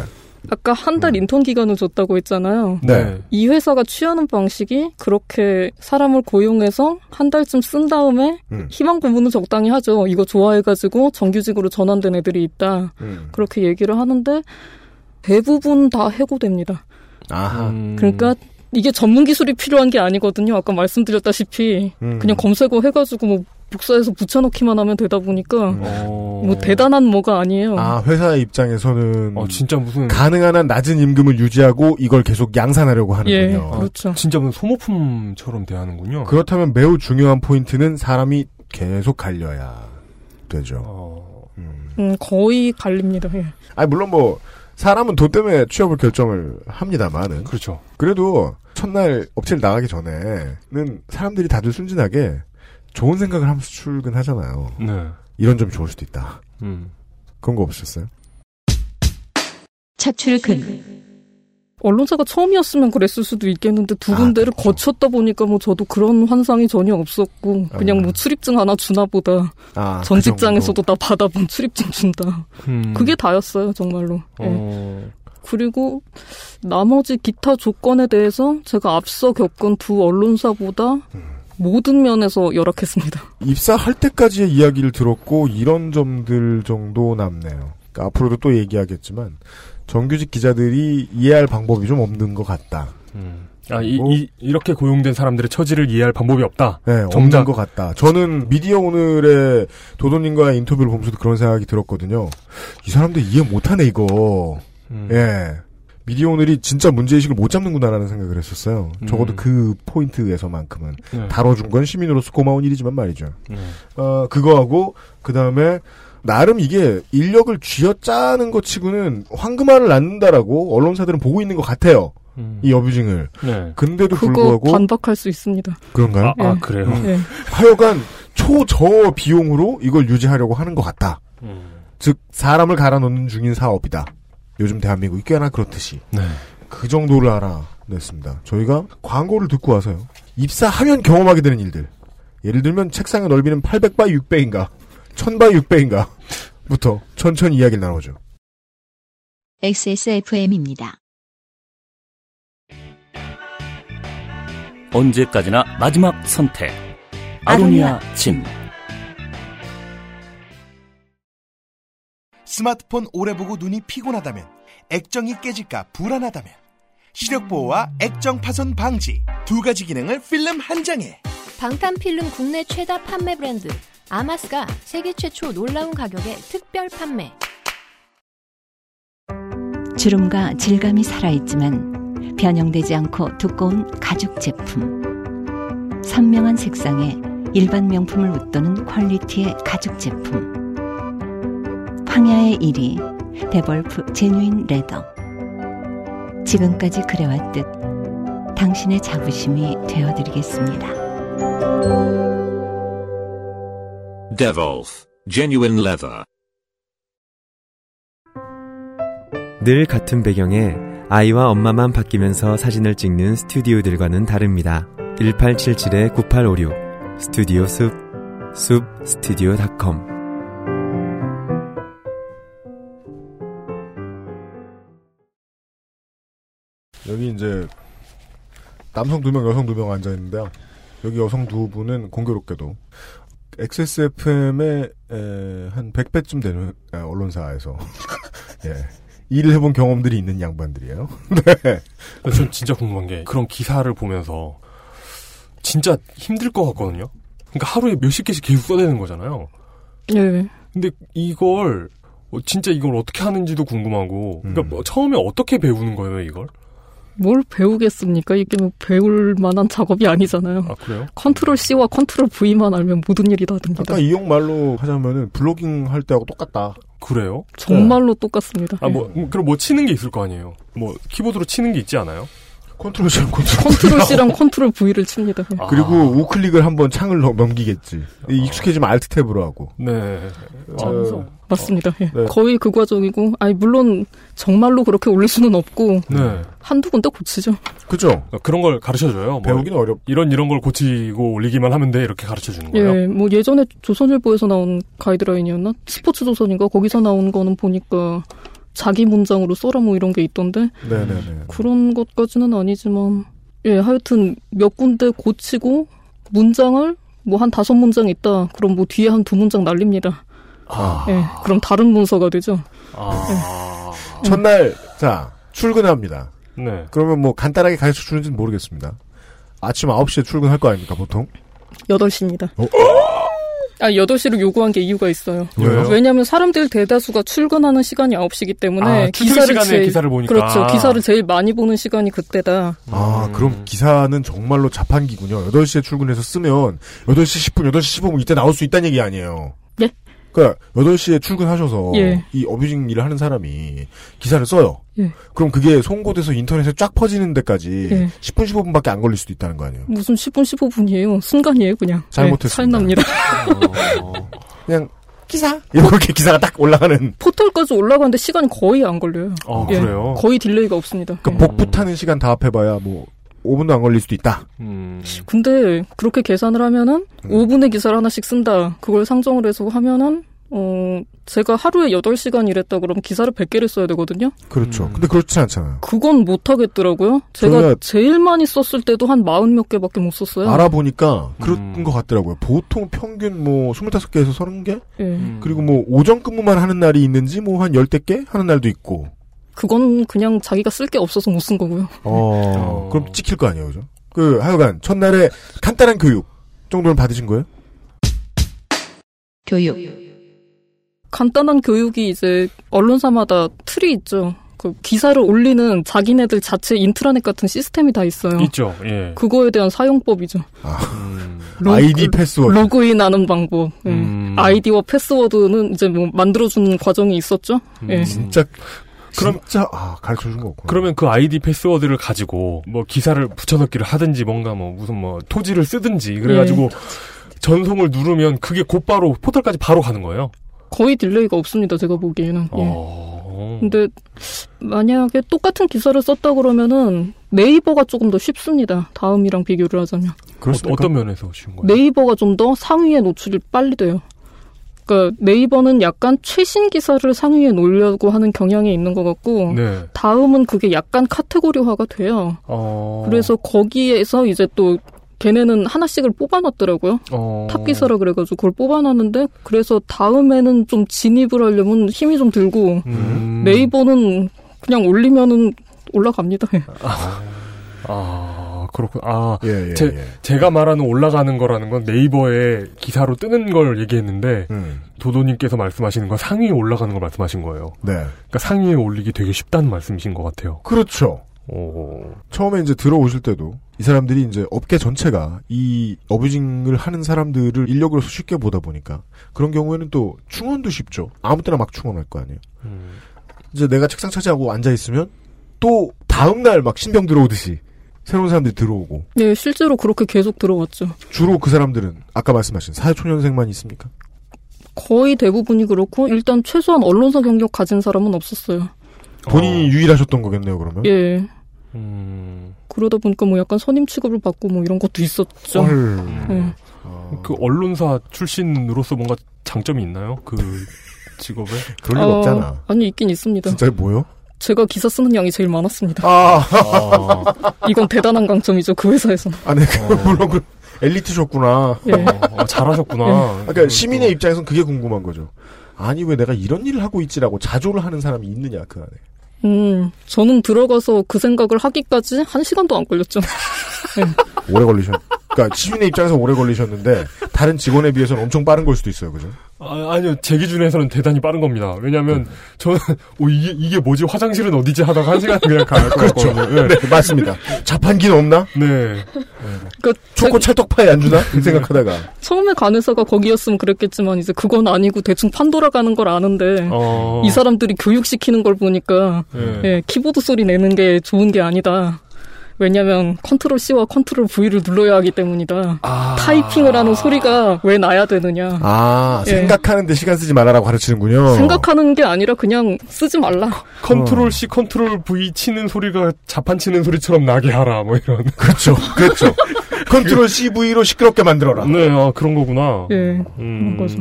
Speaker 10: 아까 한
Speaker 2: 음.
Speaker 10: 달 인턴 기간을 줬다고 했잖아요.
Speaker 2: 네.
Speaker 10: 이 회사가 취하는 방식이 그렇게 사람을 고용해서 한 달쯤 쓴 다음에
Speaker 2: 음.
Speaker 10: 희망 고문을 적당히 하죠. 이거 좋아해가지고 정규직으로 전환된 애들이 있다.
Speaker 2: 음.
Speaker 10: 그렇게 얘기를 하는데 대부분 다 해고됩니다.
Speaker 2: 아하.
Speaker 3: 음.
Speaker 10: 그러니까 이게 전문 기술이 필요한 게 아니거든요. 아까 말씀드렸다시피
Speaker 2: 음.
Speaker 10: 그냥 검색어 해가지고 뭐 복사해서 붙여넣기만 하면 되다 보니까
Speaker 3: 어.
Speaker 10: 뭐 대단한 뭐가 아니에요.
Speaker 2: 음. 어. 아 회사의 입장에서는
Speaker 3: 아, 진짜 무슨
Speaker 2: 가능한 한 낮은 임금을 유지하고 이걸 계속
Speaker 10: 예.
Speaker 2: 양산하려고 하는군요.
Speaker 10: 그렇죠.
Speaker 3: 아, 진짜 무슨 소모품처럼
Speaker 10: 어.
Speaker 3: 대하는군요.
Speaker 2: 그렇다면 매우 중요한 포인트는 사람이 계속 갈려야 되죠.
Speaker 3: 어.
Speaker 2: 음.
Speaker 10: 음, 거의 갈립니다. 예.
Speaker 2: 아니 물론 뭐 사람은 돈 때문에 취업을 결정을 합니다만은 그렇죠. 그래도 첫날 업체를 나가기 전에는 사람들이 다들 순진하게 좋은 생각을 하면서 출근하잖아요.
Speaker 3: 네.
Speaker 2: 이런 점이 좋을 수도 있다.
Speaker 3: 음.
Speaker 2: 그런 거 없으셨어요?
Speaker 10: 첫 출근. 언론사가 처음이었으면 그랬을 수도 있겠는데
Speaker 2: 아,
Speaker 10: 두 군데를
Speaker 2: 그렇죠.
Speaker 10: 거쳤다 보니까 뭐 저도 그런 환상이 전혀 없었고 그냥 뭐 출입증 하나 주나 보다.
Speaker 2: 음. 아,
Speaker 10: 전
Speaker 2: 그
Speaker 10: 직장에서도 나 받아본 출입증 준다.
Speaker 3: 음.
Speaker 10: 그게 다였어요 정말로. 예.
Speaker 3: 어.
Speaker 10: 그리고 나머지 기타 조건에 대해서 제가 앞서 겪은 두 언론사보다 모든 면에서 열악했습니다.
Speaker 2: 입사할 때까지의 이야기를 들었고 이런 점들 정도 남네요. 그러니까 앞으로도 또 얘기하겠지만 정규직 기자들이 이해할 방법이 좀 없는 것 같다.
Speaker 3: 아, 이, 이, 렇게 고용된 사람들의 처지를 이해할 방법이 없다.
Speaker 2: 네, 없는 것 같다. 저는 미디어 오늘의 도도님과의 인터뷰를 보면서도 그런 생각이 들었거든요. 이 사람들 이해 못하네 이거. 예. 미디어 오늘이 진짜 문제의식을 못 잡는구나라는 생각을 했었어요. 적어도 그 포인트에서만큼은.
Speaker 3: 네.
Speaker 2: 다뤄준 건 시민으로서 고마운 일이지만 말이죠.
Speaker 3: 네.
Speaker 2: 어, 그거하고, 그 다음에, 나름 이게 인력을 쥐어 짜는 것 치고는 황금알을 낳는다라고 언론사들은 보고 있는 것 같아요.
Speaker 3: 음.
Speaker 2: 이 여뷰징을.
Speaker 3: 네.
Speaker 2: 근데도
Speaker 10: 그거
Speaker 2: 불구하고.
Speaker 10: 반박할 수 있습니다.
Speaker 2: 그런가요?
Speaker 10: 아, 아, 예. 그래요?
Speaker 3: 음.
Speaker 10: 예.
Speaker 2: 하여간 초저 비용으로 이걸 유지하려고 하는 것 같다. 즉 사람을 갈아넣는 중인 사업이다. 요즘 대한민국이 꽤나 그렇듯이
Speaker 3: 네.
Speaker 2: 그 정도를 알아냈습니다. 저희가 광고를 듣고 와서요. 입사하면 경험하게 되는 일들. 예를 들면 책상의 넓이는 800바이 6배인가, 1000바이 6배인가. 부터 천천히 이야기를 나눠보죠.
Speaker 1: XSFM입니다.
Speaker 4: 언제까지나 마지막 선택. 아로니아 침.
Speaker 7: 스마트폰 오래 보고 눈이 피곤하다면 액정이 깨질까 불안하다면 시력 보호와 액정 파손 방지 두 가지 기능을 필름 한 장에
Speaker 8: 방탄필름 국내 최다 판매 브랜드 아마스가 세계 최초 놀라운 가격에 특별 판매.
Speaker 13: 주름과 질감이 살아있지만 변형되지 않고 두꺼운 가죽 제품. 선명한 색상에 일반 명품을 웃도는 퀄리티의 가죽 제품. 황야의 1위 데벌프 제뉴인 레더. 지금까지 그래왔듯 당신의 자부심이 되어드리겠습니다.
Speaker 14: Devolf. Genuine leather.
Speaker 11: 늘 같은 배경에 아이와 엄마만 바뀌면서 사진을 찍는 스튜디오들과는 다릅니다. 1877-9856 스튜디오 숲, 숲 스튜디오닷컴
Speaker 2: 여기 이제 남성 두 명, 여성 두 명 앉아 있는데요. 여기 여성 두 분은 공교롭게도 XSFM의 한 100배쯤 되는 에, 언론사에서 예, 일을 해본 경험들이 있는 양반들이에요. 네.
Speaker 3: 전 진짜 궁금한 게 그런 기사를 보면서 진짜 힘들 것 같거든요. 그러니까 하루에 몇십 개씩 계속 써대는 거잖아요.
Speaker 10: 예.
Speaker 3: 근데 이걸 어, 진짜 이걸 어떻게 하는지도 궁금하고 그러니까 뭐 처음에 어떻게 배우는 거예요 이걸?
Speaker 10: 뭘 배우겠습니까? 이게 뭐 배울 만한 작업이 아니잖아요.
Speaker 3: 그래요?
Speaker 10: 컨트롤 C와 컨트롤 V만 알면 모든 일이 다 됩니다.
Speaker 2: 아까 이용 말로 하자면은 블로깅 할 때하고 똑같다.
Speaker 3: 그래요?
Speaker 10: 정말로 똑같습니다.
Speaker 3: 아 뭐 그럼 뭐 치는 게 있을 거 아니에요. 뭐 키보드로 치는 게 있지 않아요?
Speaker 2: 컨트롤 C랑 컨트롤
Speaker 10: 예. 컨트롤 C랑 컨트롤 V를 칩니다. 예.
Speaker 2: 그리고 우클릭을 한번 창을 넘- 넘기겠지. 이 익숙해지면 알트 탭으로 하고.
Speaker 3: 네.
Speaker 10: 어, 맞습니다. 예.
Speaker 2: 네.
Speaker 10: 거의 그 과정이고, 아니 물론 정말로 그렇게 올릴 수는 없고
Speaker 3: 네.
Speaker 10: 한두 군데 고치죠.
Speaker 2: 그죠?
Speaker 3: 어, 그런 걸 가르쳐 줘요. 뭐
Speaker 2: 배우긴 어렵.
Speaker 3: 이런 이런 걸 고치고 올리기만 하면 돼 이렇게 가르쳐 주는 거예요.
Speaker 10: 예, 뭐 예전에 조선일보에서 나온 가이드라인이었나 스포츠 조선인가 거기서 나온 거는 보니까 자기 문장으로 써라 뭐 이런 게 있던데
Speaker 2: 음. 네네네.
Speaker 10: 그런 것까지는 아니지만 예 하여튼 몇 군데 고치고 문장을 뭐 한 다섯 문장 있다 그럼 뭐 뒤에 한 두 문장 날립니다.
Speaker 3: 아.
Speaker 10: 예 그럼 다른 문서가 되죠.
Speaker 2: 첫날 자 출근합니다.
Speaker 10: 예.
Speaker 3: 네.
Speaker 2: 그러면 뭐 간단하게 가르쳐 주는지는 모르겠습니다. 아침 9시에 출근할 거 아닙니까 보통?
Speaker 10: 여덟 시입니다
Speaker 3: 어?
Speaker 10: 아, 8시로 요구한 게 이유가 있어요.
Speaker 2: 왜요?
Speaker 10: 왜냐면 하 사람들 대다수가 출근하는 시간이 9시기 때문에
Speaker 3: 아, 출퇴근 시간에 기사를 보니까.
Speaker 10: 그렇죠. 기사를 제일 많이 보는 시간이 그때다.
Speaker 2: 아 그럼 기사는 정말로 자판기군요. 8시에 출근해서 쓰면 8시 10분, 8시 15분 이때 나올 수 있다는 얘기 아니에요.
Speaker 10: 네?
Speaker 2: 그러니까 8시에 출근하셔서
Speaker 10: 예.
Speaker 2: 이 어뷰징 일을 하는 사람이 기사를 써요.
Speaker 10: 예.
Speaker 2: 그럼 그게 송고돼서 인터넷에 쫙 퍼지는 데까지
Speaker 10: 예.
Speaker 2: 10분 15분밖에 안 걸릴 수도 있다는 거 아니에요.
Speaker 10: 무슨 10분 15분이에요. 순간이에요, 그냥.
Speaker 2: 잘못했습니다.
Speaker 10: 네, 납니다
Speaker 2: 그냥 기사 이렇게 기사가 딱 올라가는
Speaker 10: 포털까지 올라가는데 시간이 거의 안 걸려요.
Speaker 3: 어,
Speaker 2: 아, 그래요?
Speaker 10: 거의 딜레이가 없습니다. 예.
Speaker 2: 그러니까 복붙하는 시간 다 합해봐야 뭐 5분도 안 걸릴 수도 있다.
Speaker 10: 음. 근데 그렇게 계산을 하면은 5분의 기사를 하나씩 쓴다. 그걸 상정을 해서 하면은 어 제가 하루에 8시간 일했다 그러면 기사를 100개를 써야 되거든요.
Speaker 2: 그렇죠. 근데 그렇지 않잖아요.
Speaker 10: 그건 못 하겠더라고요. 제가
Speaker 2: 저희가-
Speaker 10: 제일 많이 썼을 때도 한 마흔 몇 개밖에 못 썼어요.
Speaker 2: 알아보니까 그런 것 같더라고요. 보통 평균 뭐 25개에서 30개?
Speaker 10: 예.
Speaker 3: 음.
Speaker 2: 그리고 뭐 오전 근무만 하는 날이 있는지 뭐 한 10개 하는 날도 있고.
Speaker 10: 그건 그냥 자기가 쓸 게 없어서 못 쓴 거고요.
Speaker 2: 어. 그럼 찍힐 거 아니에요, 그죠? 그 하여간 첫날에 간단한 교육 정도는 받으신 거예요?
Speaker 10: 교육. 간단한 교육이 이제 언론사마다 틀이 있죠. 그 기사를 올리는 자기네들 자체 인트라넷 같은 시스템이 다 있어요.
Speaker 3: 있죠. 예. 음.
Speaker 10: 그거에 대한 사용법이죠.
Speaker 2: 아, 아이디 패스워드. 음.
Speaker 10: 로그인하는 방법. 예. 아이디와 패스워드는 이제 뭐 만들어주는 과정이 있었죠. 예.
Speaker 2: 진짜 그럼 진짜 아, 가르쳐 준 거고.
Speaker 3: 음. 그러면 그 아이디 패스워드를 가지고 뭐 기사를 붙여넣기를 하든지 뭔가 뭐 무슨 뭐 토지를 쓰든지 그래가지고
Speaker 10: 예.
Speaker 3: 전송을 누르면 그게 곧바로 포털까지 바로 가는 거예요.
Speaker 10: 거의 딜레이가 없습니다. 제가 보기에는. 예.
Speaker 3: 어.
Speaker 10: 근데 만약에 똑같은 기사를 썼다 그러면은 네이버가 조금 더 쉽습니다. 다음이랑 비교를 하자면
Speaker 3: 어, 어떤 면에서 쉬운 거예요?
Speaker 10: 네이버가 좀 더 상위에 노출이 빨리 돼요. 그러니까 네이버는 약간 최신 기사를 상위에 놓으려고 하는 경향이 있는 것 같고
Speaker 3: 네.
Speaker 10: 다음은 그게 약간 카테고리화가 돼요.
Speaker 3: 어.
Speaker 10: 그래서 거기에서 이제 또 걔네는 하나씩을 뽑아놨더라고요.
Speaker 3: 어.
Speaker 10: 탑 기사라 그래가지고 그걸 뽑아놨는데 그래서 다음에는 좀 진입을 하려면 힘이 좀 들고
Speaker 3: 음.
Speaker 10: 네이버는 그냥 올리면은 올라갑니다.
Speaker 3: 네. 아 그렇군. 아
Speaker 2: 예,
Speaker 3: 제, 제가 말하는 올라가는 거라는 건 네이버에 기사로 뜨는 걸 얘기했는데
Speaker 2: 음,
Speaker 3: 도도님께서 말씀하시는 건 상위에 올라가는 걸 말씀하신 거예요.
Speaker 2: 네.
Speaker 3: 그러니까 상위에 올리기 되게 쉽다는 말씀이신 것 같아요.
Speaker 2: 그렇죠.
Speaker 3: 오.
Speaker 2: 처음에 이제 들어오실 때도 이 사람들이 이제 업계 전체가 이 어뷰징을 하는 사람들을 인력으로서 쉽게 보다 보니까 그런 경우에는 또 충원도 쉽죠. 아무 때나 막 충원할 거 아니에요.
Speaker 10: 음.
Speaker 2: 이제 내가 책상 차지하고 앉아 있으면 또 다음 날 막 신병 들어오듯이 새로운 사람들이 들어오고
Speaker 10: 네, 실제로 그렇게 계속 들어왔죠.
Speaker 2: 주로 그 사람들은 아까 말씀하신 사회초년생만 있습니까?
Speaker 10: 거의 대부분이 그렇고 일단 최소한 언론사 경력 가진 사람은 없었어요.
Speaker 2: 본인이 유일하셨던 거겠네요, 그러면.
Speaker 10: 예.
Speaker 2: 음.
Speaker 10: 그러다 보니까 뭐 약간 선임 취급을 받고 뭐 이런 것도 있었죠.
Speaker 2: 헐.
Speaker 10: 예.
Speaker 3: 그 언론사 출신으로서 뭔가 장점이 있나요? 그 직업에?
Speaker 10: 어, 아니 있긴 있습니다.
Speaker 2: 뭐요?
Speaker 10: 제가 기사 쓰는 양이 제일 많았습니다.
Speaker 2: 아.
Speaker 10: 이건 대단한 강점이죠 그 회사에서.
Speaker 2: 아, 네, 그 물론 그 엘리트셨구나.
Speaker 10: 예.
Speaker 3: 어, 아, 잘하셨구나.
Speaker 2: 그러니까 시민의 입장에선 그게 궁금한 거죠. 아니 왜 내가 이런 일을 하고 있지라고 자조를 하는 사람이 있느냐 그 안에.
Speaker 10: 음, 저는 들어가서 그 생각을 하기까지 한 시간도 안 걸렸죠.
Speaker 2: 오래 걸리셨. 그러니까 시민의 입장에서 오래 걸리셨는데 다른 직원에 비해서는 엄청 빠른 걸 수도 있어요, 그죠?
Speaker 3: 아, 니요제 기준에서는 대단히 빠른 겁니다.
Speaker 2: 네.
Speaker 3: 왜냐하면 저는 오, 이게, 이게 뭐지 화장실은 어디지 하다가 한 시간 그냥 가요.
Speaker 2: 그렇죠. 네, 맞습니다. 자판기는 없나?
Speaker 3: 네.
Speaker 10: 그
Speaker 2: 초코 찰떡파에 안 주나? 이 생각하다가.
Speaker 10: 처음에 간 회사가 거기였으면 그랬겠지만 이제 그건 아니고 대충 판도라 가는 걸 아는데
Speaker 3: 어.
Speaker 10: 이 사람들이 교육시키는 걸 보니까
Speaker 3: 예.
Speaker 10: 예, 키보드 소리 내는 게 좋은 게 아니다. 왜냐면 컨트롤 C와 컨트롤 V를 눌러야 하기 때문이다. 타이핑을 하는 소리가 왜 나야 되느냐.
Speaker 2: 아
Speaker 10: 예.
Speaker 2: 생각하는데 시간 쓰지 말아라고 가르치는군요.
Speaker 10: 생각하는 게 아니라 그냥 쓰지 말라.
Speaker 2: 어.
Speaker 3: 컨트롤 C, 컨트롤 V 치는 소리가 자판 치는 소리처럼 나게 하라 뭐 이런.
Speaker 2: 그렇죠. 그렇죠. 컨트롤 C, V로 시끄럽게 만들어라.
Speaker 3: 네, 아, 그런 거구나.
Speaker 10: 예. 그런 거죠.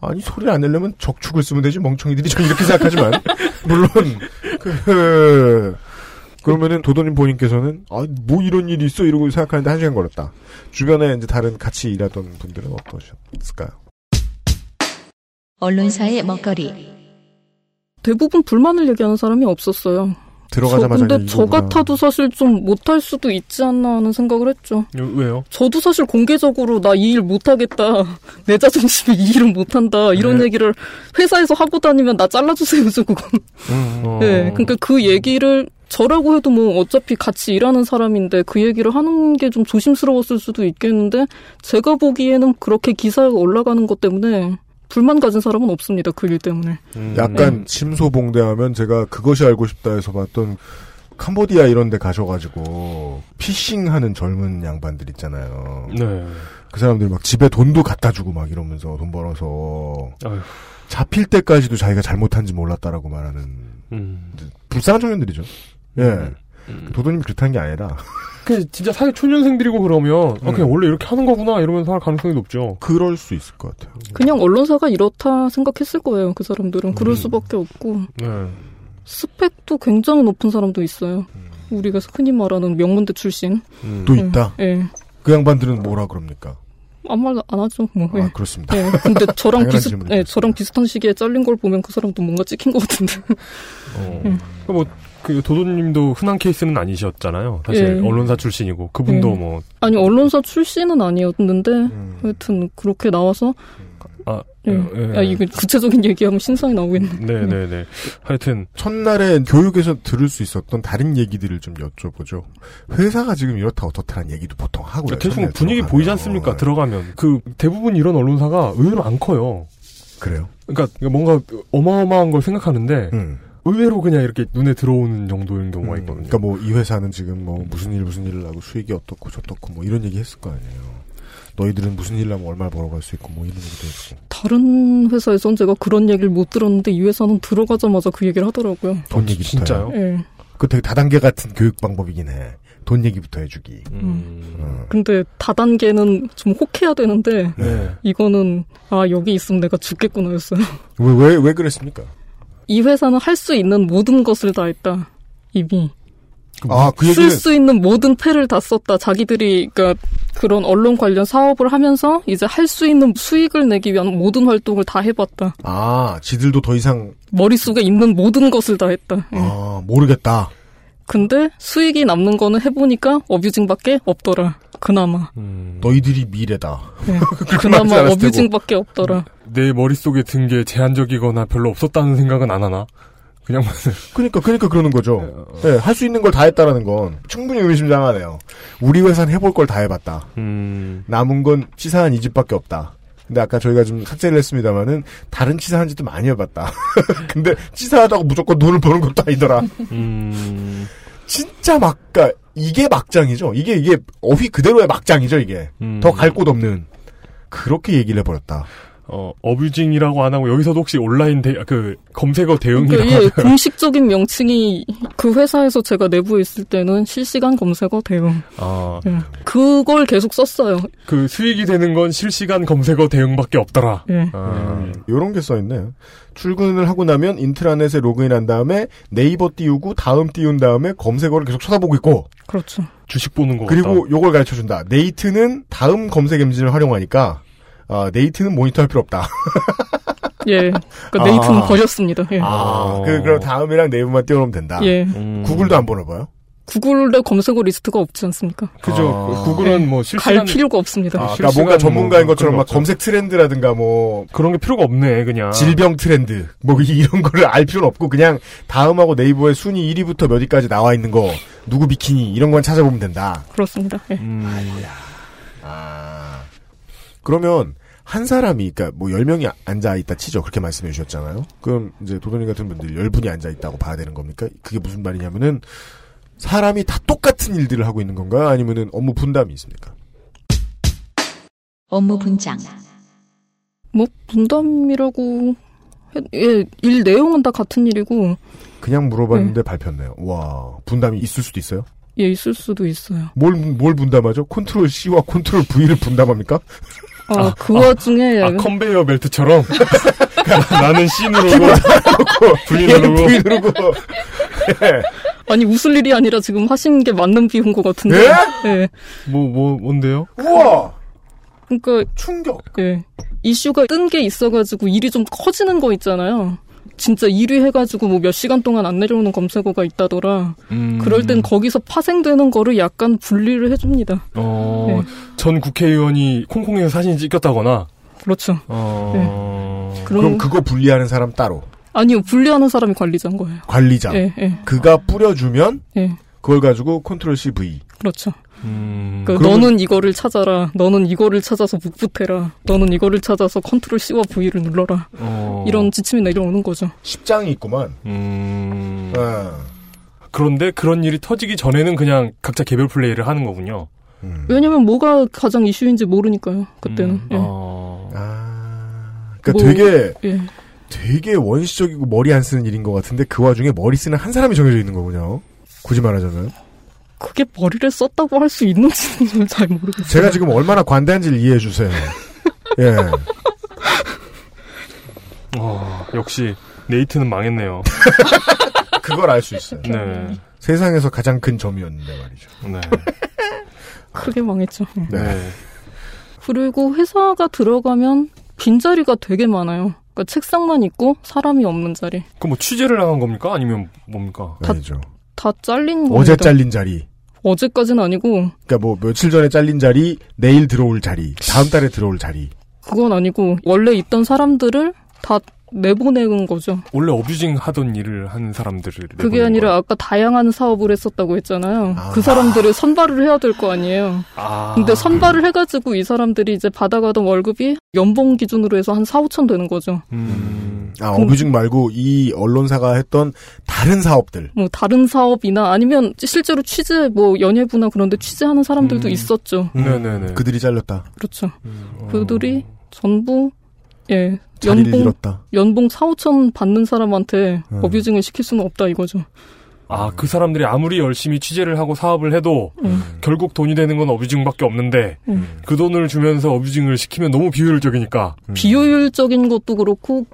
Speaker 2: 아니 소리를 안 내려면 적축을 쓰면 되지 멍청이들이 전 이렇게 생각하지만 물론 그 그러면은 도도님 본인께서는 아 뭐 이런 일이 있어 이러고 생각하는데 한 시간 걸렸다. 주변에 이제 다른 같이 일하던 분들은 어떠셨을까요?
Speaker 1: 언론사의 먹거리.
Speaker 10: 대부분 불만을 얘기하는 사람이 없었어요.
Speaker 2: 들어가자마자
Speaker 10: 저, 근데 저
Speaker 2: 이거구나.
Speaker 10: 같아도 사실 좀 못할 수도 있지 않나 하는 생각을 했죠.
Speaker 3: 왜요?
Speaker 10: 저도 사실 공개적으로 나 이 일 못하겠다. 내 자존심에 이 일은 못한다. 이런
Speaker 3: 네.
Speaker 10: 얘기를 회사에서 하고 다니면 나 잘라주세요, 저 그건.
Speaker 2: 음.
Speaker 3: 어.
Speaker 10: 네, 그러니까 그 얘기를 저라고 해도 뭐 어차피 같이 일하는 사람인데 그 얘기를 하는 게 좀 조심스러웠을 수도 있겠는데 제가 보기에는 그렇게 기사가 올라가는 것 때문에 불만 가진 사람은 없습니다. 그 일 때문에.
Speaker 3: 음.
Speaker 2: 약간
Speaker 10: 음.
Speaker 2: 심소봉대하면 제가 그것이 알고 싶다에서 봤던 캄보디아 이런 데 가셔가지고 피싱하는 젊은 양반들 있잖아요.
Speaker 3: 네.
Speaker 2: 그 사람들이 막 집에 돈도 갖다 주고 막 이러면서 돈 벌어서
Speaker 3: 아휴.
Speaker 2: 잡힐 때까지도 자기가 잘못한지 몰랐다라고 말하는
Speaker 3: 음.
Speaker 2: 불쌍한 청년들이죠. 예. 도도님이 그렇다는 게 아니라
Speaker 3: 그 진짜 사회 초년생들이고 그러면 아,
Speaker 2: 음.
Speaker 3: 그냥 원래 이렇게 하는 거구나 이러면서 할 가능성이 높죠.
Speaker 2: 그럴 수 있을 것 같아요.
Speaker 10: 그냥 언론사가 이렇다 생각했을 거예요. 그 사람들은
Speaker 2: 음.
Speaker 10: 그럴 수밖에 없고
Speaker 3: 네.
Speaker 10: 스펙도 굉장히 높은 사람도 있어요. 우리가 흔히 말하는 명문대 출신
Speaker 3: 음.
Speaker 2: 또
Speaker 10: 네,
Speaker 2: 음. 있다.
Speaker 10: 예,
Speaker 2: 그 양반들은 뭐라 그럽니까?
Speaker 10: 아무 말도 안 하죠. 뭐. 예.
Speaker 2: 그렇습니다.
Speaker 10: 예, 근데 저랑
Speaker 2: 당연한
Speaker 10: 비슷,
Speaker 2: 질문이죠.
Speaker 10: 예, 저랑 비슷한 시기에 잘린 걸 보면 그 사람도 뭔가 찍힌 것 같은데. 예.
Speaker 3: 어. 그러니까 뭐그 도도님도 흔한 케이스는 아니셨잖아요. 사실
Speaker 10: 예.
Speaker 3: 언론사 출신이고 그분도
Speaker 10: 예.
Speaker 3: 뭐
Speaker 10: 아니 언론사 출신은 아니었는데
Speaker 2: 음.
Speaker 10: 하여튼 그렇게 나와서
Speaker 3: 아,
Speaker 10: 예.
Speaker 3: 예, 예.
Speaker 2: 네.
Speaker 10: 아, 음. 이거 구체적인 얘기하면 신상이 나오겠네.
Speaker 3: 네네네. 하여튼
Speaker 2: 첫날에 교육에서 들을 수 있었던 다른 얘기들을 좀 여쭤보죠. 회사가 지금 이렇다 어떻다는 얘기도 보통 하고요.
Speaker 3: 대충
Speaker 2: 첫날에
Speaker 3: 그러니까 분위기
Speaker 2: 네, 들어가면. 네.
Speaker 3: 보이지 않습니까? 들어가면 그 대부분 이런 언론사가 의외로 안 커요.
Speaker 2: 그래요?
Speaker 3: 그러니까 뭔가 어마어마한 걸 생각하는데 의외로 그냥 이렇게 눈에 들어오는 정도인 경우가
Speaker 2: 음,
Speaker 3: 있거든요.
Speaker 2: 그러니까 뭐 이 회사는 지금 뭐 무슨 일 무슨 일을 하고 수익이 어떻고 저떻고 뭐 이런 얘기 했을 거 아니에요. 너희들은 무슨 일을 하면 얼마를 벌어갈 수 있고 뭐 이런 얘기도 했고.
Speaker 10: 다른 회사에선 제가 그런 얘기를 못 들었는데 이 회사는 들어가자마자 그 얘기를 하더라고요.
Speaker 2: 돈 얘기부터.
Speaker 10: 진짜요? 예.
Speaker 2: 그 되게 다단계 같은 교육 방법이긴 해. 돈 얘기부터 해주기. 어.
Speaker 10: 근데 다단계는 좀 혹해야 되는데
Speaker 2: 네.
Speaker 10: 이거는 아 여기 있으면 내가 죽겠구나였어요.
Speaker 2: 왜, 왜, 왜 그랬습니까?
Speaker 10: 이 회사는 할 수 있는 모든 것을 다 했다. 이미
Speaker 2: 아, 그 얘기는.
Speaker 10: 쓸 수 있는 모든 패를 다 썼다. 자기들이 그러니까 그런 언론 관련 사업을 하면서 이제 할 수 있는 수익을 내기 위한 모든 활동을 다 해봤다.
Speaker 2: 아, 지들도 더 이상,
Speaker 10: 머릿속에 있는 모든 것을 다 했다. 예.
Speaker 2: 아, 모르겠다.
Speaker 10: 근데 수익이 남는 거는 해보니까 어뷰징밖에 없더라. 그나마.
Speaker 3: 음.
Speaker 2: 음. 너희들이 미래다.
Speaker 10: 예.
Speaker 3: 그렇게 말하지
Speaker 10: 그나마
Speaker 3: 않았을 테고.
Speaker 10: 어뷰징밖에 없더라.
Speaker 3: 내 머릿속에 든 게 제한적이거나 별로 없었다는 생각은 안 하나? 그냥
Speaker 2: 그러니까, 그러니까 그러는 거죠. 예, 할 수 있는 걸 다 했다라는 건 충분히 의미심장하네요. 우리 회사는 해볼 걸 다 해봤다. 남은 건 치사한 이 집밖에 없다. 근데 아까 저희가 좀 삭제를 했습니다만은 다른 치사한 짓도 많이 해봤다. 근데 치사하다고 무조건 돈을 버는 것도 아니더라. 음. 진짜 막, 그러니까 이게 막장이죠. 이게 이게 어휘 그대로의 막장이죠. 이게 더 갈 곳 없는 그렇게 얘기를 해버렸다.
Speaker 3: 어, 어뷰징이라고 안 하고 여기서도 혹시 온라인 대, 그 검색어 대응이라고
Speaker 10: 그러니까 예,
Speaker 3: 하나요?
Speaker 10: 공식적인 명칭이 그 회사에서 제가 내부에 있을 때는 실시간 검색어 대응.
Speaker 3: 아,
Speaker 10: 예. 그걸 계속 썼어요.
Speaker 3: 그 수익이 되는 건 실시간 검색어 대응밖에 없더라. 음.
Speaker 10: 예.
Speaker 2: 아. 요런 게 써있네요. 출근을 하고 나면 인트라넷에 로그인한 다음에 네이버 띄우고 다음 띄운 다음에 검색어를 계속 쳐다보고 있고
Speaker 10: 그렇죠.
Speaker 3: 주식 보는 거
Speaker 2: 그리고 요걸 가르쳐준다. 네이트는 다음 검색 엔진을 활용하니까 아, 네이트는 모니터할 필요 없다.
Speaker 10: 예.
Speaker 2: 아.
Speaker 10: 그러니까 네이트는 버렸습니다. 예.
Speaker 2: 아, 그, 그럼 다음이랑 네이버만 띄워놓으면 된다.
Speaker 10: 예.
Speaker 3: 음.
Speaker 2: 구글도 안 보나 봐요?
Speaker 10: 구글의 검색어 리스트가 없지 않습니까?
Speaker 2: 그죠. 아. 구글은 뭐 실시간-
Speaker 10: 갈 네. 필요가 없습니다.
Speaker 2: 아, 그러니까 뭔가 전문가인 것처럼 막 검색 트렌드라든가 뭐
Speaker 3: 그런 게 필요가 없네 그냥
Speaker 2: 질병 트렌드 뭐 이- 이런 거를 알 필요는 없고 그냥 다음하고 네이버에 순위 1위부터 몇 위까지 나와 있는 거 누구 비키니 이런 건 찾아보면 된다.
Speaker 10: 그렇습니다. 예.
Speaker 3: 음.
Speaker 2: 그러면 한 사람이 그러니까 뭐 10명이 앉아 있다 치죠. 그렇게 말씀해 주셨잖아요. 그럼 이제 도도님 같은 분들 10분이 앉아 있다고 봐야 되는 겁니까? 그게 무슨 말이냐면은 사람이 다 똑같은 일들을 하고 있는 건가요? 아니면은 업무 분담이 있습니까?
Speaker 1: 업무 분장.
Speaker 10: 뭐 분담이라고 해- 예, 일 내용은 다 같은 일이고
Speaker 2: 그냥 물어봤는데 밟혔네요. 와, 분담이 있을 수도 있어요?
Speaker 10: 예 있을 수도 있어요.
Speaker 2: 뭘, 뭘 분담하죠? 컨트롤 C와 컨트롤 V를 분담합니까?
Speaker 10: 어, 그 와중에
Speaker 3: 아, 컨베이어 벨트처럼 아, 나는 뭐 C 누르고 V
Speaker 2: 예,
Speaker 10: 얘는
Speaker 2: 그
Speaker 3: 누르고
Speaker 10: V 누르고. 아니 웃을 일이 아니라 지금 하신 게 맞는 비유인 것 같은데.
Speaker 3: 예?
Speaker 10: 예.
Speaker 3: 뭐, 뭐, 뭔데요?
Speaker 10: 우와. 그러니까 충격. 예. 이슈가 뜬 게 있어가지고 일이 좀 커지는 거 있잖아요. 진짜 1위 해가지고 뭐 몇 시간 동안 안 내려오는 검색어가 있다더라.
Speaker 3: 음.
Speaker 10: 그럴 땐 거기서 파생되는 거를 약간 분리를 해줍니다.
Speaker 3: 어,
Speaker 10: 네.
Speaker 3: 전 국회의원이 콩콩에서 사진이 찍혔다거나.
Speaker 10: 그렇죠.
Speaker 3: 어...
Speaker 10: 그럼- 그럼
Speaker 2: 그거 분리하는 사람 따로.
Speaker 10: 아니요, 분리하는 사람이 관리자인 거예요.
Speaker 2: 관리자.
Speaker 10: 예, 예.
Speaker 2: 그가 뿌려주면
Speaker 10: 예.
Speaker 2: 그걸 가지고 컨트롤 C V.
Speaker 10: 그렇죠.
Speaker 3: 음,
Speaker 10: 그
Speaker 2: 그러면-
Speaker 10: 너는 이거를 찾아라. 너는 이거를 찾아서 묵부해라. 너는 이거를 찾아서 컨트롤 C와 V를 눌러라.
Speaker 2: 어.
Speaker 10: 이런 지침이 내려오는 거죠.
Speaker 2: 십장이 있구만.
Speaker 3: 어,
Speaker 2: 예.
Speaker 3: 음. 그런데 그런 일이 터지기 전에는 그냥 각자 개별 플레이를 하는 거군요.
Speaker 10: 왜냐면 뭐가 가장 이슈인지 모르니까요. 그때는.
Speaker 3: 음.
Speaker 2: 음,
Speaker 10: 예.
Speaker 2: 어.
Speaker 3: 어,
Speaker 2: 그러니까
Speaker 10: 뭐-
Speaker 2: 되게
Speaker 10: 예.
Speaker 2: 되게 원시적이고 머리 안 쓰는 일인 것 같은데 그 와중에 머리 쓰는 한 사람이 정해져 있는 거군요. 굳이 말하자면
Speaker 10: 그게 머리를 썼다고 할 수 있는지는 잘 모르겠어요.
Speaker 2: 제가 지금 얼마나 관대한지를 이해해 주세요. 예.
Speaker 3: 어, 역시 네이트는 망했네요.
Speaker 2: 그걸 알 수 있어요.
Speaker 3: 네.
Speaker 2: 세상에서 가장 큰 점이었는데 말이죠.
Speaker 3: 네.
Speaker 10: 크게 망했죠. 예.
Speaker 2: 네.
Speaker 10: 그리고 회사가 들어가면 빈자리가 되게 많아요. 그러니까 책상만 있고 사람이 없는 자리.
Speaker 3: 그럼 뭐 취재를 나간 겁니까? 아니면 뭡니까?
Speaker 2: 아니죠.
Speaker 10: 네. 다 음. 잘린 거.
Speaker 2: 어제 잘린 자리.
Speaker 10: 어제까지는 아니고
Speaker 2: 그러니까 뭐 며칠 전에 잘린 자리, 내일 들어올 자리, 다음 달에 들어올 자리.
Speaker 10: 그건 아니고 원래 있던 사람들을 다 내보내는 거죠.
Speaker 3: 원래 어뷰징 하던 일을 하는 사람들을.
Speaker 10: 그게 아니라 아까 다양한 사업을 했었다고 했잖아요. 그 사람들을 선발을 해야 될 거 아니에요.
Speaker 3: 아.
Speaker 10: 근데 선발을 해가지고 이 사람들이 이제 받아가던 월급이 연봉 기준으로 해서 한 4, 5천 되는 거죠.
Speaker 3: 음.
Speaker 2: 아, 어뷰징 말고 이 언론사가 했던 다른 사업들.
Speaker 10: 뭐 다른 사업이나 아니면 실제로 취재 뭐 연예부나 그런데 취재하는 사람들도
Speaker 2: 음.
Speaker 10: 있었죠.
Speaker 3: 네네네.
Speaker 2: 그들이 잘렸다.
Speaker 10: 그렇죠. 그들이 전부 예
Speaker 2: 어. 자리를
Speaker 10: 연봉
Speaker 2: 잃었다.
Speaker 10: 연봉 4, 5천 받는 사람한테
Speaker 3: 음.
Speaker 10: 어뷰징을 시킬 수는 없다 이거죠.
Speaker 3: 아, 그 사람들이 아무리 열심히 취재를 하고 사업을 해도
Speaker 10: 음.
Speaker 3: 결국 돈이 되는 건 어뷰징밖에 없는데
Speaker 10: 음.
Speaker 3: 그 돈을 주면서 어뷰징을 시키면 너무 비효율적이니까.
Speaker 2: 음.
Speaker 10: 비효율적인 것도 그렇고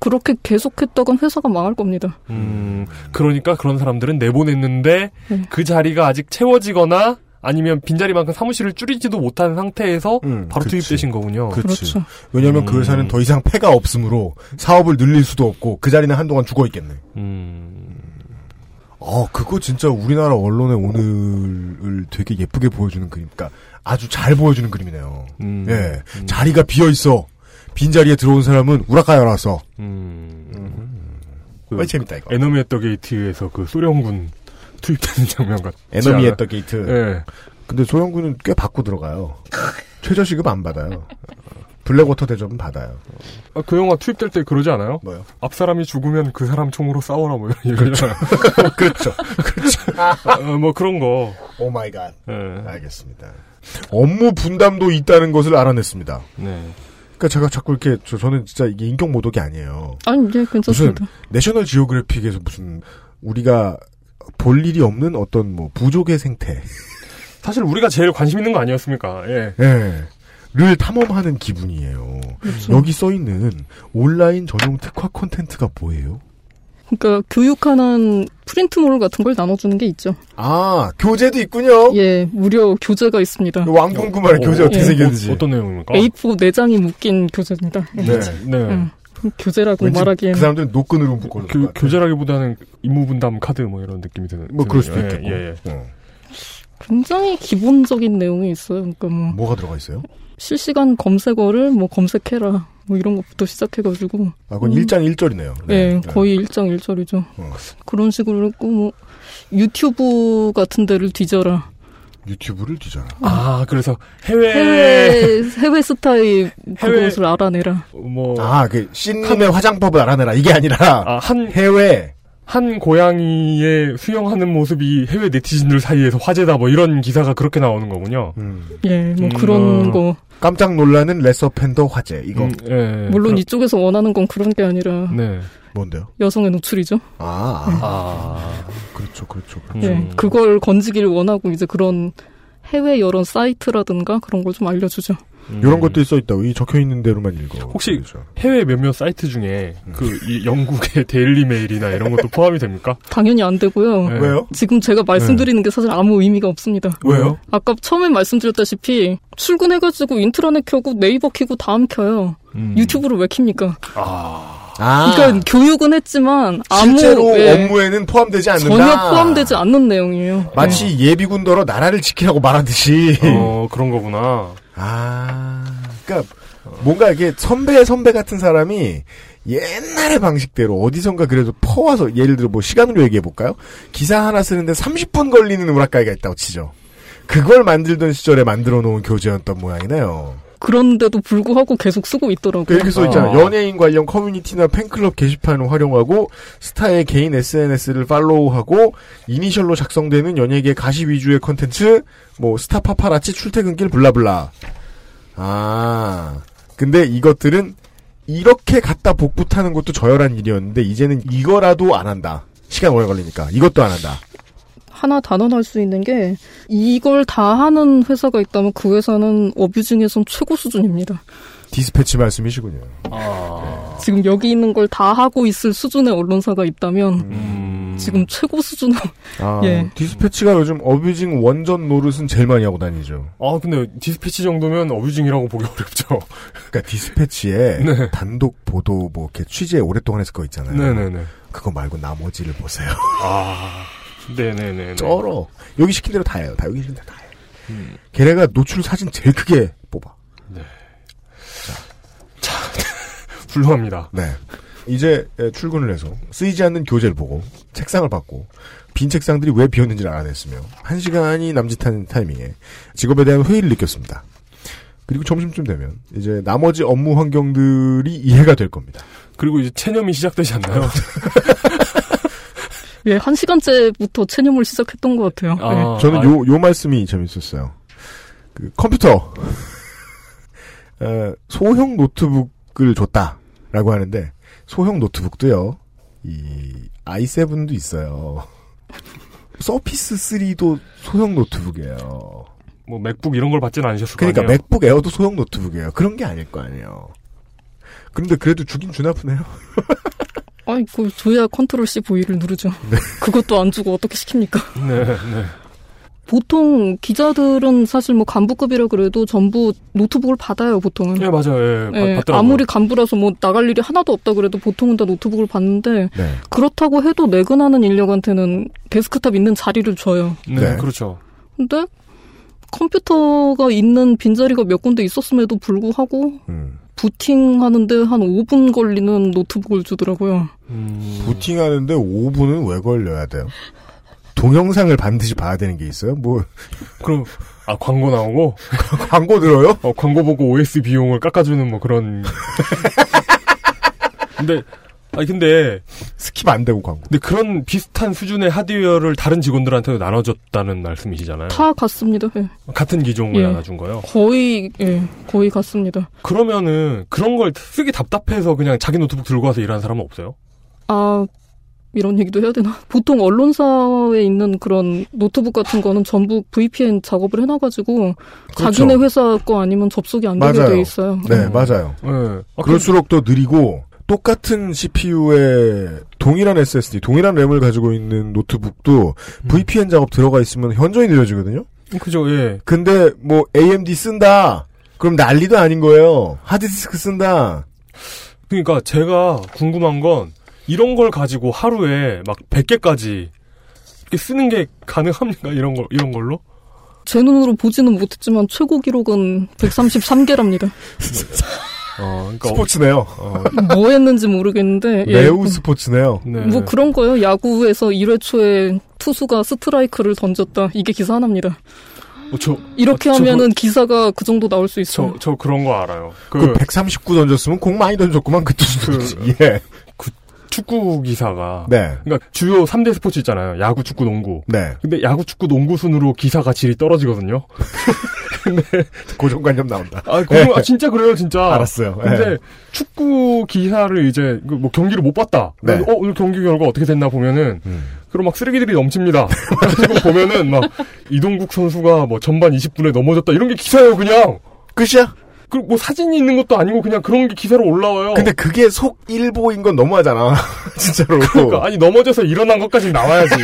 Speaker 10: 그렇게 계속했다간 회사가 망할 겁니다.
Speaker 3: 음, 그러니까 그런 사람들은 내보냈는데
Speaker 10: 음.
Speaker 3: 그 자리가 아직 채워지거나 아니면 빈자리만큼 사무실을 줄이지도 못한 상태에서 바로 투입되신 거군요.
Speaker 2: 음, 어, 그렇지. 왜냐면 그 회사는 더 이상 패가 없으므로 사업을 늘릴 수도 없고 그 자리는 한동안 죽어 있겠네.
Speaker 3: 음.
Speaker 2: 어, 그거 진짜 우리나라 언론의 오늘을 되게 예쁘게 보여주는 그림, 그러니까 아주 잘 보여주는 그림이네요.
Speaker 3: 음.
Speaker 2: 예, 자리가 비어 있어. 빈 자리에 들어온 사람은 우라카야 나서.
Speaker 3: 음. 그
Speaker 2: 왜 재밌다 이거.
Speaker 3: 에너미 앳더 게이트에서 그 소련군 투입되는 장면 같.
Speaker 2: 에너미 앳더 게이트.
Speaker 3: 예.
Speaker 2: 근데 소영군은 꽤 받고 들어가요. 최저시급 안 받아요. 블랙워터 대접은 받아요.
Speaker 3: 아, 그 영화 투입될 때 그러지 않아요?
Speaker 2: 뭐요?
Speaker 3: 앞 사람이 죽으면 그 사람 총으로 싸워라 뭐 이런 그렇죠.
Speaker 2: 그렇죠.
Speaker 3: 뭐 그런 거.
Speaker 2: 오 마이 갓.
Speaker 3: 예.
Speaker 2: 알겠습니다. 업무 분담도 있다는 것을 알아냈습니다.
Speaker 3: 네.
Speaker 2: 그러니까 제가 자꾸 이렇게 저, 저는 진짜 이게 인격 모독이 아니에요.
Speaker 10: 아니 예
Speaker 2: 무슨
Speaker 10: 괜찮습니다.
Speaker 2: 내셔널 지오그래픽에서 무슨 우리가 볼 일이 없는 어떤 뭐 부족의 생태
Speaker 3: 사실 우리가 제일 관심 있는 거 아니었습니까? 예.
Speaker 2: 예. 를 탐험하는 기분이에요.
Speaker 10: 그렇죠.
Speaker 3: 음.
Speaker 2: 여기 써 있는 온라인 전용 특화 콘텐츠가 뭐예요?
Speaker 10: 그러니까 교육하는 프린트몰 같은 걸 나눠주는 게 있죠.
Speaker 2: 아 교재도
Speaker 3: 어?
Speaker 2: 있군요.
Speaker 10: 예 무료 교재가 있습니다.
Speaker 2: 왕궁구말 교재 어떻게 생겼는지
Speaker 3: 예. 어떤 내용입니까?
Speaker 10: A4 4장이 묶인 교재입니다. 예.
Speaker 2: 네.
Speaker 3: 네.
Speaker 10: 음, 교재라고
Speaker 3: 왠지
Speaker 10: 말하기에는
Speaker 3: 그
Speaker 2: 사람들은 노끈으로 묶어놓을
Speaker 3: 교, 교재라기보다는 임무분담 카드 뭐 이런 느낌이 드는.
Speaker 2: 뭐 그럴 수도
Speaker 3: 드네요.
Speaker 2: 있겠고.
Speaker 3: 예, 예.
Speaker 10: 굉장히 기본적인 내용이 있어요. 그러니까 뭐
Speaker 2: 뭐가 들어가 있어요?
Speaker 10: 실시간 검색어를 뭐 검색해라 뭐 이런 것부터 시작해가지고
Speaker 2: 아 그건
Speaker 10: 음,
Speaker 2: 일장일절이네요
Speaker 10: 예, 거의 일장일절이죠.
Speaker 3: 어.
Speaker 10: 그런 식으로 했고 뭐 유튜브 같은 데를 뒤져라.
Speaker 2: 유튜브를 뒤져라.
Speaker 3: 아 그래서 해외
Speaker 10: 해외 해외 스타일 그것을 알아내라.
Speaker 3: 뭐,
Speaker 2: 아, 그 신님의 화장법을 알아내라 이게 아니라
Speaker 3: 한
Speaker 2: 해외
Speaker 3: 한 고양이의 수영하는 모습이 해외 네티즌들 사이에서 화제다 뭐 이런 기사가 그렇게 나오는 거군요.
Speaker 10: 예, 뭐
Speaker 3: 음,
Speaker 10: 그런
Speaker 3: 어.
Speaker 10: 거.
Speaker 2: 깜짝 놀라는 레서 팬더 화제 이거.
Speaker 3: 음, 예.
Speaker 10: 물론
Speaker 3: 그럼-
Speaker 10: 이쪽에서 원하는 건 그런 게 아니라
Speaker 3: 네.
Speaker 2: 뭔데요?
Speaker 10: 여성의 노출이죠.
Speaker 2: 아,
Speaker 3: 아.
Speaker 2: 그렇죠, 그렇죠,
Speaker 10: 예,
Speaker 2: 그렇죠.
Speaker 10: 그걸 건지기를 원하고 이제 그런 해외 여러 사이트라든가 그런 걸 좀 알려주죠.
Speaker 2: 이런 것들이 써 있다고 이 적혀 있는 대로만 읽어.
Speaker 3: 혹시 해외 몇몇 사이트 중에
Speaker 2: 음.
Speaker 3: 그 이 영국의 데일리 메일이나 이런 것도 포함이 됩니까?
Speaker 10: 당연히 안 되고요.
Speaker 3: 네. 왜요?
Speaker 10: 지금 제가 말씀드리는
Speaker 2: 네.
Speaker 10: 게 사실 아무 의미가 없습니다.
Speaker 3: 왜요?
Speaker 10: 아까 처음에 말씀드렸다시피 출근해가지고 인트라넷 켜고 네이버 켜고 다음 켜요. 유튜브를 왜 킵니까?
Speaker 2: 아.
Speaker 10: 그러니까 교육은 했지만 아무
Speaker 2: 실제로
Speaker 10: 예,
Speaker 2: 업무에는 포함되지 않는다.
Speaker 10: 전혀 포함되지 않는 내용이에요.
Speaker 2: 마치 예비군더러 나라를 지키라고 말하듯이.
Speaker 3: 어, 그런 거구나.
Speaker 2: 아, 그러니까 뭔가 이게 선배의 선배 같은 사람이 옛날의 방식대로 어디선가 그래도 퍼와서 예를 들어 뭐 시간으로 얘기해 볼까요? 기사 하나 쓰는데 30분 걸리는 우라카이가 있다고 치죠. 그걸 만들던 시절에 만들어 놓은 교재였던 모양이네요.
Speaker 10: 그런데도 불구하고 계속 쓰고 있더라고요.
Speaker 2: 그러니까 이렇게 써 있잖아. 연예인 관련 커뮤니티나 팬클럽 게시판을 활용하고 스타의 개인 SNS를 팔로우하고 이니셜로 작성되는 연예계 가시 위주의 콘텐츠, 뭐 스타 파파라치 출퇴근길 블라블라. 아, 근데 이것들은 이렇게 갖다 복붙하는 것도 저열한 일이었는데 이제는 이거라도 안 한다. 시간 오래 걸리니까 이것도 안 한다.
Speaker 10: 하나 단언할 수 있는 게 이걸 다 하는 회사가 있다면 그 회사는 어뷰징에선 최고 수준입니다.
Speaker 2: 디스패치 말씀이시군요.
Speaker 3: 아.
Speaker 10: 지금 여기 있는 걸 다 하고 있을 수준의 언론사가 있다면
Speaker 3: 음.
Speaker 10: 지금 최고 수준의
Speaker 2: 아,
Speaker 10: 예.
Speaker 2: 디스패치가 요즘 어뷰징 원전 노릇은 제일 많이 하고 다니죠.
Speaker 3: 아, 근데 디스패치 정도면 어뷰징이라고 보기 어렵죠.
Speaker 2: 그러니까 디스패치에 단독 보도 뭐 이렇게 취재 오랫동안 했을 거 있잖아요.
Speaker 3: 네네네.
Speaker 2: 그거 말고 나머지를 보세요.
Speaker 3: 아, 네네네.
Speaker 2: 쩔어. 여기 시킨 대로 다 해요. 다 여기 시킨 대로 다 해. 걔네가 노출 사진 제일 크게 뽑아.
Speaker 3: 불로합니다.
Speaker 2: 네. 이제 예, 출근을 해서 쓰이지 않는 교재를 보고 책상을 받고 빈 책상들이 왜 비었는지를 알아냈으며 한 시간이 남짓한 타이밍에 직업에 대한 회의를 느꼈습니다. 그리고 점심쯤 되면 이제 나머지 업무 환경들이 이해가 될 겁니다.
Speaker 3: 그리고 이제 체념이 시작되지 않나요?
Speaker 10: 예, 한 시간째부터 체념을 시작했던 것 같아요.
Speaker 4: 어,
Speaker 10: 예.
Speaker 2: 저는 요, 요 말씀이 재밌었어요. 그 컴퓨터. 어, 소형 노트북을 줬다라고 하는데 소형 노트북도요. 이 i7도 있어요. 서피스 3도 소형 노트북이에요.
Speaker 3: 뭐 맥북 이런 걸 받진 않으셨을
Speaker 2: 그러니까
Speaker 3: 거 아니에요?
Speaker 2: 맥북 에어도 소형 노트북이에요. 그런 게 아닐 거 아니에요. 그런데 그래도 주긴 주나 보네요.
Speaker 10: 아이고, 줘야 컨트롤 C V를 누르죠. 그것도 안 주고 어떻게 시킵니까?
Speaker 3: 네, 네.
Speaker 10: 보통 기자들은 사실 뭐 간부급이라 그래도 전부 노트북을 받아요, 보통은.
Speaker 3: 예, 맞아요. 예, 받-
Speaker 10: 음. 예,
Speaker 3: 받더라고요.
Speaker 10: 아무리 간부라서 뭐 나갈 일이 하나도 없다 그래도 보통은 다 노트북을 받는데
Speaker 2: 네.
Speaker 10: 그렇다고 해도 내근하는 인력한테는 데스크탑 있는 자리를 줘요.
Speaker 3: 네, 그렇죠.
Speaker 10: 근데 컴퓨터가 있는 빈자리가 몇 군데 있었음에도 불구하고 부팅하는데 한 5분 걸리는 노트북을 주더라고요.
Speaker 3: 음.
Speaker 2: 부팅하는데 5분은 왜 걸려야 돼요? 동영상을 반드시 봐야 되는 게 있어요? 뭐
Speaker 3: 그럼 아 광고 나오고
Speaker 2: 광고 들어요?
Speaker 3: 어, 광고 보고 OS 비용을 깎아주는 뭐 그런. 근데 아니 근데
Speaker 2: 스킵 안 되고 광고.
Speaker 3: 근데 그런 비슷한 수준의 하드웨어를 다른 직원들한테도
Speaker 2: 네.
Speaker 3: 나눠줬다는 말씀이시잖아요.
Speaker 10: 다 갔습니다. 예.
Speaker 3: 같은 기종을
Speaker 10: 예.
Speaker 3: 나눠준 거요.
Speaker 10: 거의 예, 거의 갔습니다.
Speaker 3: 그러면은 그런 걸 쓰기 답답해서 그냥 자기 노트북 들고 와서 일하는 사람은 없어요?
Speaker 10: 아, 이런 얘기도 해야 되나? 보통 언론사에 있는 그런 노트북 같은 거는 전부 VPN 작업을 해놔가지고
Speaker 2: 그렇죠.
Speaker 10: 자기네 회사 거 아니면 접속이 안 되게 돼 있어요.
Speaker 2: 네, 맞아요.
Speaker 3: 예.
Speaker 2: 그럴수록 더 느리고 똑같은 CPU에 동일한 SSD, 동일한 램을 가지고 있는 노트북도 VPN 작업 들어가 있으면 현저히 느려지거든요.
Speaker 3: 그죠, 예.
Speaker 2: 근데 뭐 AMD 쓴다. 그럼 난리도 아닌 거예요. 하드디스크 쓴다.
Speaker 3: 그러니까 제가 궁금한 건 이런 걸 가지고 하루에 막 100개까지 이렇게 쓰는 게 가능합니까? 이런 걸 이런 걸로?
Speaker 10: 제 눈으로 보지는 못했지만 최고 기록은 133개랍니다.
Speaker 3: 어, 그러니까
Speaker 2: 스포츠네요. 어,
Speaker 10: 뭐 했는지 모르겠는데 예.
Speaker 2: 매우 스포츠네요.
Speaker 3: 어,
Speaker 10: 뭐 그런 거예요. 야구에서 1회 초에 투수가 스트라이크를 던졌다. 이게 기사 하나입니다.
Speaker 3: 어, 저
Speaker 10: 이렇게
Speaker 2: 아,
Speaker 3: 어, 저-
Speaker 10: 하면은 기사가 그 정도 나올 수 있어요.
Speaker 3: 저 음. 그런 거 알아요.
Speaker 2: 그 139 던졌으면 공 많이 던졌구만 그 투수도. 예.
Speaker 3: 축구 기사가
Speaker 2: 네.
Speaker 3: 그러니까 주요 3대 스포츠 있잖아요. 야구, 축구, 농구.
Speaker 2: 네.
Speaker 3: 근데 야구, 축구, 농구 순으로 기사가 질이 떨어지거든요.
Speaker 2: 고정관념 나온다.
Speaker 3: 아, 그거 아, 진짜 그래요, 진짜.
Speaker 2: 알았어요. 예.
Speaker 3: 근데 축구 기사를 이제 그뭐 경기를 못 봤다.
Speaker 2: 네.
Speaker 3: 어, 오늘 경기 결과 어떻게 됐나 보면은 그럼 막 쓰레기들이 넘칩니다. 그래서 보면은 막 이동국 선수가 뭐 전반 20분에 넘어졌다 이런 게 기사예요, 그냥.
Speaker 2: 끝이야?
Speaker 3: 그리고 뭐 사진이 있는 것도 아니고 그냥 그런 게 기사로 올라와요.
Speaker 2: 근데 그게 속 일보인 건 너무하잖아. 진짜로.
Speaker 3: 그러니까 아니 넘어져서 일어난 것까지 나와야지.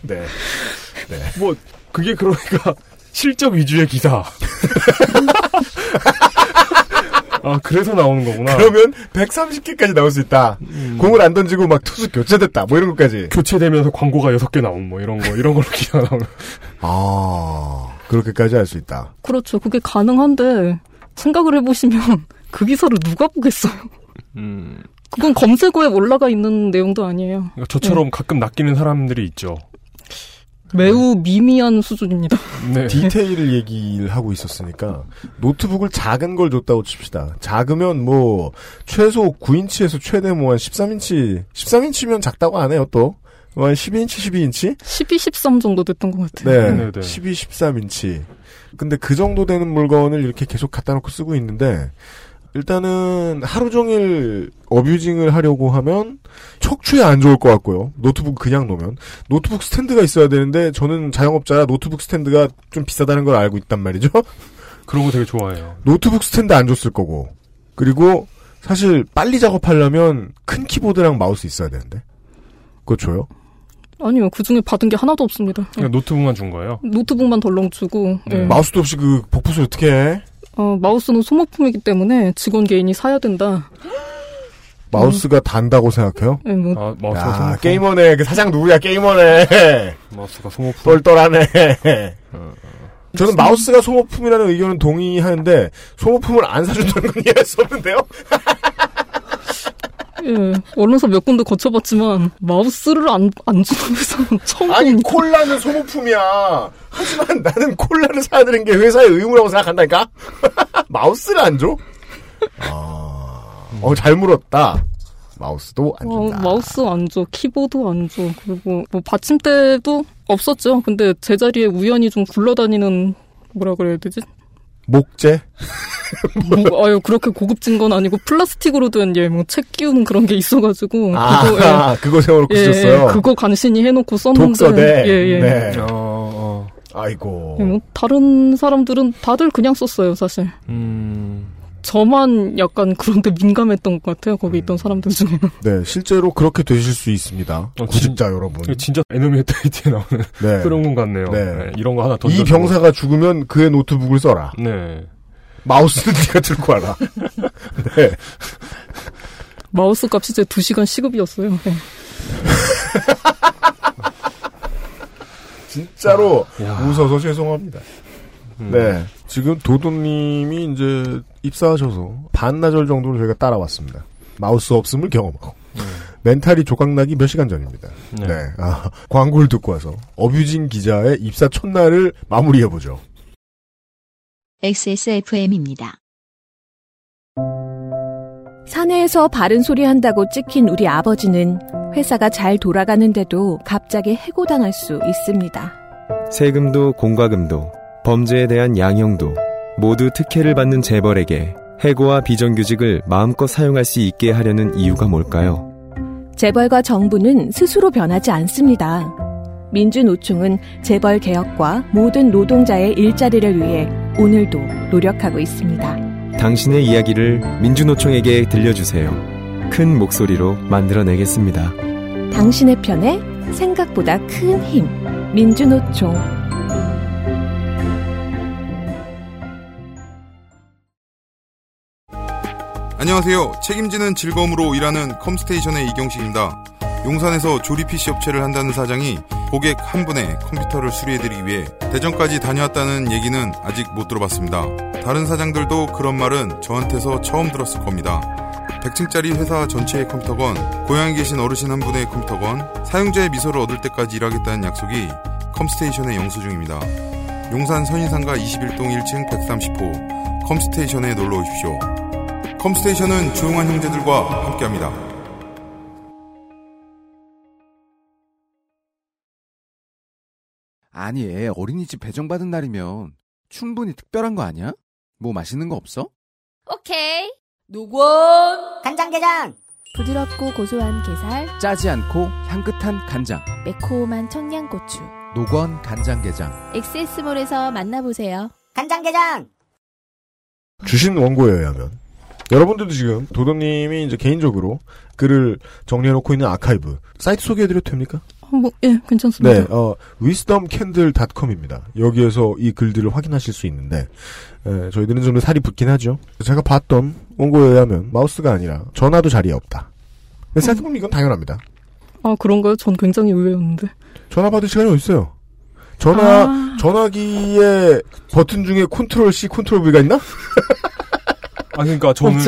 Speaker 2: 네. 네.
Speaker 3: 뭐 그게 그러니까 실적 위주의 기사. 아 그래서 나오는 거구나.
Speaker 2: 그러면 130개까지 나올 수 있다. 공을 안 던지고 막 투수 교체됐다. 뭐 이런 것까지.
Speaker 3: 교체되면서 광고가 6개 나온 뭐 이런 거 이런 걸로 기사 나오는.
Speaker 2: 아 그렇게까지 할 수 있다.
Speaker 10: 그렇죠. 그게 가능한데 생각을 해보시면 그 기사를 누가 보겠어요?
Speaker 3: 음.
Speaker 10: 그건 검색어에 올라가 있는 내용도 아니에요.
Speaker 3: 그러니까 저처럼 가끔 낚이는 사람들이 있죠.
Speaker 2: 네.
Speaker 10: 매우 미미한 수준입니다.
Speaker 3: 네.
Speaker 2: 디테일 얘기를 하고 있었으니까 노트북을 작은 걸 줬다고 칩시다. 작으면 뭐 최소 9인치에서 최대 뭐 한 13인치, 13인치면 작다고 안 해요 또. 뭐한 12인치, 12인치?
Speaker 10: 12, 13 정도 됐던 것
Speaker 2: 네,
Speaker 10: 같아요.
Speaker 3: 네, 네.
Speaker 2: 12, 13인치. 근데 그 정도 되는 물건을 이렇게 계속 갖다 놓고 쓰고 있는데 일단은 하루 종일 어뷰징을 하려고 하면 척추에 안 좋을 것 같고요. 노트북 그냥 놓으면 노트북 스탠드가 있어야 되는데 저는 자영업자라 노트북 스탠드가 좀 비싸다는 걸 알고 있단 말이죠.
Speaker 3: 그런 거 되게 좋아해요.
Speaker 2: 노트북 스탠드 안 줬을 거고 그리고 사실 빨리 작업하려면 큰 키보드랑 마우스 있어야 되는데 그렇죠? 그거 줘요?
Speaker 10: 아니요, 그 중에 받은 게 하나도 없습니다.
Speaker 2: 네.
Speaker 10: 예.
Speaker 3: 그러니까 노트북만 준 거예요.
Speaker 10: 노트북만 덜렁 주고 예.
Speaker 2: 마우스도 없이 그 복붙을 어떻게 해?
Speaker 10: 어, 마우스는 소모품이기 때문에 직원 개인이 사야 된다. 음.
Speaker 2: 마우스가 단다고 생각해요?
Speaker 10: 예, 뭐
Speaker 3: 아 마우스가
Speaker 2: 야,
Speaker 3: 소모품.
Speaker 2: 어, 게이머네. 그 사장 누구야, 게이머네.
Speaker 3: 마우스가 소모품.
Speaker 2: 똘똘하네. 저는 마우스가 소모품이라는 의견은 동의하는데, 소모품을 안 사준다는 건 이해할 수 없는데요? 아.
Speaker 10: 예, 언론사 몇 군데 거쳐봤지만 마우스를 안, 안 주는 회사는 처음
Speaker 2: 아니,
Speaker 10: 봅니다.
Speaker 2: 콜라는 소모품이야. 하지만 나는 콜라를 사야 되는 게 회사의 의무라고 생각한다니까? 마우스를 안 줘? 아, 어, 잘 물었다. 마우스도 안
Speaker 10: 어,
Speaker 2: 준다.
Speaker 10: 마우스 안 줘, 키보드 안 줘, 그리고 뭐 받침대도 없었죠. 근데 제자리에 우연히 좀 굴러다니는 뭐라 그래야 되지?
Speaker 2: 목재?
Speaker 10: 뭐, 아유 그렇게 고급진 건 아니고 플라스틱으로 된 예 뭐 책 끼우는 그런 게 있어가지고 그거
Speaker 2: 아, 그거 세워놓고
Speaker 10: 예, 예,
Speaker 2: 쓰셨어요?
Speaker 10: 예, 그거 간신히 해놓고 썼는데
Speaker 2: 독서대.
Speaker 10: 예, 예.
Speaker 2: 네.
Speaker 3: 어, 어.
Speaker 2: 아이고.
Speaker 10: 예, 뭐 다른 사람들은 다들 그냥 썼어요 사실.
Speaker 3: 음.
Speaker 10: 저만 약간 그런데 민감했던 것 같아요 거기
Speaker 2: 음.
Speaker 10: 있던 사람들 중에.
Speaker 2: 네, 실제로 그렇게 되실 수 있습니다.
Speaker 3: 어, 진-
Speaker 2: 구직자 여러분.
Speaker 3: 이거 진짜 에너미 헤터이트에 나오는
Speaker 2: 네.
Speaker 3: 그런 건 같네요.
Speaker 2: 네.
Speaker 3: 네, 이런 거 하나 더.
Speaker 2: 이 병사가 죽으면 그의 노트북을 써라.
Speaker 3: 네.
Speaker 2: 마우스는 네가 들고 와라. 네.
Speaker 10: 마우스 값이 이제 2시간 시급이었어요. 네.
Speaker 2: 진짜로
Speaker 3: 아, 야.
Speaker 2: 웃어서 죄송합니다.
Speaker 3: 음.
Speaker 2: 네. 지금 도도님이 이제 입사하셔서 반나절 정도를 저희가 따라왔습니다. 마우스 없음을 경험하고. 멘탈이 조각나기 몇 시간 전입니다.
Speaker 3: 네.
Speaker 2: 네. 아, 광고를 듣고 와서 어뷰진 기자의 입사 첫날을 마무리해보죠.
Speaker 1: XSFM입니다.
Speaker 14: 사내에서 바른 소리 한다고 찍힌 우리 아버지는 회사가 잘 돌아가는데도 갑자기 해고당할 수 있습니다.
Speaker 11: 세금도 공과금도 범죄에 대한 양형도 모두 특혜를 받는 재벌에게 해고와 비정규직을 마음껏 사용할 수 있게 하려는 이유가 뭘까요?
Speaker 14: 재벌과 정부는 스스로 변하지 않습니다. 민주노총은 재벌 개혁과 모든 노동자의 일자리를 위해 오늘도 노력하고 있습니다.
Speaker 11: 당신의 이야기를 민주노총에게 들려주세요. 큰 목소리로 만들어내겠습니다.
Speaker 14: 당신의 편에 생각보다 큰 힘. 민주노총.
Speaker 15: 안녕하세요. 책임지는 즐거움으로 일하는 컴스테이션의 이경식입니다. 용산에서 조립 PC 업체를 한다는 사장이 고객 한 분의 컴퓨터를 수리해드리기 위해 대전까지 다녀왔다는 얘기는 아직 못 들어봤습니다. 다른 사장들도 그런 말은 저한테서 처음 들었을 겁니다. 100층짜리 회사 전체의 컴퓨터건, 고향에 계신 어르신 한 분의 컴퓨터건, 사용자의 미소를 얻을 때까지 일하겠다는 약속이 컴스테이션의 영수증입니다. 용산 선인상가 21동 1층 130호 컴스테이션에 놀러 오십시오. 컴스테이션은 조용한 형제들과 함께합니다.
Speaker 9: 아니, 애 어린이집 배정받은 날이면 충분히 특별한 거 아니야? 뭐 맛있는 거 없어?
Speaker 16: 오케이. 녹원. 간장게장.
Speaker 8: 부드럽고 고소한 게살,
Speaker 9: 짜지 않고 향긋한 간장.
Speaker 8: 매콤한 청양고추.
Speaker 9: 노건 간장게장.
Speaker 8: 엑세스몰에서 만나보세요.
Speaker 16: 간장게장.
Speaker 2: 주신 원고에 의하면 여러분들도 지금 도도님이 이제 개인적으로 글을 정리해놓고 있는 아카이브 사이트 소개해드려도 됩니까?
Speaker 10: 어, 뭐, 예, 괜찮습니다.
Speaker 2: 네, 어, wisdomcandle.com입니다. 여기에서 이 글들을 확인하실 수 있는데, 에, 저희들은 좀 살이 붙긴 하죠. 제가 봤던 원고에 의하면 마우스가 아니라 전화도 자리에 없다. 근데 생각해보면 이건 당연합니다.
Speaker 10: 아, 그런가요? 전 굉장히 의외였는데.
Speaker 2: 전화 받을 시간이 어딨어요? 전화, 전화기에 버튼 중에 컨트롤 C, 컨트롤 V가 있나?
Speaker 3: 아 그러니까 저는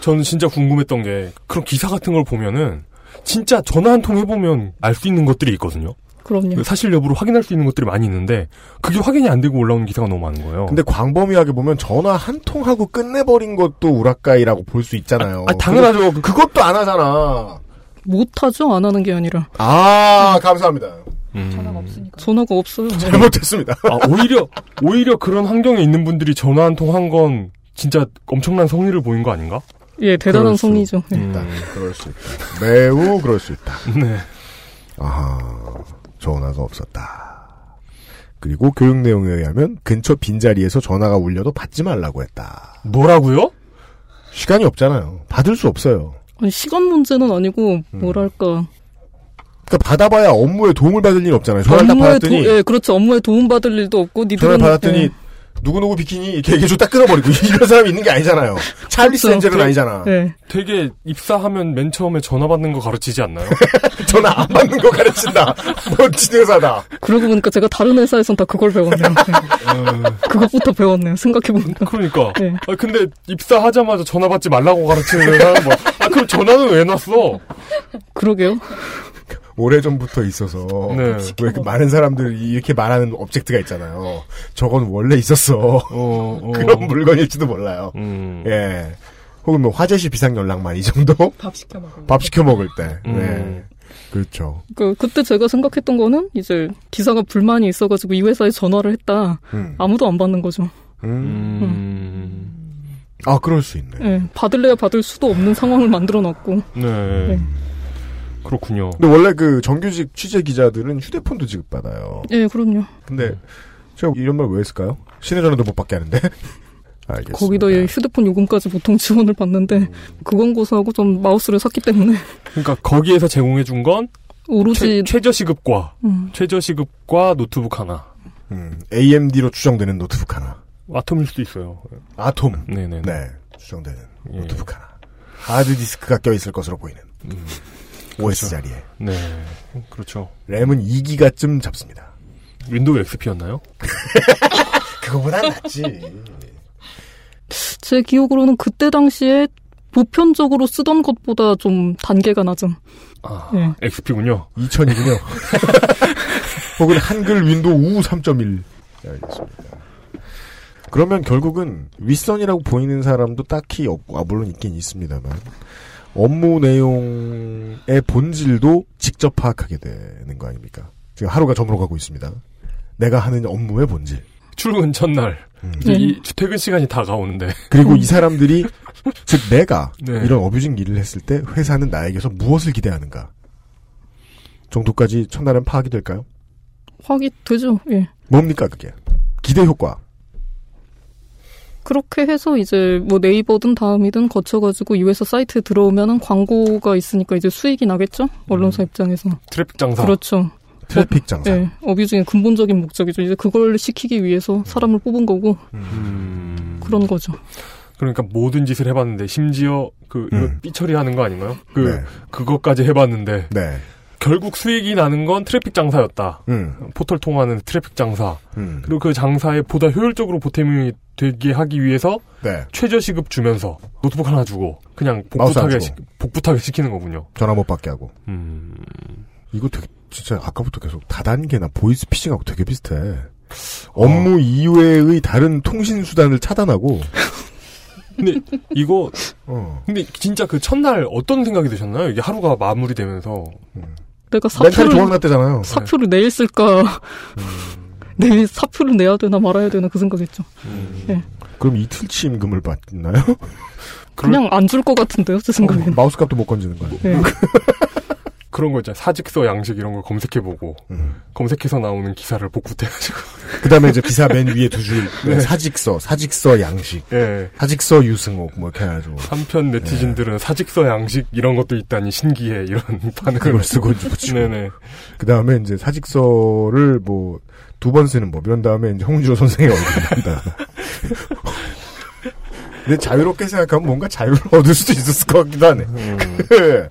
Speaker 3: 저는 진짜 궁금했던 게 그런 기사 같은 걸 보면은 진짜 전화 한 통 해보면 알 수 있는 것들이 있거든요.
Speaker 2: 네.
Speaker 10: 그럼요.
Speaker 3: 사실 여부를 확인할 수 있는 것들이 많이 있는데 그게 확인이 안 되고 올라오는 기사가 너무 많은 거예요.
Speaker 2: 근데 광범위하게 보면 전화 한 통하고 끝내버린 것도 우라카이라고 볼 수 있잖아요.
Speaker 3: 아, 당연하죠.
Speaker 2: 어, 근데 그것도 안 하잖아.
Speaker 10: 못하죠? 안 하는 게 아니라.
Speaker 2: 아, 감사합니다.
Speaker 10: 전화가 없어요.
Speaker 2: 잘못했습니다.
Speaker 3: 아, 오히려 오히려 그런 환경에 있는 분들이 전화 한 통 한 건 진짜 엄청난 성의를 보인 거 아닌가?
Speaker 10: 예, 대단한
Speaker 3: 그럴 수
Speaker 10: 성의죠.
Speaker 2: 음.
Speaker 10: 예.
Speaker 2: 그럴 수 있다. 매우 그럴 수 있다.
Speaker 3: 네.
Speaker 2: 아하, 전화가 없었다. 그리고 교육 내용에 의하면 근처 빈자리에서 전화가 울려도 받지 말라고 했다.
Speaker 3: 뭐라고요?
Speaker 2: 시간이 없잖아요. 받을 수 없어요.
Speaker 10: 아니, 시간 문제는 아니고,
Speaker 2: 음.
Speaker 10: 뭐랄까.
Speaker 2: 그러니까 받아봐야 업무에 도움을 받을 일 없잖아요. 전화를 딱
Speaker 10: 업무에 도,
Speaker 2: 받았더니
Speaker 10: 예, 그렇죠. 업무에 도움받을 일도 없고,
Speaker 2: 전화를
Speaker 10: 니들은.
Speaker 2: 받았더니
Speaker 10: 예.
Speaker 2: 누구누구 비키니 이렇게 얘기해서 딱 끊어버리고 이런 사람이 있는 게 아니잖아요. 찰리
Speaker 3: 그렇죠.
Speaker 10: 네.
Speaker 2: 센젤은 아니잖아.
Speaker 3: 되게 입사하면 맨 처음에 전화 받는 거 가르치지 않나요?
Speaker 2: 전화 안 받는 거 가르친다. 멋진 회사다.
Speaker 10: 그러고 보니까 제가 다른 회사에선 다 그걸 배웠네요.
Speaker 2: 어.
Speaker 10: 그것부터 배웠네요.
Speaker 2: 음.
Speaker 10: 생각해보니까.
Speaker 3: 그러니까. 아, 근데 입사하자마자 전화 받지 말라고 가르치는 회사는 뭐. 아, 그럼 전화는 왜 놨어?
Speaker 10: 그러게요.
Speaker 2: 오래전부터 있어서 왜 이렇게 많은 사람들이 이렇게 말하는 object가 있잖아요. 저건 원래 있었어. 그런 물건일지도 몰라요.
Speaker 10: 음.
Speaker 2: 예. 혹은 뭐 화재시 비상 연락만 이 정도? 밥 시켜 먹을 밥 시켜 먹을 때.
Speaker 3: 음.
Speaker 2: 네. 그렇죠.
Speaker 10: 그, 그때 제가 생각했던 거는, 이제, 기사가 불만이 있어가지고 이 회사에 전화를 했다.
Speaker 2: 음.
Speaker 10: 아무도 안 받는 거죠.
Speaker 3: 음.
Speaker 2: 아, 그럴 수 있네.
Speaker 10: 예, 받을래야 받을 수도 없는 상황을 만들어 놨고.
Speaker 3: 네.
Speaker 10: 네.
Speaker 3: 그렇군요.
Speaker 2: 근데 원래 그 정규직 취재 기자들은 휴대폰도 지급받아요.
Speaker 10: 예, 그럼요.
Speaker 2: 근데 제가 이런 말 왜 했을까요? 신의 전화도 못 받게 하는데. 알겠습니다.
Speaker 10: 거기다 예, 휴대폰 요금까지 보통 지원을 받는데, 그건 고사하고 좀 마우스를 샀기 때문에,
Speaker 3: 그러니까 거기에서 제공해 준 건
Speaker 10: 오로지.
Speaker 3: 최저시급과
Speaker 10: 음.
Speaker 3: 최저시급과 노트북 하나.
Speaker 2: 음, AMD로 추정되는 노트북 하나.
Speaker 3: 아톰일 수도 있어요.
Speaker 2: 아톰.
Speaker 3: 네네.
Speaker 2: 네. 추정되는 노트북 하나. 하드디스크가 껴있을 것으로 보이는. OS 자리에.
Speaker 3: 네. 그렇죠.
Speaker 2: 램은 2기가쯤 잡습니다.
Speaker 3: 윈도우 XP였나요?
Speaker 2: 그거보다 낫지.
Speaker 10: 제 기억으로는 그때 당시에 보편적으로 쓰던 것보다 좀 단계가 낮은.
Speaker 3: 아,
Speaker 10: 예.
Speaker 3: XP군요.
Speaker 2: 2000이군요. 혹은 한글 윈도우 우 3.1. 네, 알겠습니다. 그러면 결국은 윗선이라고 보이는 사람도 딱히 없고, 아, 물론 있긴 있습니다만, 업무 내용의 본질도 직접 파악하게 되는 거 아닙니까? 지금 하루가 저물어 가고 있습니다. 내가 하는 업무의 본질.
Speaker 3: 출근 첫날. 이제
Speaker 10: 네.
Speaker 3: 이 퇴근 시간이 다가오는데.
Speaker 2: 그리고 이 사람들이, 즉, 내가
Speaker 3: 네.
Speaker 2: 이런 어뷰징 일을 했을 때 회사는 나에게서 무엇을 기대하는가 정도까지 첫날은 파악이 될까요?
Speaker 10: 확이 되죠. 예.
Speaker 2: 뭡니까 그게 기대 효과
Speaker 10: 그렇게 해서 이제 뭐 네이버든 다음이든 거쳐가지고 이 회사 사이트에 들어오면은 광고가 있으니까 이제 수익이 나겠죠? 언론사 입장에서.
Speaker 3: 트래픽 장사.
Speaker 10: 그렇죠.
Speaker 2: 트래픽 장사
Speaker 10: 예. 어뷰징의 근본적인 목적이죠. 이제 그걸 시키기 위해서 사람을 뽑은 거고 그런 거죠.
Speaker 3: 그러니까 모든 짓을 해봤는데 심지어 그 이거 삐처리하는 거 아닌가요? 그 그것까지 해봤는데 결국 수익이 나는 건 트래픽 장사였다.
Speaker 2: 네. 음.
Speaker 3: 포털 통하는 트래픽 장사.
Speaker 2: 음.
Speaker 3: 그리고 그 장사에 보다 효율적으로 보탬이 되게 하기 위해서
Speaker 2: 네.
Speaker 3: 최저 시급 주면서 노트북 하나 주고 그냥
Speaker 2: 마우스 하나
Speaker 3: 복붙하게
Speaker 2: 주고.
Speaker 3: 시, 복붙하게 시키는 거군요.
Speaker 2: 전화 못 받게 하고 음. 이거 되게 진짜 아까부터 계속 다단계나 보이스 피싱하고 되게 비슷해 업무 이외의 다른 통신 수단을 차단하고 어.
Speaker 3: 근데 이거 근데 진짜 그 첫날 어떤 생각이 드셨나요? 이게 하루가 마무리되면서
Speaker 10: 내가
Speaker 3: 멘탈이
Speaker 10: 사표를
Speaker 2: 조각났대잖아요.
Speaker 10: 사표를 내일 쓸까? 내일 사표를 내야 되나 말아야 되나 그 생각했죠. 예.
Speaker 2: 그럼 이틀치 임금을 받나요?
Speaker 10: 그냥 안 줄 것 같은데요, 제 생각에.
Speaker 2: 어. 마우스 값도 못 건지는 거예요.
Speaker 10: 예.
Speaker 3: 그런 거 있잖아요. 사직서 양식 이런 걸 검색해보고
Speaker 2: 음.
Speaker 3: 검색해서 나오는 기사를 복붙해가지고
Speaker 2: 그 다음에 이제 기사 맨 위에 두 줄.
Speaker 3: 네.
Speaker 2: 사직서, 사직서 양식.
Speaker 3: 예.
Speaker 2: 사직서 유승옥, 뭐 이렇게 해가지고.
Speaker 3: 한편
Speaker 2: 예.
Speaker 3: 네티즌들은 사직서 양식 이런 것도 있다니 신기해 이런 반응을
Speaker 2: 그걸 쓰고
Speaker 3: 했고.
Speaker 2: 있죠.
Speaker 3: 네네
Speaker 2: 그 다음에 이제 사직서를 뭐, 두 번 쓰는 법. 이런 다음에 이제 홍준호 선생의 얼굴입니다. 근데 자유롭게 생각하면 뭔가 자유를 얻을 수도 있었을 것 같기도 하네.
Speaker 3: 음.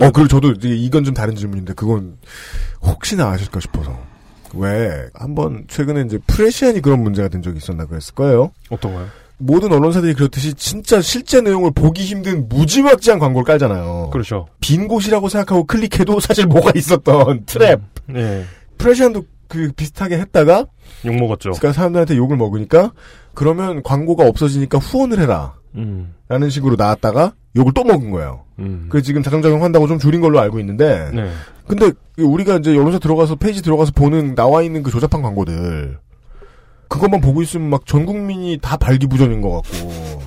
Speaker 2: 어, 그리고 저도 이제 이건 좀 다른 질문인데, 그건 혹시나 아실까 싶어서. 왜, 한번 최근에 이제 프레시안이 그런 문제가 된 적이 있었나 그랬을 거예요.
Speaker 3: 어떤 거요?
Speaker 2: 모든 언론사들이 그렇듯이 진짜 실제 내용을 보기 힘든 무지막지한 광고를 깔잖아요.
Speaker 3: 그렇죠.
Speaker 2: 빈 곳이라고 생각하고 클릭해도 사실 뭐가 있었던 트랩.
Speaker 3: 예.
Speaker 2: 프레시안도 그 비슷하게 했다가
Speaker 3: 욕 먹었죠.
Speaker 2: 그러니까 사람들한테 욕을 먹으니까 그러면 광고가 없어지니까 후원을 해라.
Speaker 3: 음.
Speaker 2: 라는 식으로 나왔다가 욕을 또 먹은 거예요.
Speaker 3: 음.
Speaker 2: 그 지금 자정작용 한다고 좀 줄인 걸로 알고 있는데
Speaker 3: 네.
Speaker 2: 근데 우리가 이제 여론사 들어가서 페이지 들어가서 보는 나와 있는 그 조잡한 광고들 그것만 보고 있으면 막 전 국민이 다 발기부전인 것 같고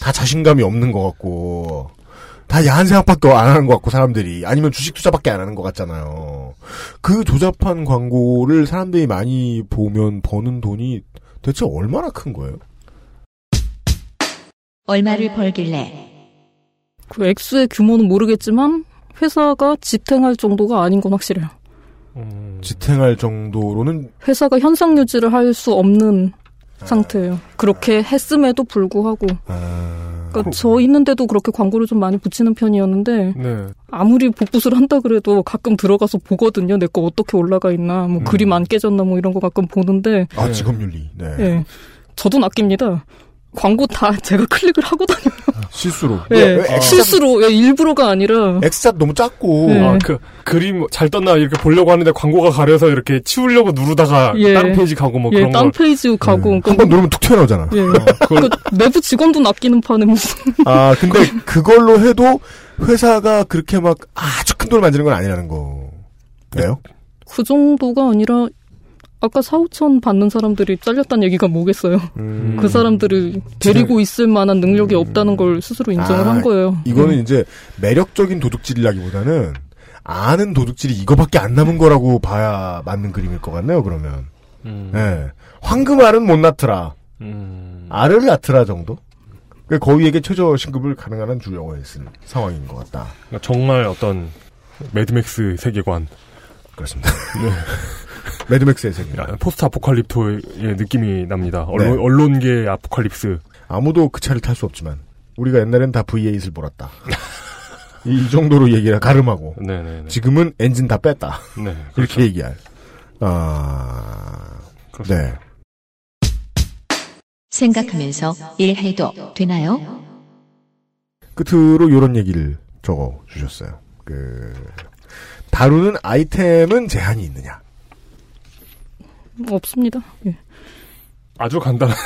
Speaker 2: 다 자신감이 없는 것 같고 다 야한 생각밖에 안 하는 것 같고 사람들이 아니면 주식 투자밖에 안 하는 것 같잖아요. 그 조잡한 광고를 사람들이 많이 보면 버는 돈이 대체 얼마나 큰 거예요?
Speaker 1: 얼마를 벌길래
Speaker 10: 그 액수의 규모는 모르겠지만 회사가 지탱할 정도가 아닌 건 확실해요.
Speaker 2: 음. 지탱할 정도로는
Speaker 10: 회사가 현상 유지를 할 수 없는 상태예요. 그렇게 했음에도 불구하고
Speaker 2: 아. 어.
Speaker 10: 그러니까 저 있는데도 그렇게 광고를 좀 많이 붙이는 편이었는데
Speaker 3: 네.
Speaker 10: 아무리 복붙을 한다 그래도 가끔 들어가서 보거든요. 내 거 어떻게 올라가 있나,
Speaker 3: 음.
Speaker 10: 뭐 그림 안 깨졌나, 뭐 이런 거 가끔 보는데.
Speaker 2: 아 직업윤리. 네.
Speaker 10: 예. 저도 아낍니다. 광고 다 제가 클릭을 하고 다녀요.
Speaker 2: 실수로.
Speaker 10: 예.
Speaker 3: 아.
Speaker 10: 실수로 예, 일부러가 아니라.
Speaker 2: 엑스잡 너무 작고
Speaker 10: 네.
Speaker 3: 아, 그 그림 잘 떴나 이렇게 보려고 하는데 광고가 가려서 이렇게 치우려고 누르다가
Speaker 10: 예.
Speaker 3: 다른 페이지 가고 뭐
Speaker 10: 예,
Speaker 3: 그런 네.
Speaker 10: 딴
Speaker 3: 거.
Speaker 10: 페이지 가고
Speaker 2: 음.
Speaker 10: 그러니까 뭐,
Speaker 2: 한 번 누르면 툭 튀어나오잖아.
Speaker 10: 예. 그 내부 직원도 낚이는 판에 뭐 무슨
Speaker 2: 아, 근데 그걸로 해도 회사가 그렇게 막 아주 큰 돈을 만드는 건 아니라는 거. 그래요?
Speaker 10: 그 정도가 아니라 아까 4, 5천 받는 사람들이 잘렸다는 얘기가 뭐겠어요.
Speaker 3: 음.
Speaker 10: 그 사람들을
Speaker 3: 네.
Speaker 10: 데리고 있을 만한 능력이 없다는 걸 스스로 인정을
Speaker 2: 아,
Speaker 10: 한 거예요.
Speaker 2: 이거는 이제 매력적인 도둑질이라기보다는 아는 도둑질이 이거밖에 안 남은 거라고 봐야 맞는 그림일 것 같네요, 그러면.
Speaker 3: 음.
Speaker 2: 예. 황금알은 못 낳더라.
Speaker 3: 그러니까
Speaker 2: 알을 낳더라 정도? 그 거위에게 최저 신급을 가능한 한 주려고 했은 상황인 것 같다.
Speaker 3: 그러니까 정말 어떤 매드맥스 세계관.
Speaker 2: 그렇습니다. 네. 매드맥스의 세계.
Speaker 3: 포스트 아포칼립토의 느낌이 납니다. 언론,
Speaker 2: 네.
Speaker 3: 언론계의 아포칼립스.
Speaker 2: 아무도 그 차를 탈 수 없지만 우리가 옛날엔 다 V8을 몰았다. 이, 이 정도로 얘기를 가름하고
Speaker 3: 네네.
Speaker 2: 지금은 엔진 다 뺐다.
Speaker 3: 네.
Speaker 2: 이렇게 얘기할. 아, 네.
Speaker 1: 생각하면서 일해도 되나요?
Speaker 2: 끝으로 이런 얘기를 적어 주셨어요. 그 다루는 아이템은 제한이 있느냐?
Speaker 10: 없습니다. 예.
Speaker 3: 아주 간단한.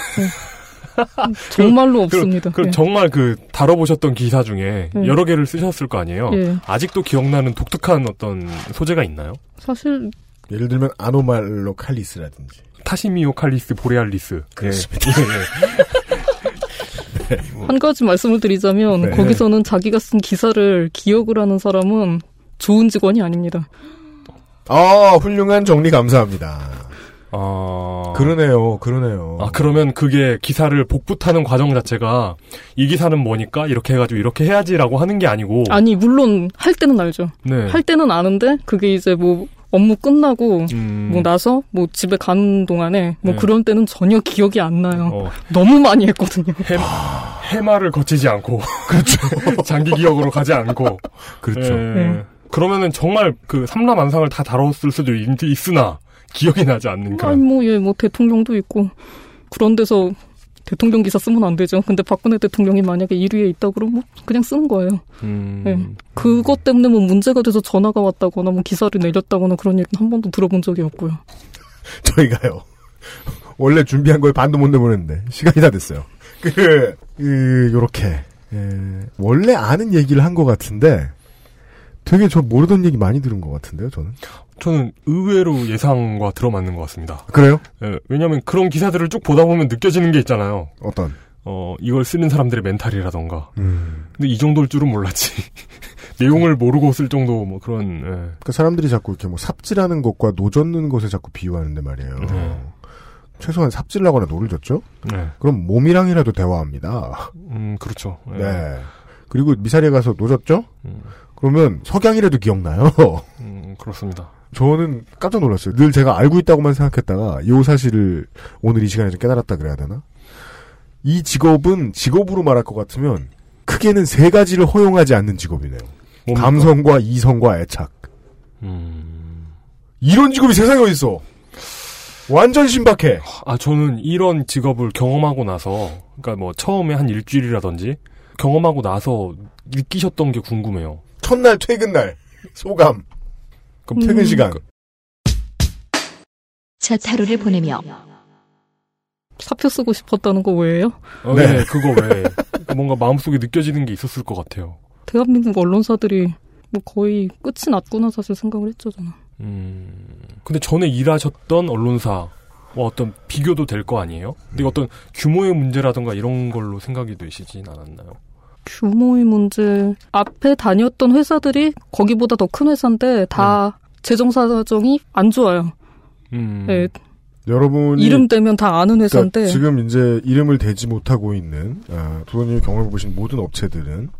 Speaker 10: 정말로
Speaker 3: 그-
Speaker 10: 없습니다.
Speaker 3: 그,
Speaker 10: 예.
Speaker 3: 정말 그 다뤄보셨던 기사 중에
Speaker 10: 예.
Speaker 3: 여러 개를 쓰셨을 거 아니에요.
Speaker 10: 예.
Speaker 3: 아직도 기억나는 독특한 어떤 소재가 있나요?
Speaker 10: 사실
Speaker 2: 예를 들면 아노말로 칼리스라든지
Speaker 3: 타시미오 칼리스 보레알리스. 예. 그렇습니다.
Speaker 10: 한 가지 말씀을 드리자면
Speaker 3: 뭐. 네.
Speaker 10: 거기서는 자기가 쓴 기사를 기억을 하는 사람은 좋은 직원이 아닙니다.
Speaker 2: 아, 훌륭한 정리 감사합니다. 그러네요, 그러네요.
Speaker 3: 아 그러면 그게 기사를 복붙하는 과정 자체가 이 기사는 뭐니까 이렇게 해가지고 이렇게 해야지라고 하는 게 아니고
Speaker 10: 아니 물론 할 때는 알죠.
Speaker 3: 네.
Speaker 10: 할 때는 아는데 그게 이제 뭐 업무 끝나고 뭐 나서 뭐 집에 가는 동안에 뭐
Speaker 3: 음. 네. 어.
Speaker 10: 그런 때는 전혀 기억이 안 나요. 너무 많이 했거든요.
Speaker 3: 해마를 거치지 않고 그렇죠 장기 기억으로 가지 않고 예.
Speaker 2: 그렇죠.
Speaker 10: 네.
Speaker 3: 그러면은 정말 그 삼라만상을 다 다뤘을 수도 있, 있으나 기억이 나지 않는
Speaker 2: 그러니까.
Speaker 3: 그런
Speaker 10: 아니 뭐 예 뭐 대통령도 있고 그런 데서 대통령 기사 쓰면 안 되죠. 근데 박근혜 대통령이 만약에 1위에 있다 그러면 뭐 그냥 쓰는 거예요.
Speaker 2: 음.
Speaker 10: 예. 그것 때문에 뭐 문제가 돼서 전화가 왔다거나 뭐 기사를 내렸다거나 그런 얘기는 한 번도 들어본 적이 없고요.
Speaker 2: 저희가요. 원래 준비한 거에 반도 못 내보냈는데 시간이 다 됐어요. 그, 그 요렇게 예, 원래 아는 얘기를 한 것 같은데 되게 저 모르던 얘기 많이 들은 것 같은데요, 저는.
Speaker 3: 저는 의외로 예상과 들어맞는 것 같습니다.
Speaker 2: 그래요?
Speaker 3: 예, 왜냐하면 그런 기사들을 쭉 보다 보면 느껴지는 게 있잖아요.
Speaker 2: 어떤? 음.
Speaker 3: 어 이걸 쓰는 사람들의 멘탈이라던가. 근데 이 정도일 줄은 몰랐지. 내용을 모르고 쓸 정도 뭐 그런 예.
Speaker 2: 그러니까 사람들이 자꾸 이렇게 뭐 삽질하는 것과 노 젓는 것에 자꾸 비유하는데 말이에요. 최소한 삽질하거나 노를 젓죠?
Speaker 3: 예. 네.
Speaker 2: 그럼 몸이랑이라도 대화합니다.
Speaker 3: 음 그렇죠. 예.
Speaker 2: 네. 그리고 미사리에 가서 노 젓죠? 그러면 석양이라도 기억나요.
Speaker 3: 음, 그렇습니다.
Speaker 2: 저는 깜짝 놀랐어요. 늘 제가 알고 있다고만 생각했다가 이 사실을 오늘 이 시간에 좀 깨달았다 그래야 되나? 이 직업은 직업으로 말할 것 같으면 크게는 세 가지를 허용하지 않는 직업이네요. 감성과 이성과 애착. 이런 직업이 세상에 어디 있어? 완전 신박해.
Speaker 3: 아 저는 이런 직업을 경험하고 나서 그러니까 뭐 처음에 한 일주일이라든지 경험하고 나서 느끼셨던 게 궁금해요.
Speaker 2: 첫날 퇴근 날 소감.
Speaker 3: 그럼
Speaker 2: 퇴근 시간.
Speaker 1: 첫 하루를 보내며
Speaker 10: 사표 쓰고 싶었다는 거 왜예요?
Speaker 3: 어, 네. 그거 왜 뭔가 마음속에 느껴지는 게 있었을 것 같아요.
Speaker 10: 대한민국 언론사들이 뭐 거의 끝이 났구나 사실 생각을 했죠 저는.
Speaker 3: 근데 전에 일하셨던 언론사와 어떤 비교도 될 거 아니에요? 근데 어떤 규모의 문제라든가 이런 걸로 생각이 되시진 않았나요?
Speaker 10: 규모의 문제. 앞에 다녔던 회사들이 거기보다 더 큰 회사인데 다
Speaker 2: 네.
Speaker 10: 재정 사정이 안 좋아요.
Speaker 3: 음.
Speaker 10: 예,
Speaker 2: 여러분이
Speaker 10: 이름 대면 다 아는 회사인데.
Speaker 2: 음. 그러니까 지금 이제 이름을 대지 못하고 있는 아, 도도님이 경험해 보신 모든 업체들은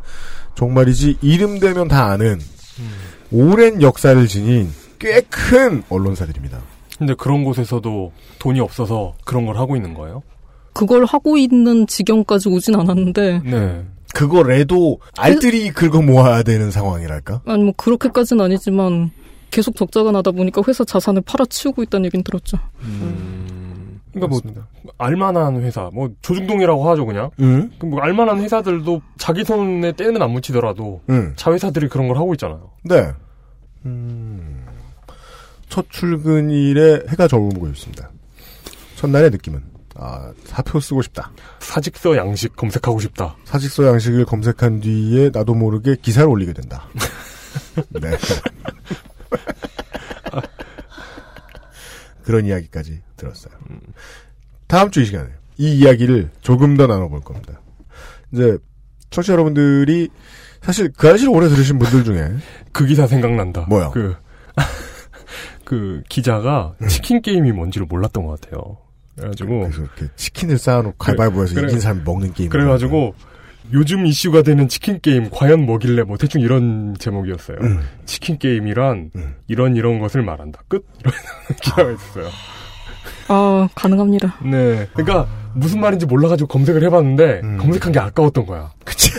Speaker 2: 정말이지 이름 대면 다 아는
Speaker 3: 음.
Speaker 2: 오랜 역사를 지닌 꽤 큰 언론사들입니다.
Speaker 3: 근데 그런 곳에서도 돈이 없어서 그런 걸 하고 있는 거예요?
Speaker 10: 그걸 하고 있는 지경까지 오진 않았는데.
Speaker 3: 네.
Speaker 2: 그거라도 알뜰히 긁어 모아야 되는 상황이랄까?
Speaker 10: 아니 뭐 그렇게까지는 아니지만 계속 적자가 나다 보니까 회사 자산을 팔아치우고 있다는 얘기는 들었죠.
Speaker 3: 그러니까 뭐 알만한 회사, 뭐 조중동이라고 하죠 그냥.
Speaker 2: 음.
Speaker 3: 그럼 뭐 알만한 회사들도 자기 손에 때는 안 묻히더라도
Speaker 2: 음.
Speaker 3: 자회사들이 그런 걸 하고 있잖아요.
Speaker 2: 네. 음, 첫 출근일에 해가 저물고 있습니다. 첫날의 느낌은 아 사표 쓰고 싶다.
Speaker 3: 사직서 양식 검색하고 싶다.
Speaker 2: 사직서 양식을 검색한 뒤에 나도 모르게 기사를 올리게 된다. 네. 그런 이야기까지 들었어요. 다음 주 이 시간에 이 이야기를 조금 더 나눠볼 겁니다. 이제 청취자 여러분들이 사실 그 아저씨를 오래 들으신 분들 중에
Speaker 3: 그 기사 생각난다.
Speaker 2: 뭐요?
Speaker 3: 그, 그 기자가 치킨 게임이 뭔지를 몰랐던 것 같아요. 그래가지고
Speaker 2: 그래서 이렇게 치킨을 쌓아놓고 가위바위보해서
Speaker 3: 어. 그래-
Speaker 2: 이긴 사람이 먹는 게임.
Speaker 3: 그래가지고 요즘 이슈가 되는 치킨 게임 과연 뭐길래 뭐 대충 이런 제목이었어요. 치킨 게임이란 이런 이런 것을 말한다. 끝 이런 기사가 있었어요.
Speaker 10: 아 가능합니다.
Speaker 3: 네, 그러니까 무슨 말인지 몰라가지고 검색을 해봤는데 검색한 게 아까웠던 거야.
Speaker 2: 그치.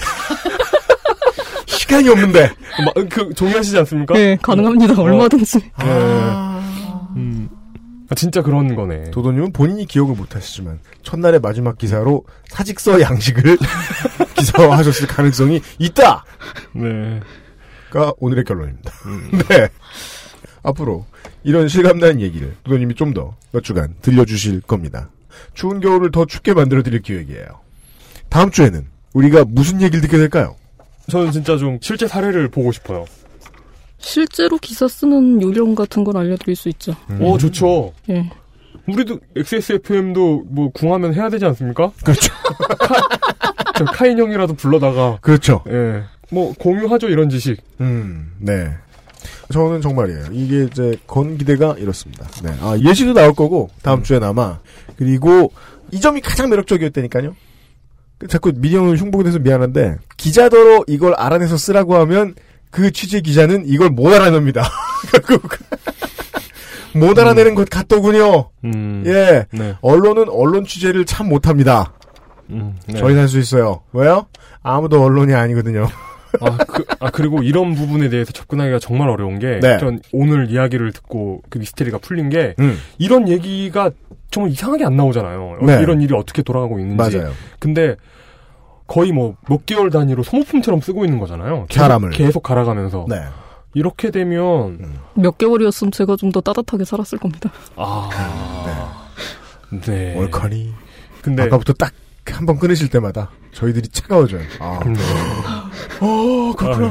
Speaker 2: 시간이 없는데
Speaker 3: 막, 그 동의하시지 않습니까?
Speaker 10: 네, 가능합니다.
Speaker 3: 어,
Speaker 10: 얼마든지.
Speaker 3: 네. 음. 아, 진짜 그런 거네.
Speaker 2: 도도님은 본인이 기억을 못하시지만 첫날의 마지막 기사로 사직서 양식을 기사화하셨을 가능성이 있다.
Speaker 3: 네.
Speaker 2: 가 오늘의 결론입니다. 네. 앞으로 이런 실감나는 얘기를 도도님이 좀 더 몇 주간 들려주실 겁니다. 추운 겨울을 더 춥게 만들어드릴 기획이에요. 다음 주에는 우리가 무슨 얘기를 듣게 될까요?
Speaker 3: 저는 진짜 좀 실제 사례를 보고 싶어요.
Speaker 10: 실제로 기사 쓰는 요령 같은 걸 알려드릴 수 있죠.
Speaker 3: 오, 좋죠.
Speaker 10: 예.
Speaker 3: 우리도 XSFM도 뭐 궁하면 해야 되지 않습니까?
Speaker 2: 그렇죠.
Speaker 3: 저 카인 형이라도 불러다가
Speaker 2: 그렇죠.
Speaker 3: 예. 뭐 공유하죠 이런 지식.
Speaker 2: 음, 네. 저는 정말이에요. 이게 이제 건 기대가 이렇습니다. 네. 아, 예시도 나올 거고, 다음 주에 남아. 그리고, 이 점이 가장 매력적이었다니까요? 그 자꾸 미디어는 흉보게 돼서 미안한데, 기자더러 이걸 알아내서 쓰라고 하면, 그 취재 기자는 이걸 못 알아냅니다. 결국. 못 알아내는 것 같더군요.
Speaker 3: 음.
Speaker 2: 예.
Speaker 3: 네.
Speaker 2: 언론은 언론 취재를 참 못합니다.
Speaker 3: 음, 네.
Speaker 2: 저희 살 수 있어요. 왜요? 아무도 언론이 아니거든요.
Speaker 3: 아, 그, 아, 그리고 이런 부분에 대해서 접근하기가 정말 어려운 게,
Speaker 2: 네.
Speaker 3: 전 오늘 이야기를 듣고 그 미스테리가 풀린 게,
Speaker 2: 음.
Speaker 3: 이런 얘기가 정말 이상하게 안 나오잖아요. 어,
Speaker 2: 네.
Speaker 3: 이런 일이 어떻게 돌아가고 있는지.
Speaker 2: 맞아요.
Speaker 3: 근데 거의 뭐 몇 개월 단위로 소모품처럼 쓰고 있는 거잖아요. 계속,
Speaker 2: 사람을.
Speaker 3: 계속 갈아가면서.
Speaker 2: 네.
Speaker 3: 이렇게 되면,
Speaker 10: 몇 개월이었으면 제가 좀 더 따뜻하게 살았을 겁니다.
Speaker 3: 아. 네.
Speaker 2: 월커니.
Speaker 3: 근데-
Speaker 2: 음. 아까부터 딱 한 번 끊으실 때마다 저희들이 차가워져요. 아.
Speaker 3: 음,
Speaker 2: 어, 그렇구나.
Speaker 3: 아, 네.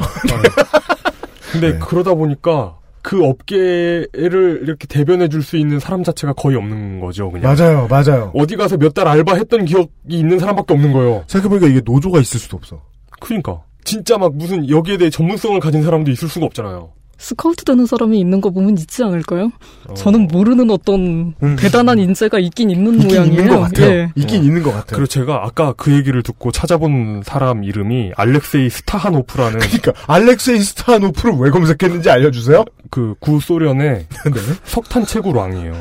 Speaker 2: 네.
Speaker 3: 근데 그러다 보니까 그 업계를 이렇게 대변해 줄 수 있는 사람 자체가 거의 없는 거죠, 그냥.
Speaker 2: 맞아요, 맞아요.
Speaker 3: 어디 가서 몇 달 알바했던 기억이 있는 사람밖에 없는 거예요.
Speaker 2: 생각해보니까 이게 노조가 있을 수도 없어.
Speaker 3: 그러니까 진짜 막 무슨 여기에 대해 전문성을 가진 사람도 있을 수가 없잖아요.
Speaker 10: 스카우트 되는 사람이 있는 거 보면 있지 않을까요? 저는 모르는 어떤 대단한 인재가 있긴 음. 있는 음, 모양이에요. 예.
Speaker 2: 있긴 있는 것 같아요.
Speaker 3: 어. 그리고 제가 아까 그 얘기를 듣고 찾아본 사람 이름이 알렉세이 스타하노프라는.
Speaker 2: 그러니까 알렉세이 스타하노프를 왜 검색했는지 알려주세요.
Speaker 3: 그 구소련의
Speaker 2: 네.
Speaker 3: 석탄 채굴 왕이에요.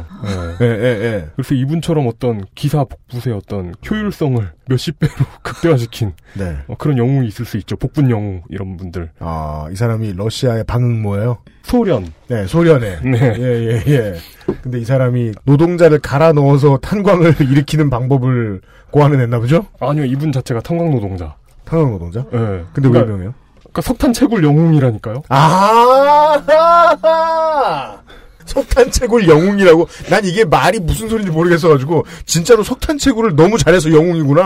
Speaker 3: 예. 그래서 이분처럼 어떤 기사 복붙의 어떤 효율성을 몇십 배로 극대화시킨
Speaker 2: 네.
Speaker 3: 어, 그런 영웅이 있을 수 있죠. 복분 영웅 이런 분들.
Speaker 2: 아, 이 사람이 러시아의 방응모예요?
Speaker 3: 소련.
Speaker 2: 네, 소련에.
Speaker 3: 네.
Speaker 2: 예, 예, 예. 근데 이 사람이 노동자를 갈아 넣어서 탄광을 일으키는 방법을 고안을 했나 보죠?
Speaker 3: 아니요, 이분 자체가 탄광 노동자.
Speaker 2: 탄광 노동자?
Speaker 3: 예.
Speaker 2: 근데 왜
Speaker 3: 그러니까-
Speaker 2: 유명해요?
Speaker 3: 그러니까 석탄 채굴 영웅이라니까요.
Speaker 2: 아! 석탄 채굴 영웅이라고 난 이게 말이 무슨 소리인지 모르겠어가지고 진짜로 석탄 채굴을 너무 잘해서 영웅이구나.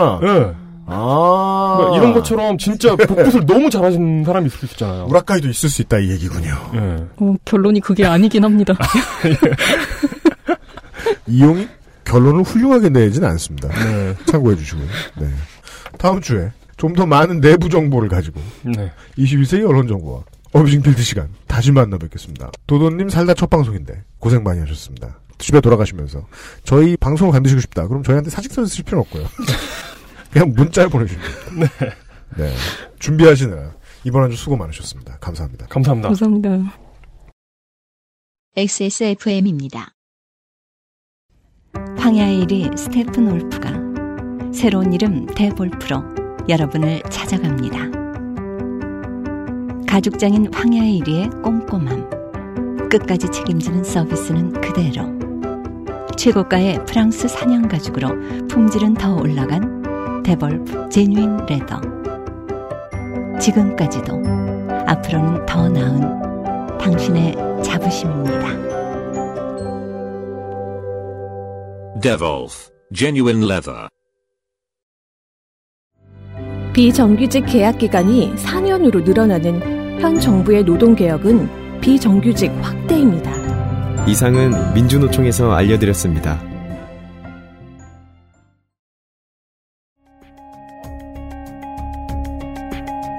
Speaker 2: 아
Speaker 3: 그러니까 예. 이런 것처럼 진짜 복붙을 너무 잘하시는 사람이 있을 수 있잖아요. 예.
Speaker 2: 우라카이도 있을 수 있다 이 얘기군요.
Speaker 10: 어, 결론이 그게 아니긴 합니다.
Speaker 2: 이용이 결론을 훌륭하게 내진 않습니다.
Speaker 3: 네.
Speaker 2: 참고해 주시고요. 네. 다음 주에 좀 더 많은 내부 정보를 가지고
Speaker 3: 네.
Speaker 2: 21세기 언론 정보와 어뷰징 필드 시간 다시 만나 뵙겠습니다. 도도님 살다 첫 방송인데 고생 많이 하셨습니다. 집에 돌아가시면서 저희 방송을 만드시고 싶다. 그럼 저희한테 사직서를 쓰실 필요는 없고요. 그냥 문자를 보내주시면 됩니다. 네. 준비하시느라 이번 한 주 수고 많으셨습니다. 감사합니다.
Speaker 3: 감사합니다.
Speaker 10: 감사합니다.
Speaker 1: XSFM입니다.
Speaker 13: 황야의 일이 스테픈 올프가 새로운 이름 대볼프로 여러분을 찾아갑니다. 가죽장인 황야의 일이의 꼼꼼함, 끝까지 책임지는 서비스는 그대로, 최고가의 프랑스 사냥 가죽으로 품질은 더 올라간 대볼프 제뉴인 레더. 지금까지도 앞으로는 더 나은 당신의 자부심입니다.
Speaker 4: 아,
Speaker 17: Devolf, genuine leather.
Speaker 14: 비정규직 계약 기간이 4년으로 늘어나는 현 정부의 노동개혁은 비정규직 확대입니다.
Speaker 11: 이상은 민주노총에서 알려드렸습니다.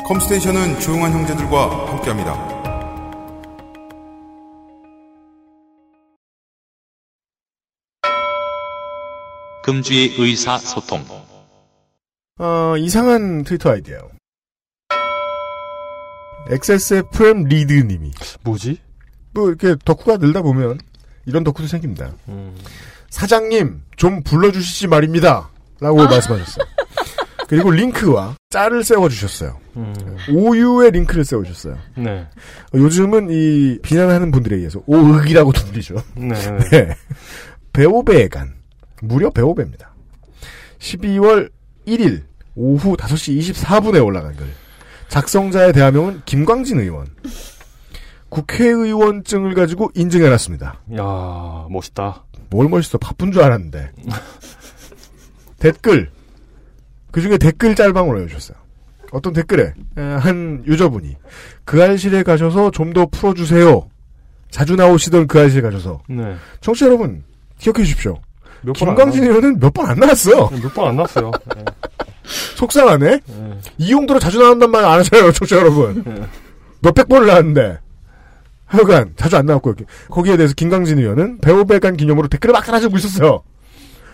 Speaker 15: 컴스테이션은 조용한 형제들과 함께합니다.
Speaker 18: 금주의 의사소통.
Speaker 2: 어, 이상한 트위터 아이디어. XSFM 리드님이.
Speaker 3: 뭐지?
Speaker 2: 뭐, 이렇게 덕후가 늘다 보면 이런 덕후도 생깁니다. 사장님, 좀 불러주시지 말입니다. 라고 말씀하셨어요. 그리고 링크와 짤을 세워주셨어요. 오유의 링크를 세워주셨어요.
Speaker 3: 음. 네.
Speaker 2: 어, 요즘은 이 비난하는 분들에 의해서 오흑이라고도 불리죠.
Speaker 3: 네.
Speaker 2: 네. 배오배에 간 무려 배오배입니다. 12월 1일 오후 5시 24분에 올라간 글. 작성자의 대화명은 김광진 의원. 국회의원증을 가지고 인증해놨습니다.
Speaker 3: 야 멋있다.
Speaker 2: 뭘 멋있어 바쁜 줄 알았는데 댓글 그 중에 댓글 짤방으로 해주셨어요. 어떤 댓글에 에, 한 유저분이 그 알실에 가셔서 좀 더 풀어주세요. 자주 나오시던 그 알실 가셔서
Speaker 3: 네.
Speaker 2: 청취자 여러분 기억해 주십시오.
Speaker 3: 몇번안
Speaker 2: 김광진
Speaker 3: 나왔-
Speaker 2: 의원은 몇 번 안 나왔어요.
Speaker 3: 몇 번 안 나왔어요. 네.
Speaker 2: 속상하네. 이 용도로 자주 나온단 말 안 하잖아요, 청취자 여러분. 몇백 번을 나왔는데. 하여간 자주 안 나왔고 이렇게. 거기에 대해서 김강진 의원은 배우백간 기념으로 댓글을 막 달아주고 있었어요.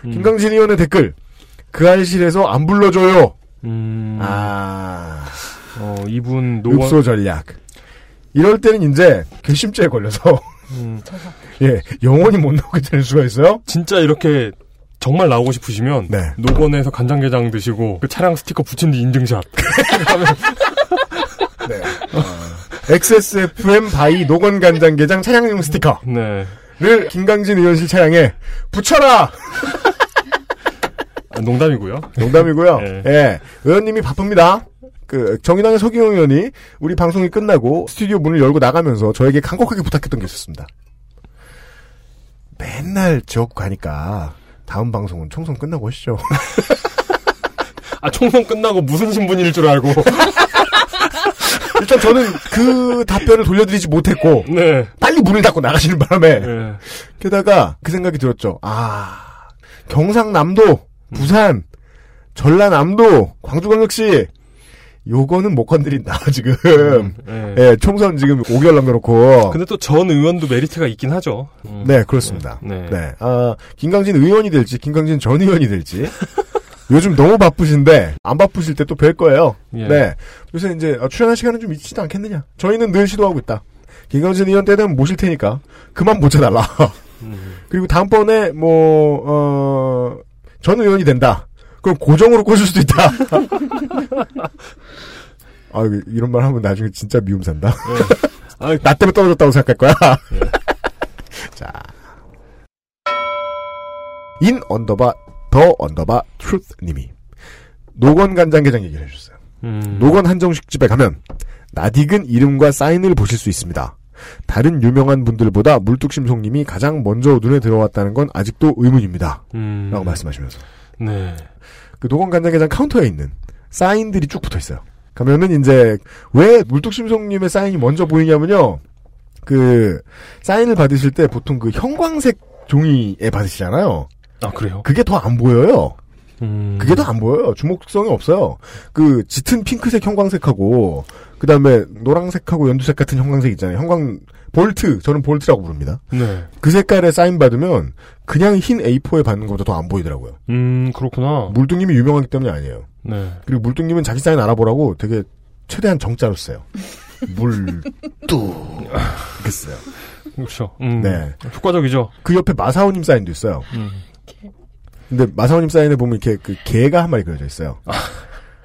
Speaker 3: 음.
Speaker 2: 김강진 의원의 댓글. 그 알실에서 안 불러줘요. 아.
Speaker 3: 음. 어, 이분 노원-
Speaker 2: 읍소 전략. 이럴 때는 이제 괘씸죄에 걸려서
Speaker 3: 음.
Speaker 2: 예 영원히 못 나오게 될 수가 있어요.
Speaker 3: 진짜 이렇게 정말 나오고 싶으시면
Speaker 2: 네.
Speaker 3: 노건에서 간장게장 드시고 그 차량 스티커 붙인 뒤 인증샷.
Speaker 2: XSFM 바이 노건 간장게장 차량용 스티커.
Speaker 3: 네.
Speaker 2: 를 김강진 의원실 차량에 붙여라.
Speaker 3: 아, 농담이고요.
Speaker 2: 농담이고요. 예. 의원님이 바쁩니다. 그 정의당의 서기용 의원이 우리 방송이 끝나고 스튜디오 문을 열고 나가면서 저에게 간곡하게 부탁했던 게 있었습니다. 맨날 지역구 가니까 다음 방송은 총선 끝나고 하시죠.
Speaker 3: 아 총선 끝나고 무슨 신분일 줄 알고.
Speaker 2: 일단 저는 그 답변을 돌려드리지 못했고
Speaker 3: 네.
Speaker 2: 빨리 문을 닫고 나가시는 바람에 게다가 그 생각이 들었죠. 아 경상남도, 부산, 전라남도, 광주광역시 요거는 못 건드린다 지금.
Speaker 3: 예.
Speaker 2: 예, 총선 지금 5개월 남겨놓고.
Speaker 3: 근데 또 전 의원도 메리트가 있긴 하죠. 음.
Speaker 2: 네, 그렇습니다.
Speaker 3: 네.
Speaker 2: 네. 아, 김강진 의원이 될지, 김강진 전 의원이 될지. 요즘 너무 바쁘신데, 안 바쁘실 때 또 뵐 거예요.
Speaker 3: 예.
Speaker 2: 네. 요새 이제 아, 출연할 시간은 좀 있지도 않겠느냐. 저희는 늘 시도하고 있다. 김강진 의원 때 되면 모실 테니까, 그만 모셔달라. 그리고 다음번에, 뭐, 어, 전 의원이 된다. 그럼 고정으로 꽂을 수도 있다. 아, 이거 이런 말 하면 나중에 진짜 미움 산다. 나 때문에 떨어졌다고 생각할 거야. 자. 인 언더바 더 언더바 트루트 님이 노건 간장게장 얘기를 해주셨어요.
Speaker 3: 음.
Speaker 2: 노건 한정식 집에 가면 나딕은 이름과 사인을 보실 수 있습니다. 다른 유명한 분들보다 물뚝심송님이 가장 먼저 눈에 들어왔다는 건 아직도 의문입니다.
Speaker 3: 음.
Speaker 2: 라고 말씀하시면서
Speaker 3: 네.
Speaker 2: 그 노건 간장게장 카운터에 있는 사인들이 쭉 붙어 있어요. 가면은 이제 왜 물뚝심송님의 사인이 먼저 보이냐면요. 그 사인을 받으실 때 보통 그 형광색 종이에 받으시잖아요.
Speaker 3: 아 그래요? 음.
Speaker 2: 그게 더 안 보여요. 그게 더 안 보여요. 주목성이 없어요. 그 짙은 핑크색 형광색하고 그 다음에 노란색하고 연두색 같은 형광색 있잖아요. 형광 볼트 저는 볼트라고 부릅니다.
Speaker 3: 네.
Speaker 2: 그 색깔에 사인 받으면 그냥 흰 A4에 받는 것보다 더 안 보이더라고요.
Speaker 3: 음 그렇구나.
Speaker 2: 물뚱님이 유명하기 때문이 아니에요.
Speaker 3: 네.
Speaker 2: 그리고 물뚱님은 자기 사인 알아보라고 되게 최대한 정자로 써요. 물뚱 이렇게 써요.
Speaker 3: 그렇죠. 음.
Speaker 2: 네.
Speaker 3: 효과적이죠.
Speaker 2: 그 옆에 마사오님 사인도 있어요.
Speaker 3: 음.
Speaker 2: 근데 마사오님 사인에 보면 이렇게 그 개가 한 마리 그려져 있어요.
Speaker 3: 아.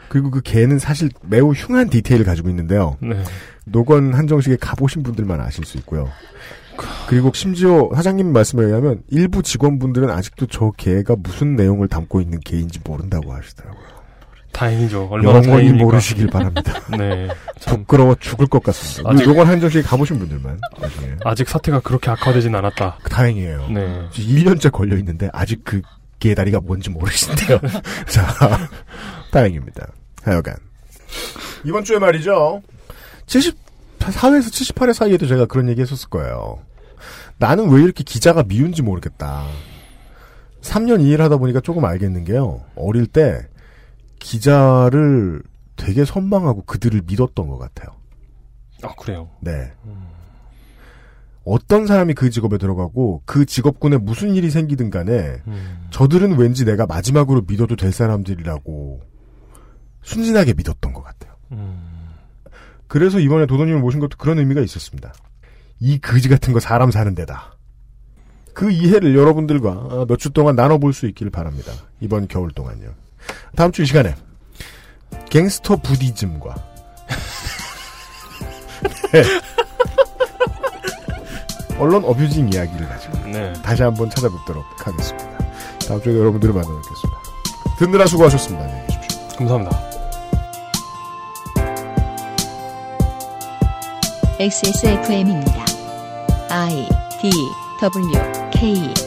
Speaker 2: 그리고 그 개는 사실 매우 흉한 디테일을 가지고 있는데요.
Speaker 3: 네.
Speaker 2: 노건 한정식에 가보신 분들만 아실 수 있고요. 그리고 심지어 사장님 말씀에 의하면 일부 직원분들은 아직도 저 개가 무슨 내용을 담고 있는 개인지 모른다고 하시더라고요.
Speaker 3: 다행이죠. 얼마나
Speaker 2: 영원히
Speaker 3: 다행입니까.
Speaker 2: 모르시길 바랍니다.
Speaker 3: 네.
Speaker 2: 부끄러워 죽을 것 같습니다.
Speaker 3: 아직-
Speaker 2: 우리 노건 한정식에 가보신 분들만 나중에.
Speaker 3: 아직 사태가 그렇게 악화되진 않았다.
Speaker 2: 다행이에요.
Speaker 3: 네.
Speaker 2: 1년째 걸려 있는데 아직 그 개다리가 뭔지 모르신대요. 자, 다행입니다. 하여간 이번 주에 말이죠. 74회에서 78회 사이에도 제가 그런 얘기 했었을 거예요. 나는 왜 이렇게 기자가 미운지 모르겠다. 3년 이 일 하다 보니까 조금 알겠는 게요. 어릴 때 기자를 되게 선망하고 그들을 믿었던 것 같아요.
Speaker 3: 아 그래요.
Speaker 2: 네. 어떤 사람이 그 직업에 들어가고 그 직업군에 무슨 일이 생기든 간에 저들은 왠지 내가 마지막으로 믿어도 될 사람들이라고 순진하게 믿었던 것 같아요.
Speaker 3: 음.
Speaker 2: 그래서 이번에 도도님을 모신 것도 그런 의미가 있었습니다. 이 그지 같은 거 사람 사는 데다. 그 이해를 여러분들과 몇 주 동안 나눠볼 수 있기를 바랍니다. 이번 겨울 동안요. 다음 주 이 시간에 갱스터 부디즘과 네. 언론 어뷰징 이야기를 가지고
Speaker 3: 네.
Speaker 2: 다시 한번 찾아뵙도록 하겠습니다. 다음 주에도 여러분들을 만나뵙겠습니다. 듣느라 수고하셨습니다. 안녕히 계십시오.
Speaker 3: 감사합니다.
Speaker 1: XSFM입니다. I D W K